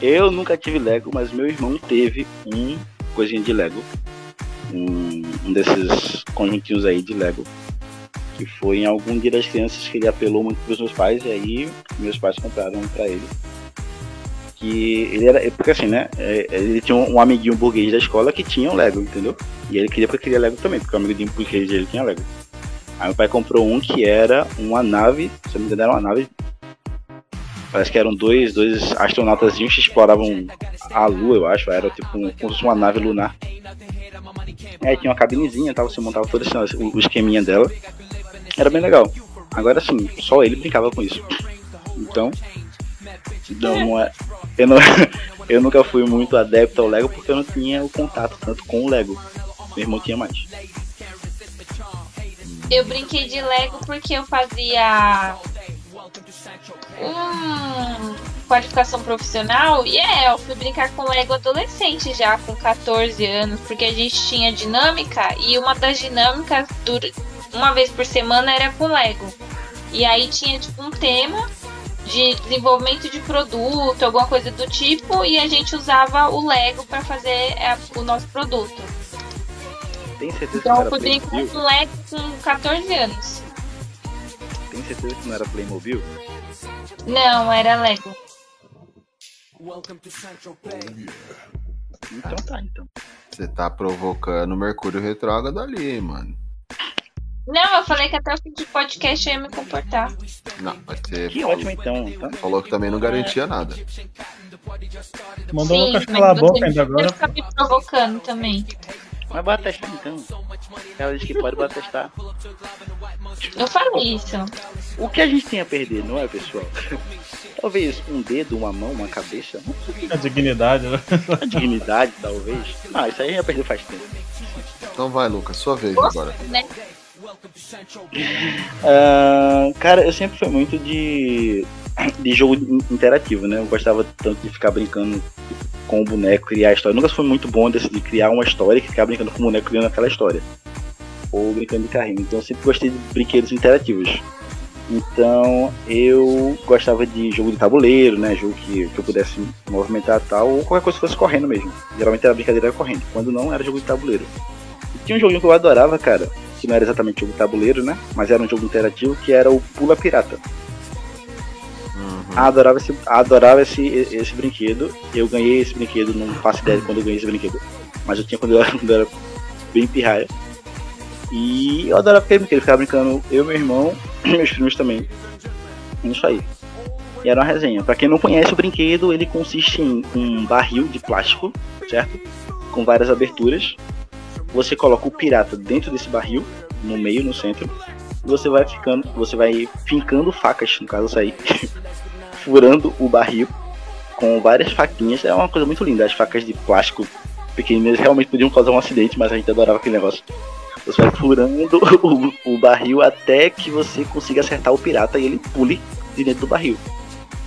[SPEAKER 1] Eu nunca tive Lego, mas meu irmão teve um coisinha de Lego. Um, um desses conjuntinhos aí de Lego. Que foi em algum dia das crianças que ele apelou muito pros meus pais. E aí meus pais compraram um pra ele. que ele era. Porque assim, né? é, Ele tinha um amiguinho burguês da escola que tinha um Lego, entendeu? E ele queria porque queria Lego também, porque o amiguinho burguês dele tinha Lego. Aí meu pai comprou um que era uma nave, se eu não me engano, era uma nave. Parece que eram dois, dois astronautas que exploravam a Lua, eu acho. Era tipo um, como se fosse uma nave lunar. Aí tinha uma cabinezinha, tava, você montava todo esse, o, o esqueminha dela. Era bem legal. Agora sim, só ele brincava com isso. Então, não é- eu, não- eu nunca fui muito adepto ao Lego porque eu não tinha o contato tanto com o Lego. Meu irmão tinha mais.
[SPEAKER 3] Eu brinquei de Lego porque eu fazia um qualificação profissional e é, eu fui brincar com Lego adolescente já, com 14 anos, porque a gente tinha dinâmica e uma das dinâmicas dura- uma vez por semana era com Lego. E aí tinha tipo um tema de desenvolvimento de produto, alguma coisa do tipo, e a gente usava o Lego para fazer é, o nosso produto.
[SPEAKER 1] Tem certeza que não
[SPEAKER 3] Então eu
[SPEAKER 1] era
[SPEAKER 3] fui brincar
[SPEAKER 1] Playmobil?
[SPEAKER 3] com Lego com 14 anos.
[SPEAKER 1] Tem certeza que não era Playmobil?
[SPEAKER 3] Não, era Lego.
[SPEAKER 1] Então tá, então.
[SPEAKER 5] Você tá provocando o Mercúrio Retrógrado ali, mano.
[SPEAKER 3] Não, eu falei que até o fim de podcast eu ia me comportar.
[SPEAKER 5] Não, mas você
[SPEAKER 1] Que ótimo então. então.
[SPEAKER 5] falou que também não garantia nada.
[SPEAKER 2] Mandou o Lucas
[SPEAKER 3] mas
[SPEAKER 2] calar a
[SPEAKER 3] você
[SPEAKER 2] boca ainda
[SPEAKER 3] Você
[SPEAKER 2] agora.
[SPEAKER 3] fica me provocando também.
[SPEAKER 1] Mas bora testar então. Ela disse que pode, bora testar.
[SPEAKER 3] Eu falei isso.
[SPEAKER 1] O que a gente tem a perder, não é, pessoal? Talvez um dedo, uma mão, uma cabeça,
[SPEAKER 2] A dignidade, né?
[SPEAKER 1] uma dignidade, talvez. Não, isso aí a gente já perdeu faz tempo.
[SPEAKER 5] Então vai, Lucas, sua vez
[SPEAKER 3] Nossa,
[SPEAKER 5] agora.
[SPEAKER 3] né?
[SPEAKER 1] Ah, cara, eu sempre fui muito de, de jogo in- interativo, né? Eu gostava tanto de ficar brincando com o boneco, criar a história. Eu nunca fui muito bom desse de criar uma história e ficar brincando com o boneco criando aquela história. Ou brincando de carrinho. Então eu sempre gostei de brinquedos interativos. Então eu gostava de jogo de tabuleiro, né? Jogo que, que eu pudesse movimentar e tal, ou qualquer coisa que fosse correndo mesmo. Geralmente era brincadeira correndo. Quando não, era jogo de tabuleiro. E tinha um joguinho que eu adorava, cara que não era exatamente jogo de tabuleiro, né? Mas era um jogo interativo que era o Pula Pirata.
[SPEAKER 5] Uhum.
[SPEAKER 1] Adorava esse, adorava esse, esse brinquedo. Eu ganhei esse brinquedo, não faço ideia de quando eu ganhei esse brinquedo. Mas eu tinha quando eu era, quando eu era bem pirraia. E eu adorava aquele brinquedo, ficava brincando eu, meu irmão e meus primos também. Isso aí. E era uma resenha. Pra quem não conhece o brinquedo, ele consiste em um barril de plástico, certo? Com várias aberturas. Você coloca o pirata dentro desse barril, no meio, no centro. E você vai ficando, você vai fincando facas, no caso isso aí, furando o barril com várias faquinhas. É uma coisa muito linda, as facas de plástico pequenininhas realmente podiam causar um acidente, mas a gente adorava aquele negócio. Você vai furando o, o barril até que você consiga acertar o pirata e ele pule de dentro do barril.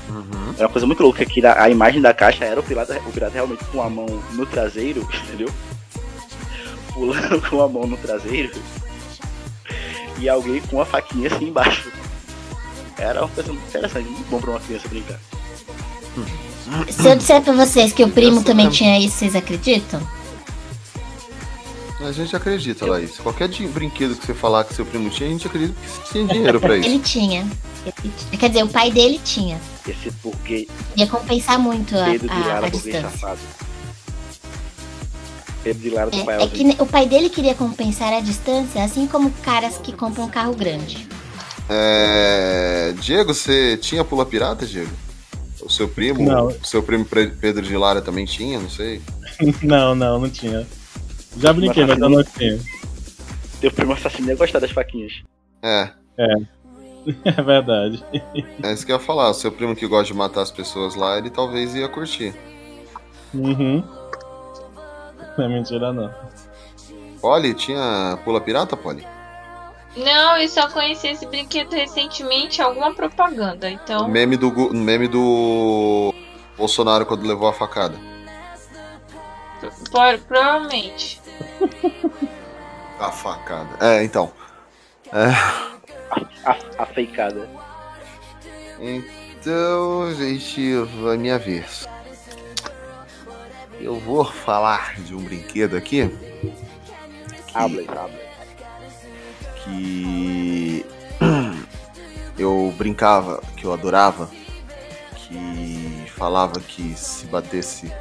[SPEAKER 5] Uhum.
[SPEAKER 1] É uma coisa muito louca que a, a imagem da caixa era o pirata, o pirata realmente com a mão no traseiro, entendeu? Pulando com a mão no traseiro e alguém com a faquinha assim embaixo. Era uma coisa muito interessante, muito bom pra uma criança brincar.
[SPEAKER 5] tipo-
[SPEAKER 4] Se eu disser pra vocês que o primo
[SPEAKER 5] Eu
[SPEAKER 4] também
[SPEAKER 5] sei.
[SPEAKER 4] tinha isso, vocês acreditam?
[SPEAKER 5] A gente acredita, Laís. Qualquer di- brinquedo que você falar que seu primo tinha, a gente acredita que você tinha dinheiro pra isso.
[SPEAKER 4] Ele tinha. Ele ti- Quer dizer, o pai dele tinha.
[SPEAKER 1] Esse burguês,
[SPEAKER 4] Ia compensar muito a,
[SPEAKER 1] Pedro de
[SPEAKER 4] a-
[SPEAKER 1] Lara,
[SPEAKER 4] a
[SPEAKER 1] burguês
[SPEAKER 4] distância.
[SPEAKER 1] safado. Pedro de Lara do
[SPEAKER 4] É,
[SPEAKER 1] pai
[SPEAKER 4] é que ne- o pai dele queria compensar a distância, assim como caras que compram um carro grande.
[SPEAKER 5] É... Diego, você tinha pula pirata, Diego? O seu primo?
[SPEAKER 2] Não.
[SPEAKER 5] O seu primo Pre- Pedro de Lara também tinha, não sei.
[SPEAKER 2] Não, não, não tinha. Já brinquei, mas eu não tinha.
[SPEAKER 1] Teu primo assassino ia gostar das faquinhas.
[SPEAKER 5] É,
[SPEAKER 2] É verdade.
[SPEAKER 5] é isso que eu ia falar. O seu primo que gosta de matar as pessoas lá, ele talvez ia curtir.
[SPEAKER 2] Uhum. Não é mentira, não.
[SPEAKER 5] Polly, tinha pula pirata, Polly?
[SPEAKER 3] Não, eu só conheci esse brinquedo recentemente, alguma propaganda.
[SPEAKER 5] O
[SPEAKER 3] Então,
[SPEAKER 5] meme do, Gu- meme do Bolsonaro quando levou a facada.
[SPEAKER 3] pro- provavelmente.
[SPEAKER 5] A facada. É, então.
[SPEAKER 1] A, a feicada.
[SPEAKER 5] Então, gente, é minha vez. Eu vou falar de um brinquedo aqui
[SPEAKER 1] Habla, habla.
[SPEAKER 5] que eu brincava, que eu adorava, que que falava que se batesse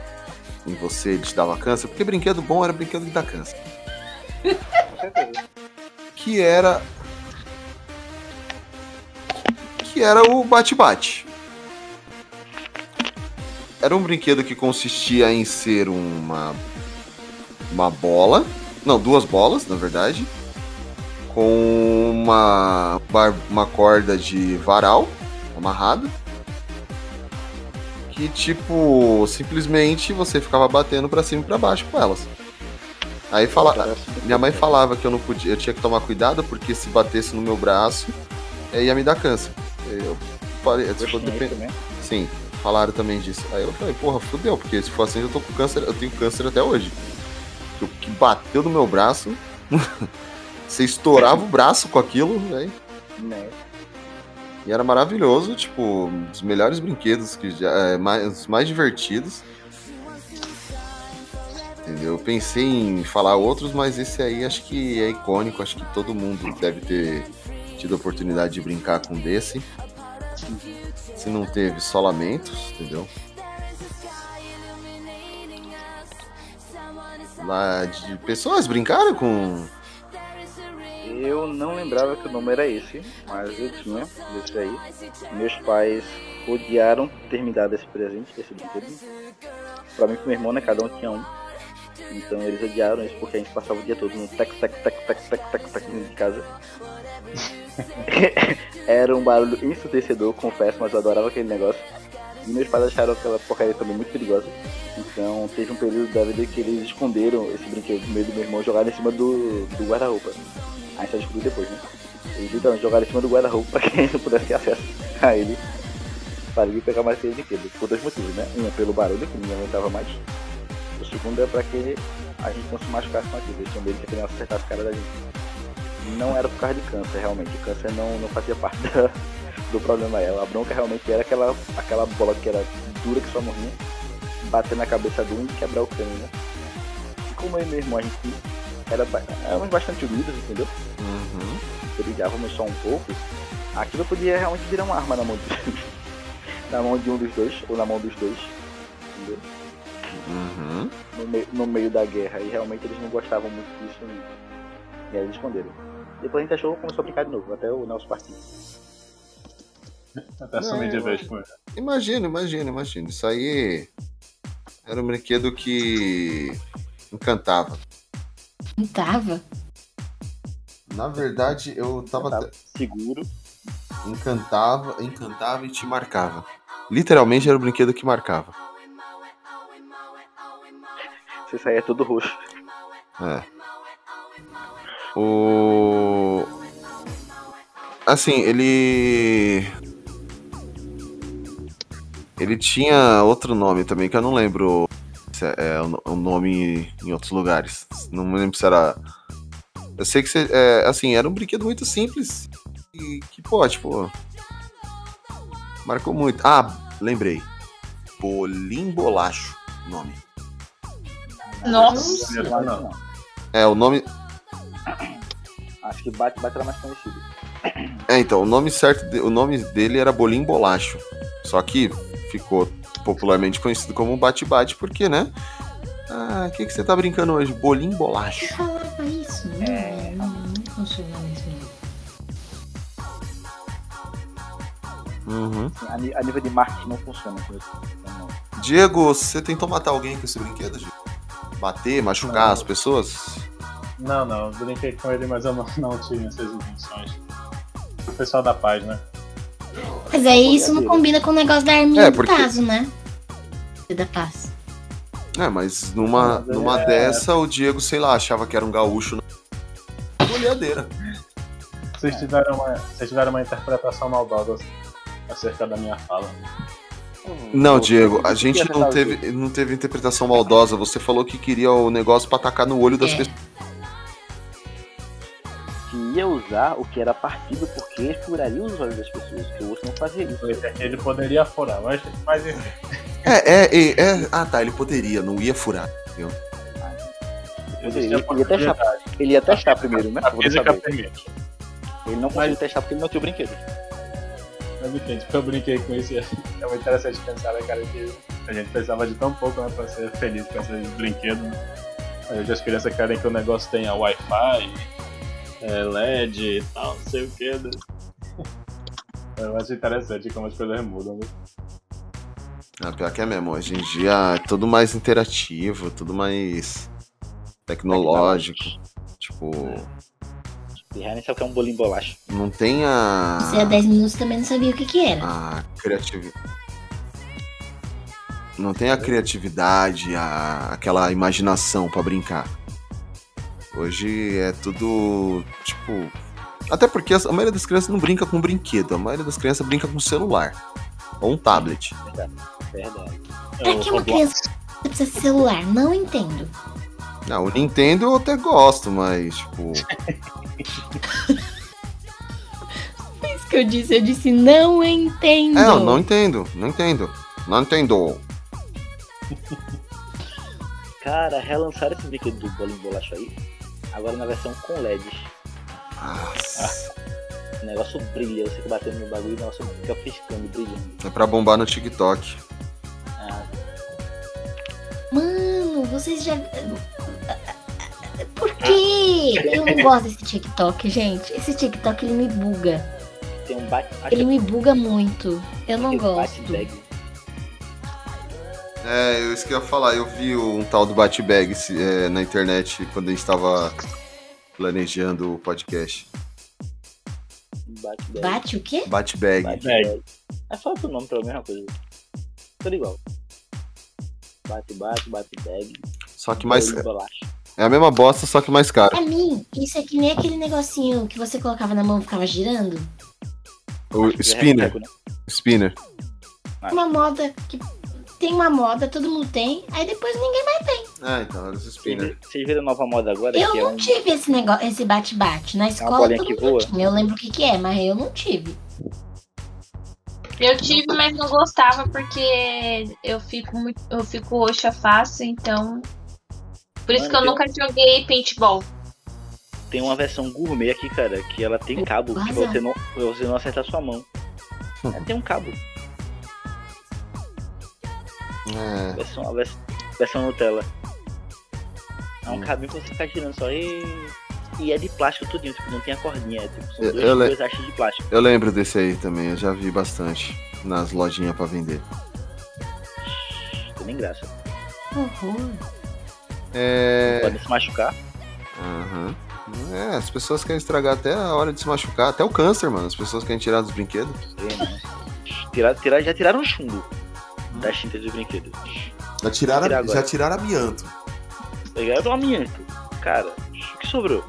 [SPEAKER 5] em você ele te dava câncer, porque brinquedo bom era brinquedo que dá câncer. que era. Que era o bate-bate. Era um brinquedo que consistia em ser uma. Uma bola. Não, duas bolas, na verdade. Com uma, bar- uma corda de varal amarrado. Que tipo, simplesmente você ficava batendo pra cima e pra baixo com elas.
[SPEAKER 1] Então,
[SPEAKER 5] Aí
[SPEAKER 1] é
[SPEAKER 5] fala,
[SPEAKER 1] assim.
[SPEAKER 5] minha mãe falava que eu não podia, eu tinha que tomar cuidado porque se batesse no meu braço, eh, ia me dar câncer. Eu falei, tipo, depen-
[SPEAKER 1] né?
[SPEAKER 5] Sim, falaram também disso. Aí eu falei, porra, fudeu, porque se for assim eu tô com câncer, eu tenho câncer até hoje. Que O que bateu no meu braço, você estourava o braço com aquilo, velho.
[SPEAKER 1] Né?
[SPEAKER 5] E era maravilhoso, tipo, um dos melhores brinquedos que já. É, mais, os mais divertidos. Entendeu? Eu pensei em falar outros, mas esse aí acho que é icônico, acho que todo mundo deve ter tido a oportunidade de brincar com desse. Se não teve, só lamentos, entendeu? Lá de pessoas brincaram com
[SPEAKER 1] Eu não lembrava que o nome era esse, mas eu tinha esse aí. Meus pais odiaram ter me dado esse presente, esse brinquedo. Pra mim e pro meu irmão, né? Cada um tinha um. Então eles odiaram isso porque a gente passava o dia todo no tac tac tac tac tac tac tac dentro de casa. era um barulho ensurdecedor, confesso, mas eu adorava aquele negócio. E meus pais acharam aquela porcaria também muito perigosa. Então teve um período da vida que eles esconderam esse brinquedo no meio do meu irmão e jogaram em cima do, do guarda-roupa. A gente só descobriu depois, né? Eles literalmente jogaram em cima do guarda-roupa pra que a gente não pudesse ter acesso a ele. Para ele pegar mais esse brinquedo. Por dois motivos, né? Um é pelo barulho, que ninguém aguentava mais. O segundo é pra que a gente não se machucasse com aquilo. Eles tinham medo que a criança acertasse a cara da gente. Não era por causa de câncer, realmente. O câncer não, não fazia parte da- do problema. Ela, a bronca realmente era aquela, aquela bola que era dura que só morrinha, bater na cabeça de um e quebrar o crânio, né? E como eu e meu irmão, a gente era, ba- éramos bastante unidos, entendeu?
[SPEAKER 5] Uhum,
[SPEAKER 1] brigávamos só um pouco, aquilo podia realmente virar uma arma na mão de, na mão de um dos dois, ou na mão dos dois, entendeu?
[SPEAKER 5] Uhum.
[SPEAKER 1] No, meio, no meio da guerra. E realmente eles não gostavam muito disso. e- E aí eles esconderam. Depois a gente achou e começou a brincar de novo, até o Nelson partir.
[SPEAKER 2] Até sumir de vez com ele.
[SPEAKER 5] Imagina, imagina, imagina. Isso aí era um brinquedo que encantava.
[SPEAKER 4] Não tava.
[SPEAKER 5] Na verdade, eu tava
[SPEAKER 1] seguro.
[SPEAKER 5] Encantava, encantava e te marcava. Literalmente era o brinquedo que marcava.
[SPEAKER 1] Você saía todo roxo.
[SPEAKER 5] É. O. Assim, ele. Ele tinha outro nome também, que eu não lembro se é, é o no- o nome em outros lugares. Não me lembro se era. Eu sei que você- é, assim, era um brinquedo muito simples. E que, pô, tipo. Marcou muito. Ah, lembrei. Bolim Bolacho, o nome.
[SPEAKER 3] Nossa.
[SPEAKER 1] Não.
[SPEAKER 5] É, o nome.
[SPEAKER 1] Acho que bate, bate era mais conhecido.
[SPEAKER 5] É, então, o nome certo, de- o nome dele era Bolim Bolacho. Só que ficou popularmente conhecido como Bate-Bate, porque, né? Ah, o que, que você tá brincando hoje? Bolim Bolacho.
[SPEAKER 4] Falava isso, né? Não, não funcionava isso. não.
[SPEAKER 5] Uhum.
[SPEAKER 1] Assim, A, ni- a nível de marketing não funciona com isso. Então, não.
[SPEAKER 5] Diego, você tentou matar alguém com esse brinquedo, Diego? Bater, machucar as pessoas?
[SPEAKER 2] Não, não, eu brinquei com ele, mas eu não, não tive essas intenções. O pessoal da paz, né?
[SPEAKER 4] Mas aí isso não combina com o negócio da arminha
[SPEAKER 5] É,
[SPEAKER 4] do
[SPEAKER 5] porque-
[SPEAKER 4] Tazo, né? Da paz.
[SPEAKER 5] É, mas numa, numa dessa, o Diego, sei lá, achava que era um gaúcho. Olhadeira.
[SPEAKER 2] Vocês tiveram uma, vocês tiveram uma interpretação maldosa acerca da minha fala.
[SPEAKER 5] Não, Diego, a gente não teve, não teve interpretação maldosa. Você falou que queria o negócio pra tacar no olho das
[SPEAKER 4] É.
[SPEAKER 5] pessoas.
[SPEAKER 1] Que ia usar o que era partido porque furaria os olhos das pessoas, que o outro não fazia isso.
[SPEAKER 2] Ele poderia furar, mas, mas enfim.
[SPEAKER 5] É, é, é, é. Ah, tá, ele poderia, não ia furar. entendeu?
[SPEAKER 1] Ele,
[SPEAKER 2] Existia a
[SPEAKER 1] ele ia testar,
[SPEAKER 2] possibilidade.
[SPEAKER 1] ele ia testar primeiro, né?
[SPEAKER 2] A
[SPEAKER 1] Pra poder
[SPEAKER 2] física
[SPEAKER 1] saber.
[SPEAKER 2] permite.
[SPEAKER 1] Ele não conseguiu testar porque ele não tinha o brinquedo.
[SPEAKER 2] Mas enfim, tipo, eu brinquei com isso e é muito interessante pensar, né, cara, que a gente precisava de tão pouco, né, pra ser feliz com esses brinquedos. né? Aí hoje as crianças querem que o negócio tenha Wi-Fi, é, LED e tal, não sei o que, né? Eu acho interessante como as coisas mudam, né?
[SPEAKER 5] Ah, pior que é mesmo. Hoje em dia é tudo mais interativo, tudo mais tecnológico. Tipo,
[SPEAKER 1] E já nem sabe o que é um bolinho de bolacha.
[SPEAKER 5] não tem a.
[SPEAKER 4] Você há 10 é minutos também não sabia o que que era.
[SPEAKER 5] a criatividade. Não tem a criatividade, a... aquela imaginação pra brincar. Hoje é tudo, tipo. Até porque as- a maioria das crianças não brinca com brinquedo, a maioria das crianças brinca com celular ou um tablet.
[SPEAKER 1] É Verdade.
[SPEAKER 5] Ah,
[SPEAKER 4] Pra É que uma criança precisa de celular? Não entendo.
[SPEAKER 5] Não, o Nintendo eu até gosto, mas, tipo.
[SPEAKER 4] Foi isso que eu disse. Eu disse, não entendo.
[SPEAKER 5] É, eu não entendo, não entendo. Não entendo.
[SPEAKER 1] Cara, relançaram esse brinquedo do bolinho de bolacha aí. Agora na versão com LEDs.
[SPEAKER 5] Nossa.
[SPEAKER 1] O negócio brilha, você fica batendo no bagulho e o negócio fica piscando, brilhando.
[SPEAKER 5] É pra bombar no TikTok.
[SPEAKER 1] Ah,
[SPEAKER 4] Mano, vocês já.
[SPEAKER 5] É.
[SPEAKER 4] Por quê? Eu não gosto desse TikTok, gente. Esse TikTok ele me buga.
[SPEAKER 1] tem um bate. acho
[SPEAKER 4] Ele
[SPEAKER 1] que
[SPEAKER 4] me buga muito. Eu não
[SPEAKER 1] tem um
[SPEAKER 4] gosto.
[SPEAKER 1] bate-bag.
[SPEAKER 5] É, eu- isso que eu ia falar. Eu vi um tal do Batbag se- é, na internet quando a gente tava planejando o podcast.
[SPEAKER 1] Um Bate-bag.
[SPEAKER 4] Bate o quê?
[SPEAKER 5] Batbag.
[SPEAKER 1] Bate-bag. É só outro nome pela mesma coisa. Tudo igual. Bate-bate, bate-bag.
[SPEAKER 5] Só que mais.
[SPEAKER 1] bolinho de bolacha.
[SPEAKER 5] É a mesma bosta, só que mais caro.
[SPEAKER 4] Pra mim, isso é que nem aquele negocinho que você colocava na mão e ficava girando.
[SPEAKER 5] O spinner.
[SPEAKER 1] né?
[SPEAKER 5] Spinner.
[SPEAKER 1] Ah.
[SPEAKER 4] Uma moda que tem uma moda, todo mundo tem, aí depois ninguém mais.
[SPEAKER 5] Ah, então, era os spinner.
[SPEAKER 1] Vocês viram a nova moda agora?
[SPEAKER 4] Eu
[SPEAKER 1] que é
[SPEAKER 4] não
[SPEAKER 1] um...
[SPEAKER 4] tive esse negócio, esse bate-bate. Na escola
[SPEAKER 1] bolinha
[SPEAKER 4] todo
[SPEAKER 1] que
[SPEAKER 4] mundo
[SPEAKER 1] voa?
[SPEAKER 4] tinha. Eu lembro o que, que é, mas eu não tive.
[SPEAKER 3] Eu tive, mas não gostava porque eu fico muito, eu fico roxa fácil, então. Por isso
[SPEAKER 1] Mano,
[SPEAKER 3] que eu
[SPEAKER 1] eu-
[SPEAKER 3] nunca joguei paintball.
[SPEAKER 1] Tem uma versão gourmet aqui, cara, que ela tem cabo que
[SPEAKER 4] Vaza.
[SPEAKER 1] você não, pra você não acertar sua mão. Ela tem um cabo.
[SPEAKER 5] É.
[SPEAKER 1] Versão, a vers- versão Nutella. É um cabinho que você fica girando só e. E é de plástico tudinho, tipo, não tem a cordinha. É, tipo, são
[SPEAKER 5] Eu-
[SPEAKER 1] dois,
[SPEAKER 5] eu le-
[SPEAKER 1] dois hastes de plástico.
[SPEAKER 5] Eu lembro desse aí também, eu já vi bastante nas lojinhas pra vender.
[SPEAKER 1] Tem nem graça.
[SPEAKER 4] Horror.
[SPEAKER 5] É.
[SPEAKER 1] Pode se machucar.
[SPEAKER 5] Aham. É, as pessoas querem estragar até a hora de se machucar, até o câncer, mano. As pessoas querem tirar dos brinquedos.
[SPEAKER 1] É, né? Tirar- tirar- já tiraram o chumbo
[SPEAKER 3] Hum.
[SPEAKER 1] das tintas de brinquedo.
[SPEAKER 10] Já
[SPEAKER 1] Vou tirar
[SPEAKER 10] tiraram,
[SPEAKER 1] agora.
[SPEAKER 10] já tiraram amianto.
[SPEAKER 1] Pegaram o amianto. Cara, o que sobrou?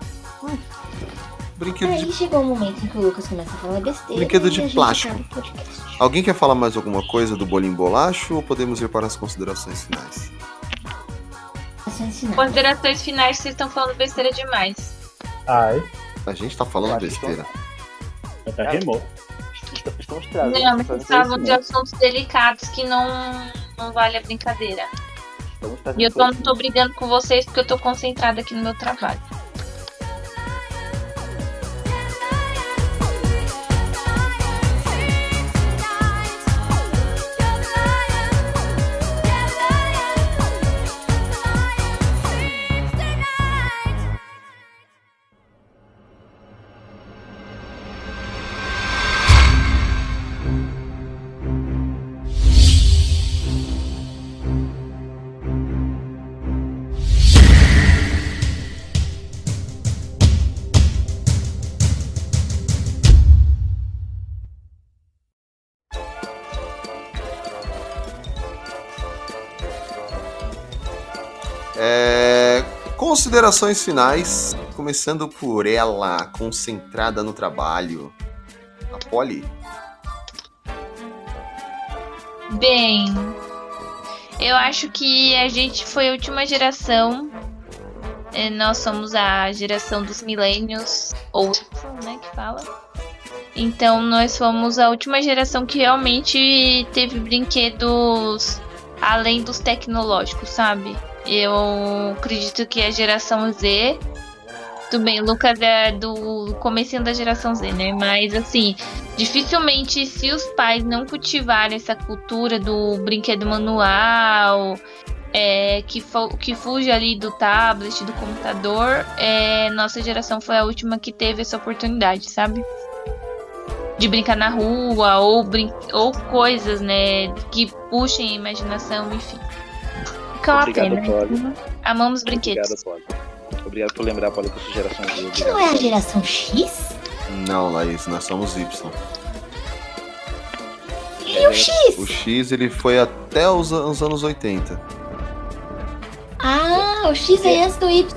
[SPEAKER 5] Brinquedo de
[SPEAKER 4] Aí chegou o momento em que o Lucas começa a falar besteira.
[SPEAKER 5] Brinquedo
[SPEAKER 4] e
[SPEAKER 5] de
[SPEAKER 4] a gente
[SPEAKER 5] plástico.
[SPEAKER 4] acaba o podcast.
[SPEAKER 5] Alguém quer falar mais alguma coisa do bolinho bolacho ou podemos ir para as considerações finais?
[SPEAKER 4] Ações finais.
[SPEAKER 3] Considerações finais, vocês estão falando besteira demais.
[SPEAKER 2] Ai,
[SPEAKER 5] A gente tá falando
[SPEAKER 1] Acho que
[SPEAKER 5] besteira.
[SPEAKER 2] até rimou.
[SPEAKER 1] Est- Estamos
[SPEAKER 3] Não,
[SPEAKER 1] trazendo.
[SPEAKER 3] mas
[SPEAKER 1] trazendo
[SPEAKER 3] vocês falam de
[SPEAKER 1] conhecimento.
[SPEAKER 3] assuntos delicados que não, não vale a brincadeira.
[SPEAKER 1] Estamos
[SPEAKER 3] E eu
[SPEAKER 1] trazendo
[SPEAKER 3] tô, não tô brigando com vocês porque eu tô concentrada aqui no meu trabalho.
[SPEAKER 5] É, Considerações finais, começando por ela, concentrada no trabalho. A Polly.
[SPEAKER 3] Bem, eu acho que a gente foi a última geração. É, Nós somos a geração dos milênios, ou Y, né, que fala. Então nós fomos a última geração que realmente teve brinquedos além dos tecnológicos, sabe? Eu acredito que a geração Z Tudo bem, o Lucas é do comecinho da geração Z, né? Mas assim, dificilmente se os pais não cultivarem essa cultura do brinquedo manual, é, que, fo- que fuge ali do tablet, do computador, é, nossa geração foi a última que teve essa oportunidade, sabe? De brincar na rua ou, brin ou coisas, né? Que puxem a imaginação, enfim. Fica uma
[SPEAKER 1] Obrigado,
[SPEAKER 3] pena.
[SPEAKER 1] Polly.
[SPEAKER 3] Amamos brinquedos.
[SPEAKER 1] Obrigado, Polly. Obrigado por lembrar, Polly, que eu sou geração Z.
[SPEAKER 4] Que não é a
[SPEAKER 1] Obrigado.
[SPEAKER 4] geração X?
[SPEAKER 11] Não, Laís, nós somos Y.
[SPEAKER 1] É.
[SPEAKER 4] E o X?
[SPEAKER 11] O X ele foi até os, an- os anos 80.
[SPEAKER 4] Ah, o X é antes do Y.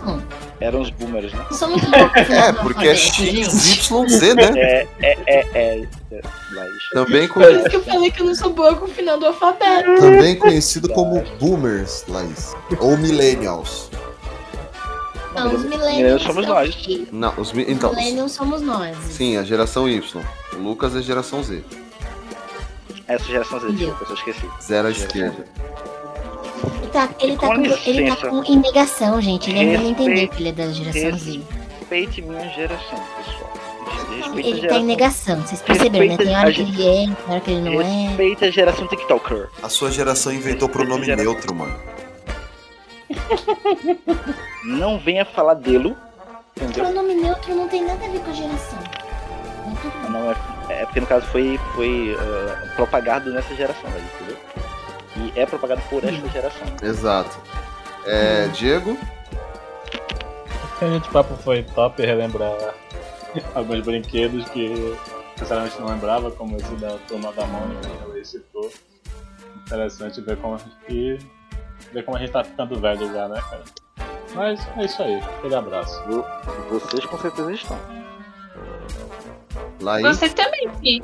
[SPEAKER 1] Eram os boomers, né?
[SPEAKER 4] Eu sou muito louca.
[SPEAKER 11] É, porque é XYZ, né?
[SPEAKER 1] É, é, é, é. é. Laís.
[SPEAKER 11] Também, co-
[SPEAKER 4] Por isso que eu falei que eu não sou boa com o final do alfabeto.
[SPEAKER 11] também conhecido como Boomers, Laís. Ou Millennials.
[SPEAKER 4] Não, os
[SPEAKER 1] Millennials
[SPEAKER 4] millennials.
[SPEAKER 1] somos
[SPEAKER 4] são
[SPEAKER 1] nós.
[SPEAKER 4] X.
[SPEAKER 11] Não, os mi- então. os-
[SPEAKER 4] Millennials somos nós.
[SPEAKER 11] Sim, a geração Y. O Lucas é geração Z.
[SPEAKER 1] Essa geração Z, desculpa, eu esqueci.
[SPEAKER 11] Zero à esquerda.
[SPEAKER 4] Ele tá, ele,
[SPEAKER 1] E
[SPEAKER 4] tá
[SPEAKER 1] com
[SPEAKER 4] com, ele tá
[SPEAKER 1] licença.
[SPEAKER 4] com em negação, gente. Ele ainda não
[SPEAKER 1] Respeito-
[SPEAKER 4] entendeu que ele é da geração Z.
[SPEAKER 1] Respeite minha geração, pessoal. Respeite a
[SPEAKER 4] Ele tá em
[SPEAKER 1] geração.
[SPEAKER 4] negação, vocês perceberam, né? Tem hora que ele é, tem hora que ele não é.
[SPEAKER 1] Respeite a geração TikToker.
[SPEAKER 11] A sua geração inventou pronome neutro, mano.
[SPEAKER 1] Não venha falar dele. Entendeu?
[SPEAKER 4] Pronome neutro não tem nada a ver com a geração. Mas tudo bem.
[SPEAKER 1] Não, é, é porque no caso foi, foi ah, propagado nessa geração, velho, entendeu? E é propagado por essa geração.
[SPEAKER 11] Exato. É, Diego?
[SPEAKER 2] Gente, o papo foi top relembrar alguns brinquedos que sinceramente não lembrava, como esse da turma da mão que ele citou. Interessante ver como a gente, e ver como a gente tá ficando velho já, né, cara? Mas é isso aí, aquele abraço.
[SPEAKER 1] Vocês com certeza estão.
[SPEAKER 11] Laís?
[SPEAKER 3] Você também, Fih.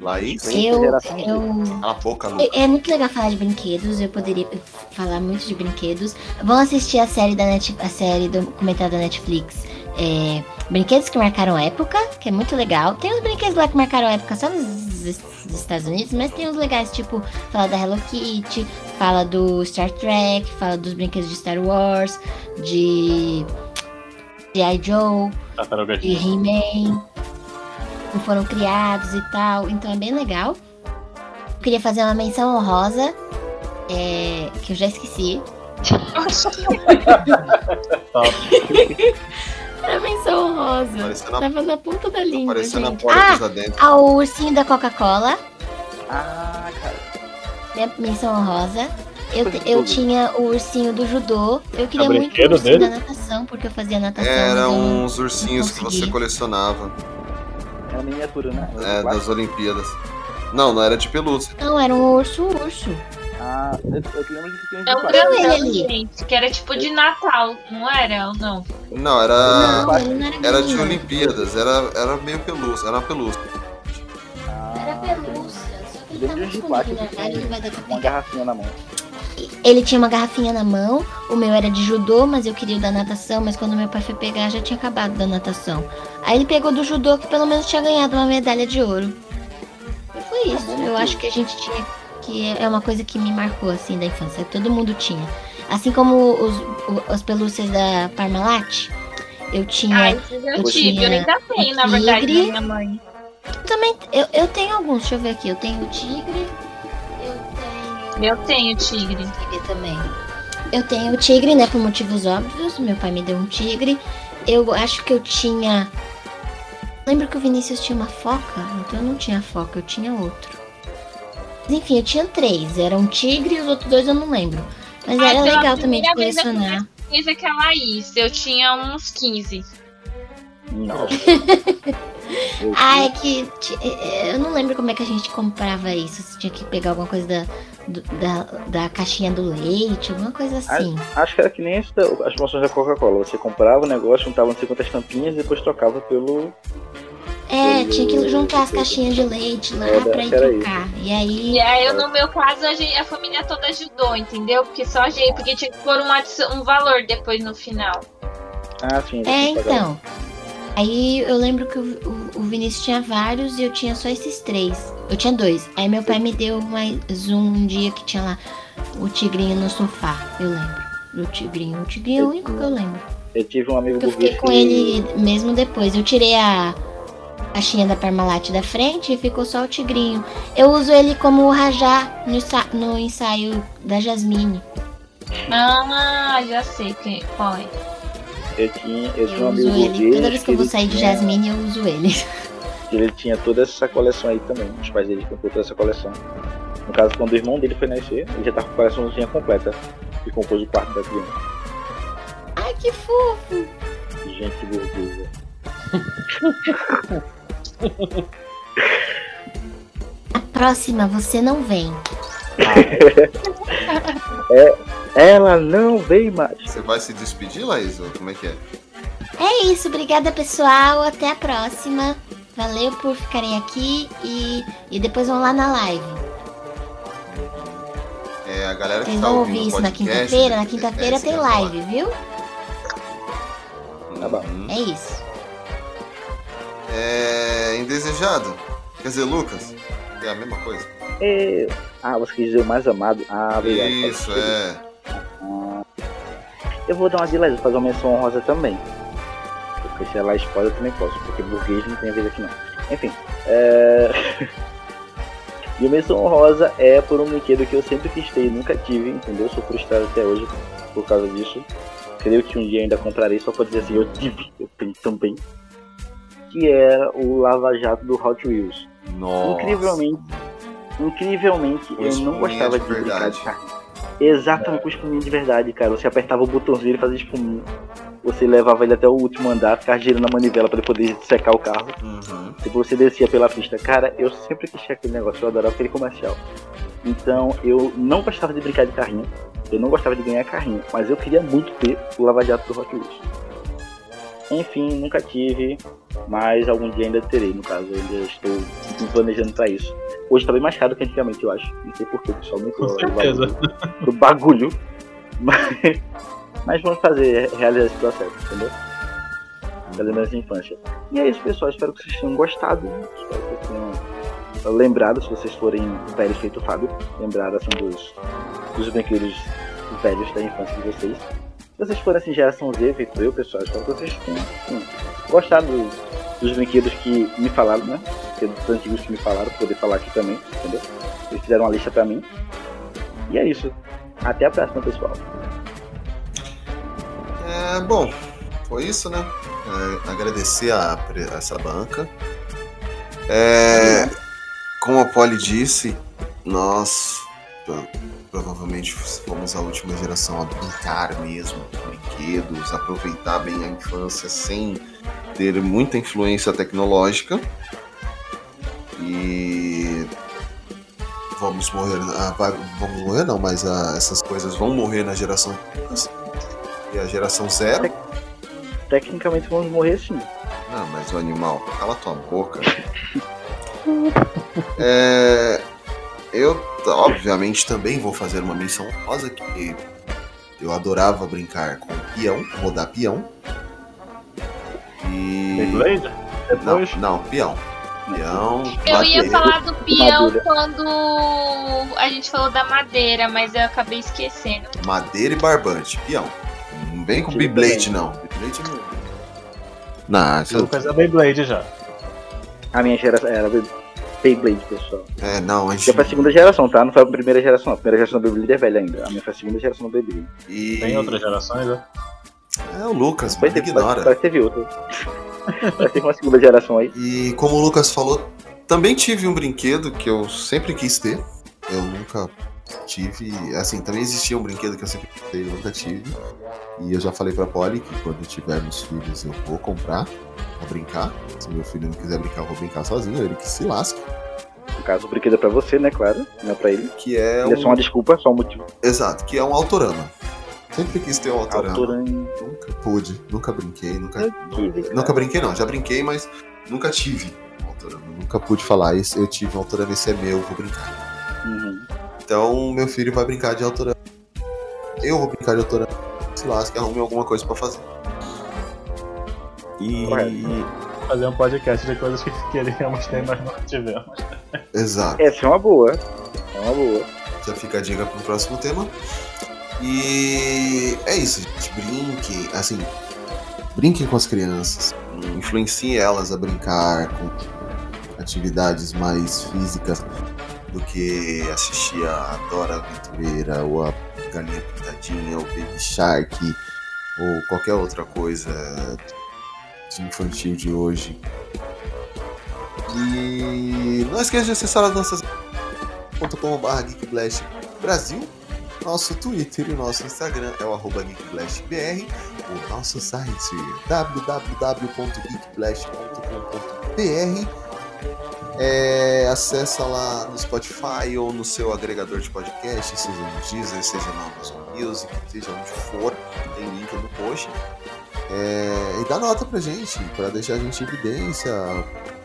[SPEAKER 11] Laís?
[SPEAKER 1] Sim,
[SPEAKER 4] Eu,
[SPEAKER 1] geração Z.
[SPEAKER 4] eu,
[SPEAKER 11] Cala a boca, Lucas.
[SPEAKER 4] é é muito legal falar de brinquedos, eu poderia falar muito de brinquedos. Vão assistir a série da Net, a série documental da Netflix. é, brinquedos que marcaram época, que é muito legal. Tem uns brinquedos lá que marcaram época só nos, nos Estados Unidos, mas tem uns legais, tipo, fala da Hello Kitty, fala do Star Trek, fala dos brinquedos de Star Wars, de G.I. Joe,
[SPEAKER 2] Tartaruga
[SPEAKER 4] de
[SPEAKER 2] Ninja.
[SPEAKER 4] He-Man, como foram criados e tal. Então é bem legal. Eu queria fazer uma menção honrosa, é, que eu já esqueci. Uma menção honrosa.
[SPEAKER 11] Parecendo a,
[SPEAKER 4] Tava na ponta
[SPEAKER 5] Tá
[SPEAKER 4] da língua.
[SPEAKER 11] parecendo a
[SPEAKER 4] é gente.
[SPEAKER 11] porta dos adentros.
[SPEAKER 4] Ah, ao ursinho da Coca-Cola,
[SPEAKER 1] Ah, cara.
[SPEAKER 4] minha menção honrosa. Eu,
[SPEAKER 1] Coisa
[SPEAKER 4] eu
[SPEAKER 1] boa.
[SPEAKER 4] tinha o ursinho do judô. Eu queria muito o
[SPEAKER 2] brinquedo
[SPEAKER 4] ursinho
[SPEAKER 2] dele?
[SPEAKER 4] da natação, porque eu fazia natação. então mas
[SPEAKER 11] Eram
[SPEAKER 4] eu
[SPEAKER 5] um-
[SPEAKER 4] não-
[SPEAKER 11] uns ursinhos que
[SPEAKER 4] consegui.
[SPEAKER 11] você colecionava
[SPEAKER 1] É uma miniatura, né?
[SPEAKER 11] é,
[SPEAKER 1] Plástico.
[SPEAKER 11] das Olimpíadas. Não, não era de pelúcia.
[SPEAKER 4] Não, era um urso, urso.
[SPEAKER 1] Ah, eu, eu lembro de que tem
[SPEAKER 3] É um
[SPEAKER 1] plástico.
[SPEAKER 4] grandão.
[SPEAKER 3] grandão, gente, que era tipo de Natal, não era? Ou não?
[SPEAKER 11] Não, era.
[SPEAKER 4] não, ele não era
[SPEAKER 11] Era de
[SPEAKER 4] grande,
[SPEAKER 5] um
[SPEAKER 4] não.
[SPEAKER 11] Olimpíadas, era, era meio pelúcia, era uma pelúcia.
[SPEAKER 4] Era pelúcia, só que ele
[SPEAKER 1] Lembro
[SPEAKER 4] tava
[SPEAKER 1] de um
[SPEAKER 4] escondido
[SPEAKER 1] plástico
[SPEAKER 4] na
[SPEAKER 1] que
[SPEAKER 4] cara,
[SPEAKER 1] tem
[SPEAKER 4] ele vai dar pra
[SPEAKER 1] Uma
[SPEAKER 4] pegar.
[SPEAKER 1] garrafinha na mão.
[SPEAKER 4] Ele tinha uma garrafinha na mão, o meu era de judô, mas eu queria o da natação, mas quando meu pai foi pegar já tinha acabado da natação. Aí ele pegou do judô, que pelo menos tinha ganhado uma medalha de ouro. E foi isso, eu acho que a gente tinha, que é uma coisa que me marcou assim da infância, todo mundo tinha. Assim como os, o- as pelúcias da Parmalat, eu tinha...
[SPEAKER 3] Ah, esses eu
[SPEAKER 4] Eu
[SPEAKER 3] tive, eu
[SPEAKER 4] tinha
[SPEAKER 3] ainda tenho, na
[SPEAKER 4] um
[SPEAKER 3] verdade,
[SPEAKER 4] tigre.
[SPEAKER 3] na minha mãe.
[SPEAKER 4] Eu também, eu, eu tenho alguns, deixa eu ver aqui, eu tenho o tigre, eu tenho...
[SPEAKER 3] Eu tenho tigre.
[SPEAKER 4] tigre também. Eu tenho o tigre, né? Por motivos óbvios. Meu pai me deu um tigre. Eu acho que eu tinha. Lembro que o Vinícius tinha uma foca? Então eu não tinha foca, eu tinha outro. Mas enfim, eu tinha três. Era um tigre e os outros dois eu não lembro. Mas
[SPEAKER 3] Ah,
[SPEAKER 4] era
[SPEAKER 3] então a
[SPEAKER 4] legal também de
[SPEAKER 3] primeira vez eu
[SPEAKER 4] colecionar.
[SPEAKER 3] Fiz aquela isso, eu tinha uns 15.
[SPEAKER 1] Não. Eu-
[SPEAKER 4] Ah, é que ti- é, é, eu não lembro como é que a gente comprava isso. Se tinha que pegar alguma coisa da, do- da, da caixinha do leite, alguma coisa assim.
[SPEAKER 1] Acho que era que nem essa- as promoções da Coca-Cola. Você comprava o negócio, juntava não sei quantas tampinhas e depois trocava pelo.
[SPEAKER 4] É, tinha que juntar as caixinhas de leite lá
[SPEAKER 1] Era-
[SPEAKER 4] pra ir
[SPEAKER 1] era isso.
[SPEAKER 4] trocar. E aí. é,
[SPEAKER 3] E aí, eu, no meu caso, a, gente- a família toda ajudou, entendeu? Porque só a gente, porque tinha que pôr um, adici- um valor depois no final.
[SPEAKER 1] Ah, sim.
[SPEAKER 4] É,
[SPEAKER 1] você pagava.
[SPEAKER 4] então. Aí eu lembro que o, o- o Vinícius tinha vários e eu tinha só esses três. Eu tinha dois. Aí meu pai me deu mais um dia que tinha lá o tigrinho no sofá, eu lembro. do Tigrinho. O Tigrinho é o único que eu lembro.
[SPEAKER 1] Eu tive um amigo
[SPEAKER 4] Eu fiquei
[SPEAKER 1] burguês
[SPEAKER 4] com
[SPEAKER 1] que-
[SPEAKER 4] ele mesmo depois. Eu tirei a caixinha da Parmalat da frente e ficou só o Tigrinho. Eu uso ele como rajá no, ensa- no ensaio da Jasmine.
[SPEAKER 3] Ah, já sei quem, qual é.
[SPEAKER 1] Eu tinha, eu tinha um
[SPEAKER 4] Eu uso
[SPEAKER 1] amigo
[SPEAKER 4] ele.
[SPEAKER 1] burguês.
[SPEAKER 4] Toda vez que eu vou
[SPEAKER 1] ele
[SPEAKER 4] sair de
[SPEAKER 1] tinha-
[SPEAKER 4] Jasmine, eu uso ele.
[SPEAKER 1] que Ele tinha toda essa coleção aí também. Os pais dele comprou toda essa coleção. No caso, quando o irmão dele foi nascer, ele já tava com a coleçãozinha completa. Que compôs o quarto da criança.
[SPEAKER 4] Ai, que fofo!
[SPEAKER 1] Gente burguesa.
[SPEAKER 4] A próxima você não vem.
[SPEAKER 1] Ela não vem mais.
[SPEAKER 5] Você vai se despedir, Laís? Ou como é que é?
[SPEAKER 4] É isso, obrigada pessoal, até a próxima. Valeu por ficarem aqui e, e depois vão lá na live.
[SPEAKER 5] É, a galera que
[SPEAKER 4] Vocês
[SPEAKER 5] tá
[SPEAKER 4] vão
[SPEAKER 5] ouvindo
[SPEAKER 4] ouvir isso
[SPEAKER 5] o
[SPEAKER 4] na
[SPEAKER 5] podcast,
[SPEAKER 4] quinta-feira, na
[SPEAKER 5] é-
[SPEAKER 4] quinta-feira
[SPEAKER 5] é isso
[SPEAKER 4] tem
[SPEAKER 5] que eu ia falar.
[SPEAKER 4] live, viu?
[SPEAKER 1] Tá bom.
[SPEAKER 5] Uhum.
[SPEAKER 4] É isso.
[SPEAKER 5] É, indesejado. Quer dizer, Lucas, é a mesma coisa.
[SPEAKER 1] É... Ah, você quis dizer o mais amado? Ah, obrigado.
[SPEAKER 5] Isso, é.
[SPEAKER 1] Eu vou dar uma de Laís, vou fazer uma menção honrosa também. Porque se ela é spoiler, eu também posso, porque burguês não tem a ver aqui não. Enfim. É... Minha menção honrosa é por um brinquedo que eu sempre quis ter e nunca tive, entendeu? Sou frustrado até hoje por causa disso. Creio que um dia ainda comprarei só pra dizer assim, eu tive, eu tenho também. Que era o Lava Jato do Hot Wheels.
[SPEAKER 5] Nossa.
[SPEAKER 1] Incrivelmente, incrivelmente,
[SPEAKER 5] Com
[SPEAKER 1] eu não
[SPEAKER 5] espuminha
[SPEAKER 1] gostava
[SPEAKER 5] de
[SPEAKER 1] de brincar
[SPEAKER 5] verdade.
[SPEAKER 1] de carrinho. Exatamente com espuminha de verdade, cara. Você apertava o botãozinho e ele fazia espuminha. Você levava ele até o último andar, ficava girando a manivela pra ele poder secar o carro.
[SPEAKER 5] Uhum.
[SPEAKER 1] Se você descia pela pista, cara, eu sempre quis ter aquele negócio, eu adorava aquele comercial. Então eu não gostava de brincar de carrinho, eu não gostava de ganhar carrinho, mas eu queria muito ter o Lava Jato do Hot Wheels. Enfim, nunca tive, mas algum dia ainda terei, no caso, ainda estou me planejando pra isso. Hoje tá bem mais caro que antigamente, eu acho. Não sei porquê, o pessoal aumentou
[SPEAKER 2] Com
[SPEAKER 1] o
[SPEAKER 2] certeza.
[SPEAKER 1] valor do bagulho. Mas, mas vamos fazer, realizar esse processo, entendeu? da lembrança de infância. E é isso, pessoal. Espero que vocês tenham gostado. Espero que vocês tenham lembrado, se vocês forem velhos feito o Fábio, lembrar assim, dos, dos brinquedos velhos da infância de vocês. Se vocês forem assim, geração Z, feito eu, pessoal, espero que vocês tenham assim, gostado dos brinquedos que me falaram, né? Brinquedos antigos que me falaram, pra poder falar aqui também, entendeu? Eles fizeram uma lista pra mim. E é isso. Até a próxima, pessoal.
[SPEAKER 5] É, bom, foi isso, né? É, agradecer a, pre- a essa banca. É, como a Polly disse, nós pro- provavelmente fomos a última geração a brincar mesmo, com brinquedos, aproveitar bem a infância sem ter muita influência tecnológica. E vamos morrer, ah, vai- vamos morrer não, mas ah, essas coisas vão morrer na geração e a geração zero.
[SPEAKER 1] Tecnicamente vamos morrer sim.
[SPEAKER 5] Não, Ah, mas o animal, cala tua boca. É, eu, t- obviamente, também vou fazer uma menção rosa que eu adorava brincar com peão, rodar peão. E.
[SPEAKER 2] Beyblade?
[SPEAKER 5] Não,
[SPEAKER 2] Depois?
[SPEAKER 5] não, peão. Peão.
[SPEAKER 3] Eu ia
[SPEAKER 5] bater.
[SPEAKER 3] falar do peão
[SPEAKER 1] Madeira.
[SPEAKER 3] quando a gente falou da madeira, mas eu acabei esquecendo.
[SPEAKER 5] Madeira e barbante, peão. Não vem com
[SPEAKER 1] Tive
[SPEAKER 5] Beyblade, não. Beyblade não. Não, isso-
[SPEAKER 2] Lucas é Beyblade já.
[SPEAKER 1] A minha geração era Beyblade, pessoal.
[SPEAKER 5] é, não, a gente.
[SPEAKER 1] Já foi a segunda geração, tá? Não foi a primeira geração. A primeira geração do Beyblade é velha ainda. A minha foi a segunda geração do Beyblade.
[SPEAKER 5] E...
[SPEAKER 2] Tem outras gerações, né?
[SPEAKER 5] É o Lucas,
[SPEAKER 1] Vai
[SPEAKER 5] mano,
[SPEAKER 1] ter, parece,
[SPEAKER 5] ignora.
[SPEAKER 1] parece que teve outra. parece que uma segunda geração aí.
[SPEAKER 5] E como o Lucas falou, também tive um brinquedo que eu sempre quis ter. Eu nunca tive. Assim, também existia um brinquedo que eu sempre quis ter e eu nunca tive. E eu já falei pra Polly que quando tivermos filhos eu vou comprar pra brincar. Se meu filho não quiser brincar, eu vou brincar sozinho, ele que se lasque.
[SPEAKER 1] No caso, o brinquedo é pra você, né? Claro. Não é pra ele.
[SPEAKER 5] Que é
[SPEAKER 1] Ele é só
[SPEAKER 5] um.
[SPEAKER 1] uma desculpa, só um motivo.
[SPEAKER 5] Exato, que é um autorama. Sempre quis ter um autorama.
[SPEAKER 1] Autorama.
[SPEAKER 5] Nunca pude, nunca brinquei, nunca.
[SPEAKER 1] Eu tive, cara.
[SPEAKER 5] Nunca brinquei, não. Já brinquei, mas nunca tive um autorama. Nunca pude falar isso. Eu tive um autorama, esse é meu, vou brincar.
[SPEAKER 1] Uhum.
[SPEAKER 5] Então, meu filho vai brincar de autorama. Eu vou brincar de autorama. Se lasque, arrume alguma coisa pra fazer. E.
[SPEAKER 1] Correto.
[SPEAKER 2] Fazer um podcast de coisas que queríamos ter, mas não tivemos.
[SPEAKER 5] Exato.
[SPEAKER 1] Essa é uma boa. É uma boa.
[SPEAKER 5] Já fica a dica pro próximo tema. E é isso, gente. Brinque, assim, brinquem com as crianças. Influencie elas a brincar com atividades mais físicas do que assistir a Dora Aventureira ou a Galinha Pintadinha ou Baby Shark ou qualquer outra coisa de infantil de hoje. E não esqueça de acessar as nossas .com.br Geekblast Brasil, nosso Twitter e nosso Instagram é o arroba geekblastbr, o nosso site www.geekblast.com.br é, acessa lá no Spotify ou no seu agregador de podcast, seja no Deezer, seja na Amazon Music, seja onde for, tem link no post. É, e dá nota pra gente, pra deixar a gente em evidência,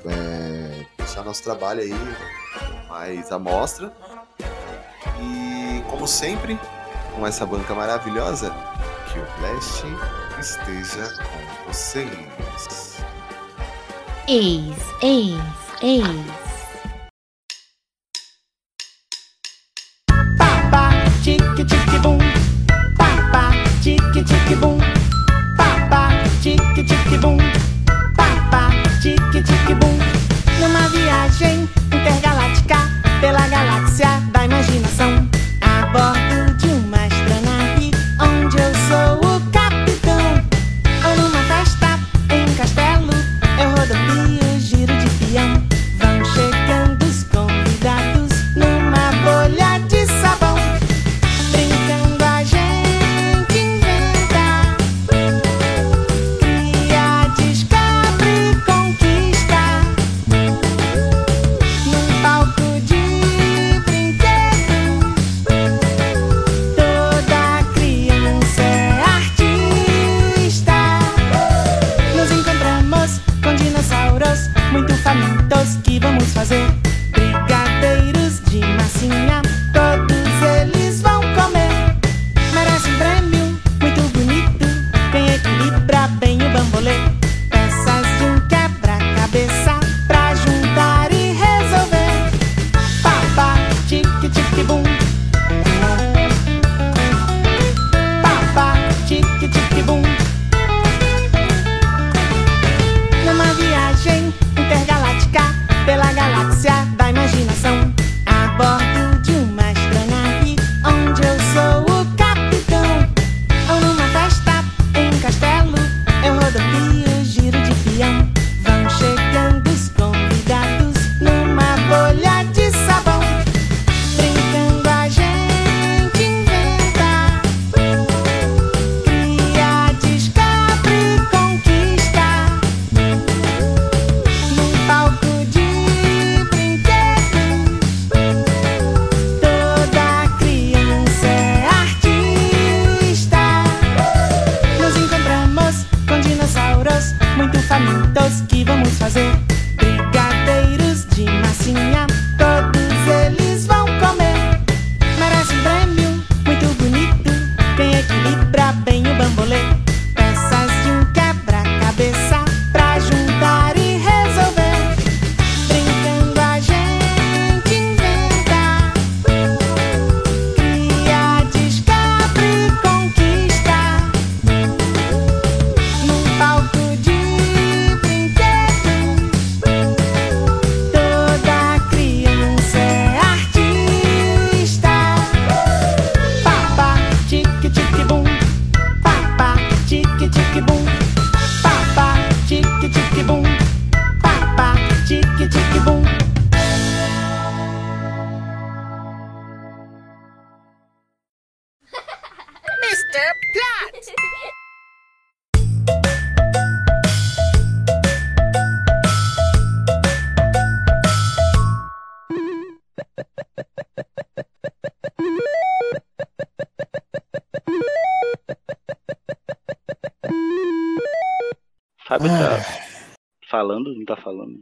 [SPEAKER 5] é, deixar nosso trabalho aí mais à mostra. E como sempre, com essa banca maravilhosa, que o Flash esteja com vocês.
[SPEAKER 4] Eis, eis, eis.
[SPEAKER 6] Papá, tique, tique, bum. Papá, tique, tique, bum. Papá, tique, tique, bum. Papá, tique, tique, bum. Numa viagem intergaláctica pela galáxia da imaginação, a bordo de uma astronave onde eu sou o capitão. Ou numa festa em um castelo, eu rodopio, giro de peão. Vão chegando os convidados numa bolha de sabão. Brincando a gente inventa, cria, descobre, conquista. Num palco de brinquedos, toda criança é artista. Nos encontramos com dinossauros muito famintos que vamos fazer. Brigadeiros de massinha, todos eles vão comer. Merece um prêmio muito bonito, quem equilibra bem o bambolê. Peças de um quebra-cabeça pra juntar e resolver. Papá, tique, tique, bum. Papá, tique, tique, bum. Numa viagem intergaláctica pela galáxia da imaginação. A bordo de uma astronave, onde eu sou o capitão. Ou numa festa em um castelo, eu rodopio, giro de peão. Vão chegando os convidados numa bolha de sabão. Brincando a gente inventa, cria, descobre, conquista. Num palco de brinquedos, toda criança é artista. Nos encontramos com dinossauros muito famintos que vamos fazer. Brigadeiros de massinha, todos eles vão comer. Merece um prêmio muito bonito, quem equilibra bem o bambolê. Peças de um quebra-cabeça pra juntar e resolver. Brincando a gente inventa, cria, descobre, conquista. Num palco de brinquedos, toda criança é artista. Papá, tique, tique, bum. Papá, tique, tique, bum. Papá, tique, tique, bum. Papá, tique, tique, bum. Mr. Platt!
[SPEAKER 1] Fábio tá
[SPEAKER 3] Ah.
[SPEAKER 1] falando, não tá falando.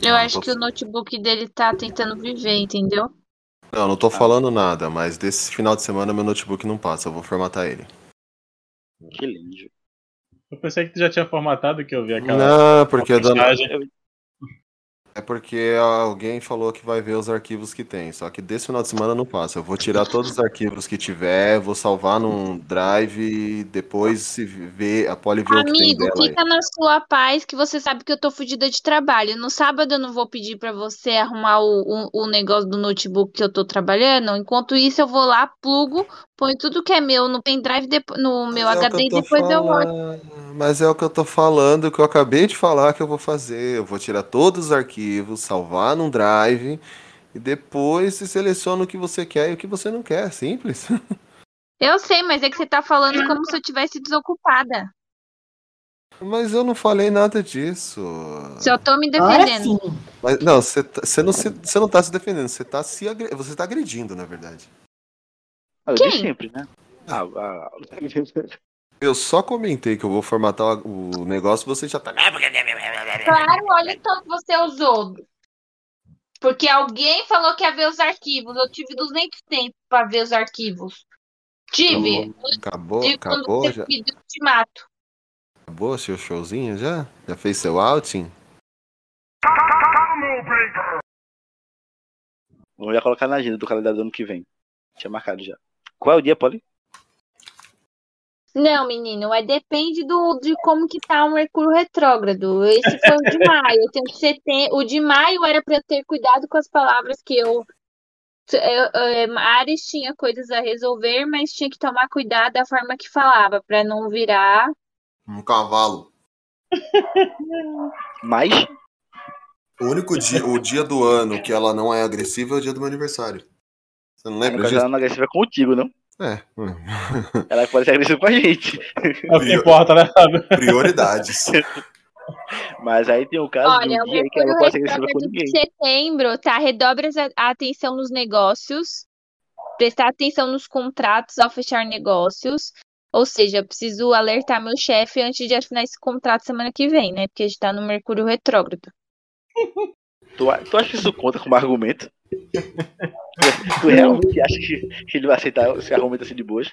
[SPEAKER 3] Eu acho que o notebook dele tá tentando viver, entendeu?
[SPEAKER 11] Não, não
[SPEAKER 5] Tá.
[SPEAKER 11] tô falando nada, mas desse final de semana meu notebook não passa, eu vou formatar ele.
[SPEAKER 1] Que lindo.
[SPEAKER 2] Eu pensei que tu já tinha formatado que eu vi É aquela.
[SPEAKER 11] Não, porque eu dou-
[SPEAKER 2] postagem.
[SPEAKER 5] É porque alguém falou que vai ver os arquivos que tem, só que desse final de semana não passa. Eu vou tirar todos os arquivos que tiver, vou salvar num drive e depois se ver, a Polly vê o que tem
[SPEAKER 3] Amigo,
[SPEAKER 5] dela aí.
[SPEAKER 3] fica na sua paz que você sabe que eu tô fodida de trabalho. No sábado eu não vou pedir pra você arrumar o, o, o negócio do notebook que eu tô trabalhando. Enquanto isso, eu vou lá, plugo, ponho tudo que é meu no pendrive, depo- no meu
[SPEAKER 5] Mas é o
[SPEAKER 3] HD e
[SPEAKER 5] que eu tô
[SPEAKER 3] depois eu olho.
[SPEAKER 5] falando, Mas é o que eu tô falando, que eu acabei de falar que eu vou fazer. Eu vou tirar todos os arquivos, salvar num drive e depois se seleciona o que você quer e o que você não quer. Simples.
[SPEAKER 3] Eu sei, mas é que você tá falando como se eu tivesse desocupada.
[SPEAKER 5] Mas eu não falei nada disso.
[SPEAKER 3] Só tô me
[SPEAKER 9] Agora
[SPEAKER 3] defendendo.
[SPEAKER 9] sim.
[SPEAKER 5] Mas, não, você tá- você não, se- você não tá se defendendo, você tá se agre- você tá agredindo, na verdade.
[SPEAKER 1] Ah, eu
[SPEAKER 3] Quem?
[SPEAKER 1] dei sempre, né? Ah, ah,
[SPEAKER 5] Eu só comentei que eu vou formatar o negócio e você já tá.
[SPEAKER 3] Claro, olha então o tom que você usou. Porque alguém falou que ia ver os arquivos. Eu tive 200 tempos pra ver os arquivos. Tive.
[SPEAKER 5] Tá Acabou,
[SPEAKER 3] De quando
[SPEAKER 5] acabou,
[SPEAKER 3] você
[SPEAKER 5] já
[SPEAKER 3] pediu o ultimato.
[SPEAKER 5] acabou seu showzinho já? Já fez seu outing?
[SPEAKER 1] Vamos já colocar na agenda do calendário do ano que vem. Tinha marcado já. Qual é o dia, Polly?
[SPEAKER 3] Não, menino, é depende do, de como que tá o Mercúrio retrógrado. Esse foi o de maio. Eu tenho que ser te- O de maio era pra eu ter cuidado com as palavras que eu. eu- eu- Ares tinha coisas a resolver, mas tinha que tomar cuidado da forma que falava, pra não virar.
[SPEAKER 12] Um cavalo.
[SPEAKER 1] Mas,
[SPEAKER 5] O único dia, o dia do ano que ela não é agressiva é o dia do meu aniversário. Você não
[SPEAKER 1] no
[SPEAKER 5] lembra
[SPEAKER 1] caso,
[SPEAKER 5] disso?
[SPEAKER 1] ela não é agressiva contigo, não.
[SPEAKER 5] É. hum.
[SPEAKER 1] Ela pode ser agressiva com a gente.
[SPEAKER 2] É o que importa, né?
[SPEAKER 5] Prioridades.
[SPEAKER 1] Mas aí tem o caso
[SPEAKER 3] Olha,
[SPEAKER 1] de um
[SPEAKER 3] o
[SPEAKER 1] dia aí que ela
[SPEAKER 3] Mercúrio
[SPEAKER 1] não pode ser agressiva com
[SPEAKER 3] retrógrado de
[SPEAKER 1] ninguém.
[SPEAKER 3] setembro, tá? Redobre a a atenção nos negócios, prestar atenção nos contratos ao fechar negócios. Ou seja, eu preciso alertar meu chefe antes de assinar esse contrato semana que vem, né? Porque a gente tá no Mercúrio retrógrado.
[SPEAKER 1] Tu, a- tu acha que isso conta como argumento? tu realmente acha que, que ele vai aceitar esse argumento assim de boas?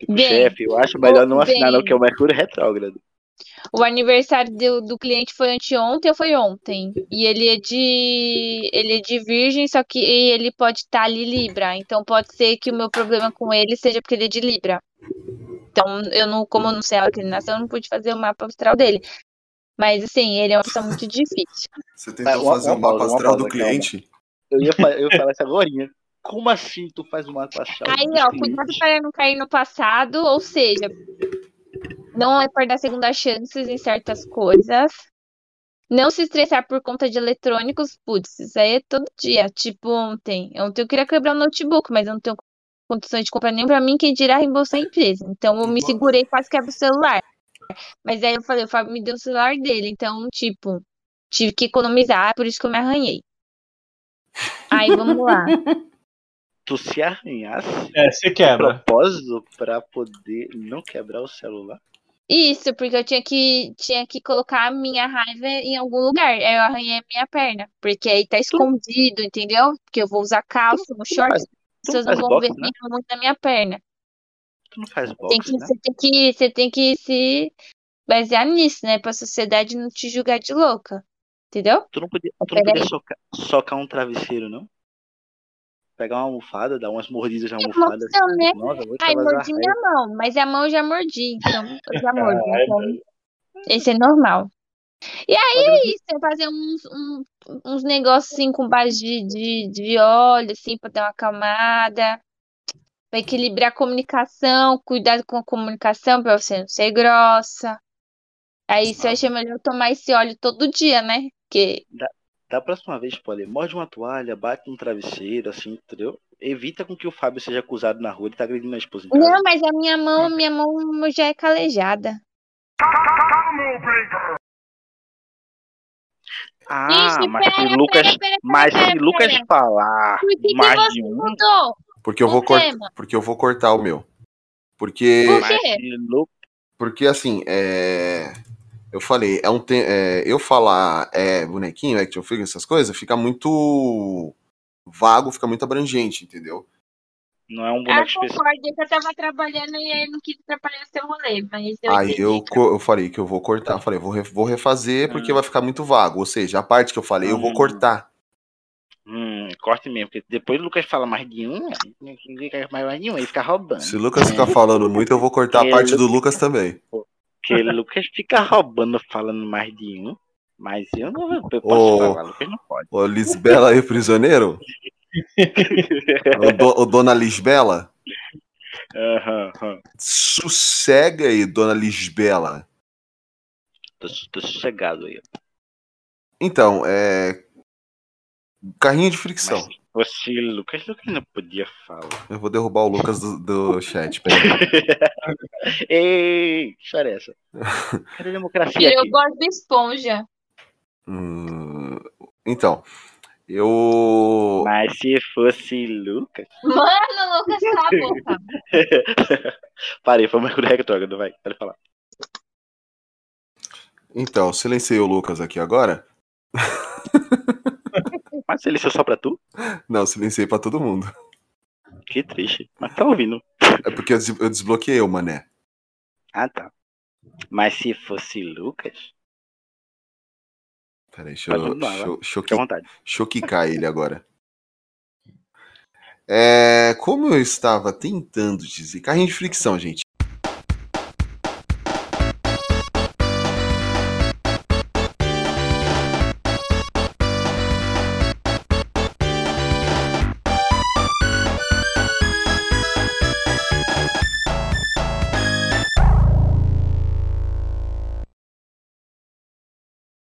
[SPEAKER 1] Tipo,
[SPEAKER 3] Bem,
[SPEAKER 1] chefe, eu acho melhor não assinar,
[SPEAKER 3] bem.
[SPEAKER 1] não, que é o Mercúrio retrógrado.
[SPEAKER 3] O aniversário do, do cliente foi anteontem ou foi ontem? E ele é de ele é de virgem, só que ele pode estar ali Libra. Então pode ser que o meu problema com ele seja porque ele é de Libra. Então, eu não, como eu não sei a hora que ele nasceu, eu não pude fazer o mapa astral dele. Mas assim, ele é uma pessoa muito difícil.
[SPEAKER 5] Você
[SPEAKER 1] Vai,
[SPEAKER 5] tentou
[SPEAKER 1] uma-
[SPEAKER 5] fazer
[SPEAKER 1] uma
[SPEAKER 5] um mapa
[SPEAKER 1] pausa, uma
[SPEAKER 5] astral do
[SPEAKER 1] pausa, calma.
[SPEAKER 5] cliente?
[SPEAKER 1] Eu ia, fa- eu ia falar isso agora. Como assim tu faz uma achar
[SPEAKER 3] Aí, ó, cuidado para não cair no passado, ou seja, não é para dar segunda chances em certas coisas. Não se estressar por conta de eletrônicos, putz, isso aí é todo dia. Tipo ontem. Ontem eu queria quebrar o notebook, mas eu não tenho condições de comprar nem pra mim, quem dirá reembolsar a empresa. Então eu me segurei, quase quebro o celular. Mas aí eu falei, o Fábio me deu o celular dele, então, tipo, tive que economizar, por isso que eu me arranhei. Aí vamos lá.
[SPEAKER 1] Tu se arranhasse
[SPEAKER 2] É, se
[SPEAKER 1] a
[SPEAKER 2] quebra.
[SPEAKER 1] propósito pra poder não quebrar o celular?
[SPEAKER 3] Isso, porque eu tinha que, tinha que colocar a minha raiva em algum lugar. Aí eu arranhei a minha perna, porque aí tá escondido, entendeu? Porque eu vou usar calça, um short,
[SPEAKER 1] faz-
[SPEAKER 3] as pessoas não
[SPEAKER 1] faz
[SPEAKER 3] vão
[SPEAKER 1] boxe,
[SPEAKER 3] ver
[SPEAKER 1] né?
[SPEAKER 3] muito na minha perna.
[SPEAKER 1] Tu não faz boxe,
[SPEAKER 3] Tem que,
[SPEAKER 1] né?
[SPEAKER 3] você tem que, você tem que se basear nisso, né? Pra sociedade não te julgar de louca, entendeu?
[SPEAKER 1] Tu não podia,
[SPEAKER 3] Ah,
[SPEAKER 1] tu não
[SPEAKER 3] peraí.
[SPEAKER 1] podia socar, socar um travesseiro, não? Pegar uma almofada, dar umas mordidas na
[SPEAKER 3] uma
[SPEAKER 1] almofada.
[SPEAKER 3] opção, né?
[SPEAKER 1] Nossa, eu vou
[SPEAKER 3] Ai,
[SPEAKER 1] trabalhar
[SPEAKER 3] mordi minha mão, mas a mão eu já mordi, então eu já mordi, então esse é normal. E aí é isso, eu fazer uns, um- uns negócios assim com base de, de, de óleo, assim, pra dar uma acalmada, pra equilibrar a comunicação, cuidado com a comunicação pra você não ser grossa. Aí você acha melhor tomar esse óleo todo dia, né? Porque
[SPEAKER 1] Da próxima vez, Polly, morde uma toalha, bate um travesseiro, assim, entendeu? Evita com que o Fábio seja acusado na rua, ele tá agredindo a esposa. em casa.
[SPEAKER 3] Não, mas a minha mão, minha mão já é calejada.
[SPEAKER 1] Ah,
[SPEAKER 3] Gente,
[SPEAKER 1] mas se
[SPEAKER 3] pera,
[SPEAKER 1] Lucas,
[SPEAKER 3] pera, pera,
[SPEAKER 1] mas
[SPEAKER 3] pera,
[SPEAKER 1] se Lucas
[SPEAKER 3] pera.
[SPEAKER 1] falar
[SPEAKER 3] Por que que
[SPEAKER 1] mais
[SPEAKER 3] você
[SPEAKER 1] de um,
[SPEAKER 3] Mudou
[SPEAKER 5] Porque eu
[SPEAKER 3] o
[SPEAKER 5] vou cortar.
[SPEAKER 3] tema.
[SPEAKER 5] Porque eu vou cortar o meu. Porque.
[SPEAKER 3] Por
[SPEAKER 1] mas
[SPEAKER 3] quê?
[SPEAKER 1] se Lu-
[SPEAKER 5] Porque assim, é. Eu falei, é um te... é, eu falar é, bonequinho, action figure, essas coisas, fica muito vago, fica muito abrangente, entendeu?
[SPEAKER 1] Não é um
[SPEAKER 3] Ah,
[SPEAKER 1] boneco específico.
[SPEAKER 3] concordo, eu já tava trabalhando e aí não quis atrapalhar seu rolê, mas eu
[SPEAKER 5] Aí
[SPEAKER 3] entendi.
[SPEAKER 5] eu, co- eu falei que eu vou cortar. Eu falei, vou, re- vou refazer porque vai ficar muito vago. Ou seja, a parte que eu falei, eu vou cortar.
[SPEAKER 1] Hum, corte mesmo, porque depois o Lucas fala mais de um, ninguém quer mais mais de um, ele fica roubando.
[SPEAKER 5] Se o Lucas ficar falando muito, eu vou cortar a
[SPEAKER 1] É,
[SPEAKER 5] parte do
[SPEAKER 1] Lucas.
[SPEAKER 5] Lucas também.
[SPEAKER 1] Porque o Lucas fica roubando falando mais de um, mas eu não eu posso
[SPEAKER 5] Ô.
[SPEAKER 1] falar, o Lucas não pode.
[SPEAKER 5] Ô, Lisbela e o prisioneiro? o, do- ô, dona Lisbela?
[SPEAKER 1] Aham, aham.
[SPEAKER 5] Sossega aí, dona Lisbela.
[SPEAKER 1] Tô, tô sossegado aí.
[SPEAKER 5] Então, é. Carrinho de fricção.
[SPEAKER 1] Mas você, Lucas, Lucas não podia falar.
[SPEAKER 5] Eu vou derrubar o Lucas do, do chat. Peraí.
[SPEAKER 1] Ei, que história é essa? Cadê a democracia
[SPEAKER 3] Virou
[SPEAKER 1] aqui?
[SPEAKER 3] Bob Esponja.
[SPEAKER 5] Hum, então, eu.
[SPEAKER 1] Mas se fosse Lucas.
[SPEAKER 3] Mano, Lucas, cala a boca.
[SPEAKER 1] Parei, foi uma colher que toca, não vai. Pode falar.
[SPEAKER 5] Então, silenciei o Lucas aqui agora.
[SPEAKER 1] Mas ele só pra tu?
[SPEAKER 5] Não, silenciei pra todo mundo.
[SPEAKER 1] Que triste. Mas tá ouvindo.
[SPEAKER 5] É porque eu, des- eu desbloqueei o mané.
[SPEAKER 1] Ah, tá. Mas se fosse Lucas,
[SPEAKER 5] Peraí, deixa eu,
[SPEAKER 1] Pode mudar,
[SPEAKER 5] deixa eu- deixa
[SPEAKER 1] fica
[SPEAKER 5] eu
[SPEAKER 1] à
[SPEAKER 5] qui-
[SPEAKER 1] vontade.
[SPEAKER 5] deixa eu quicar ele agora. É, como eu estava tentando dizer. Carrinho de fricção, gente.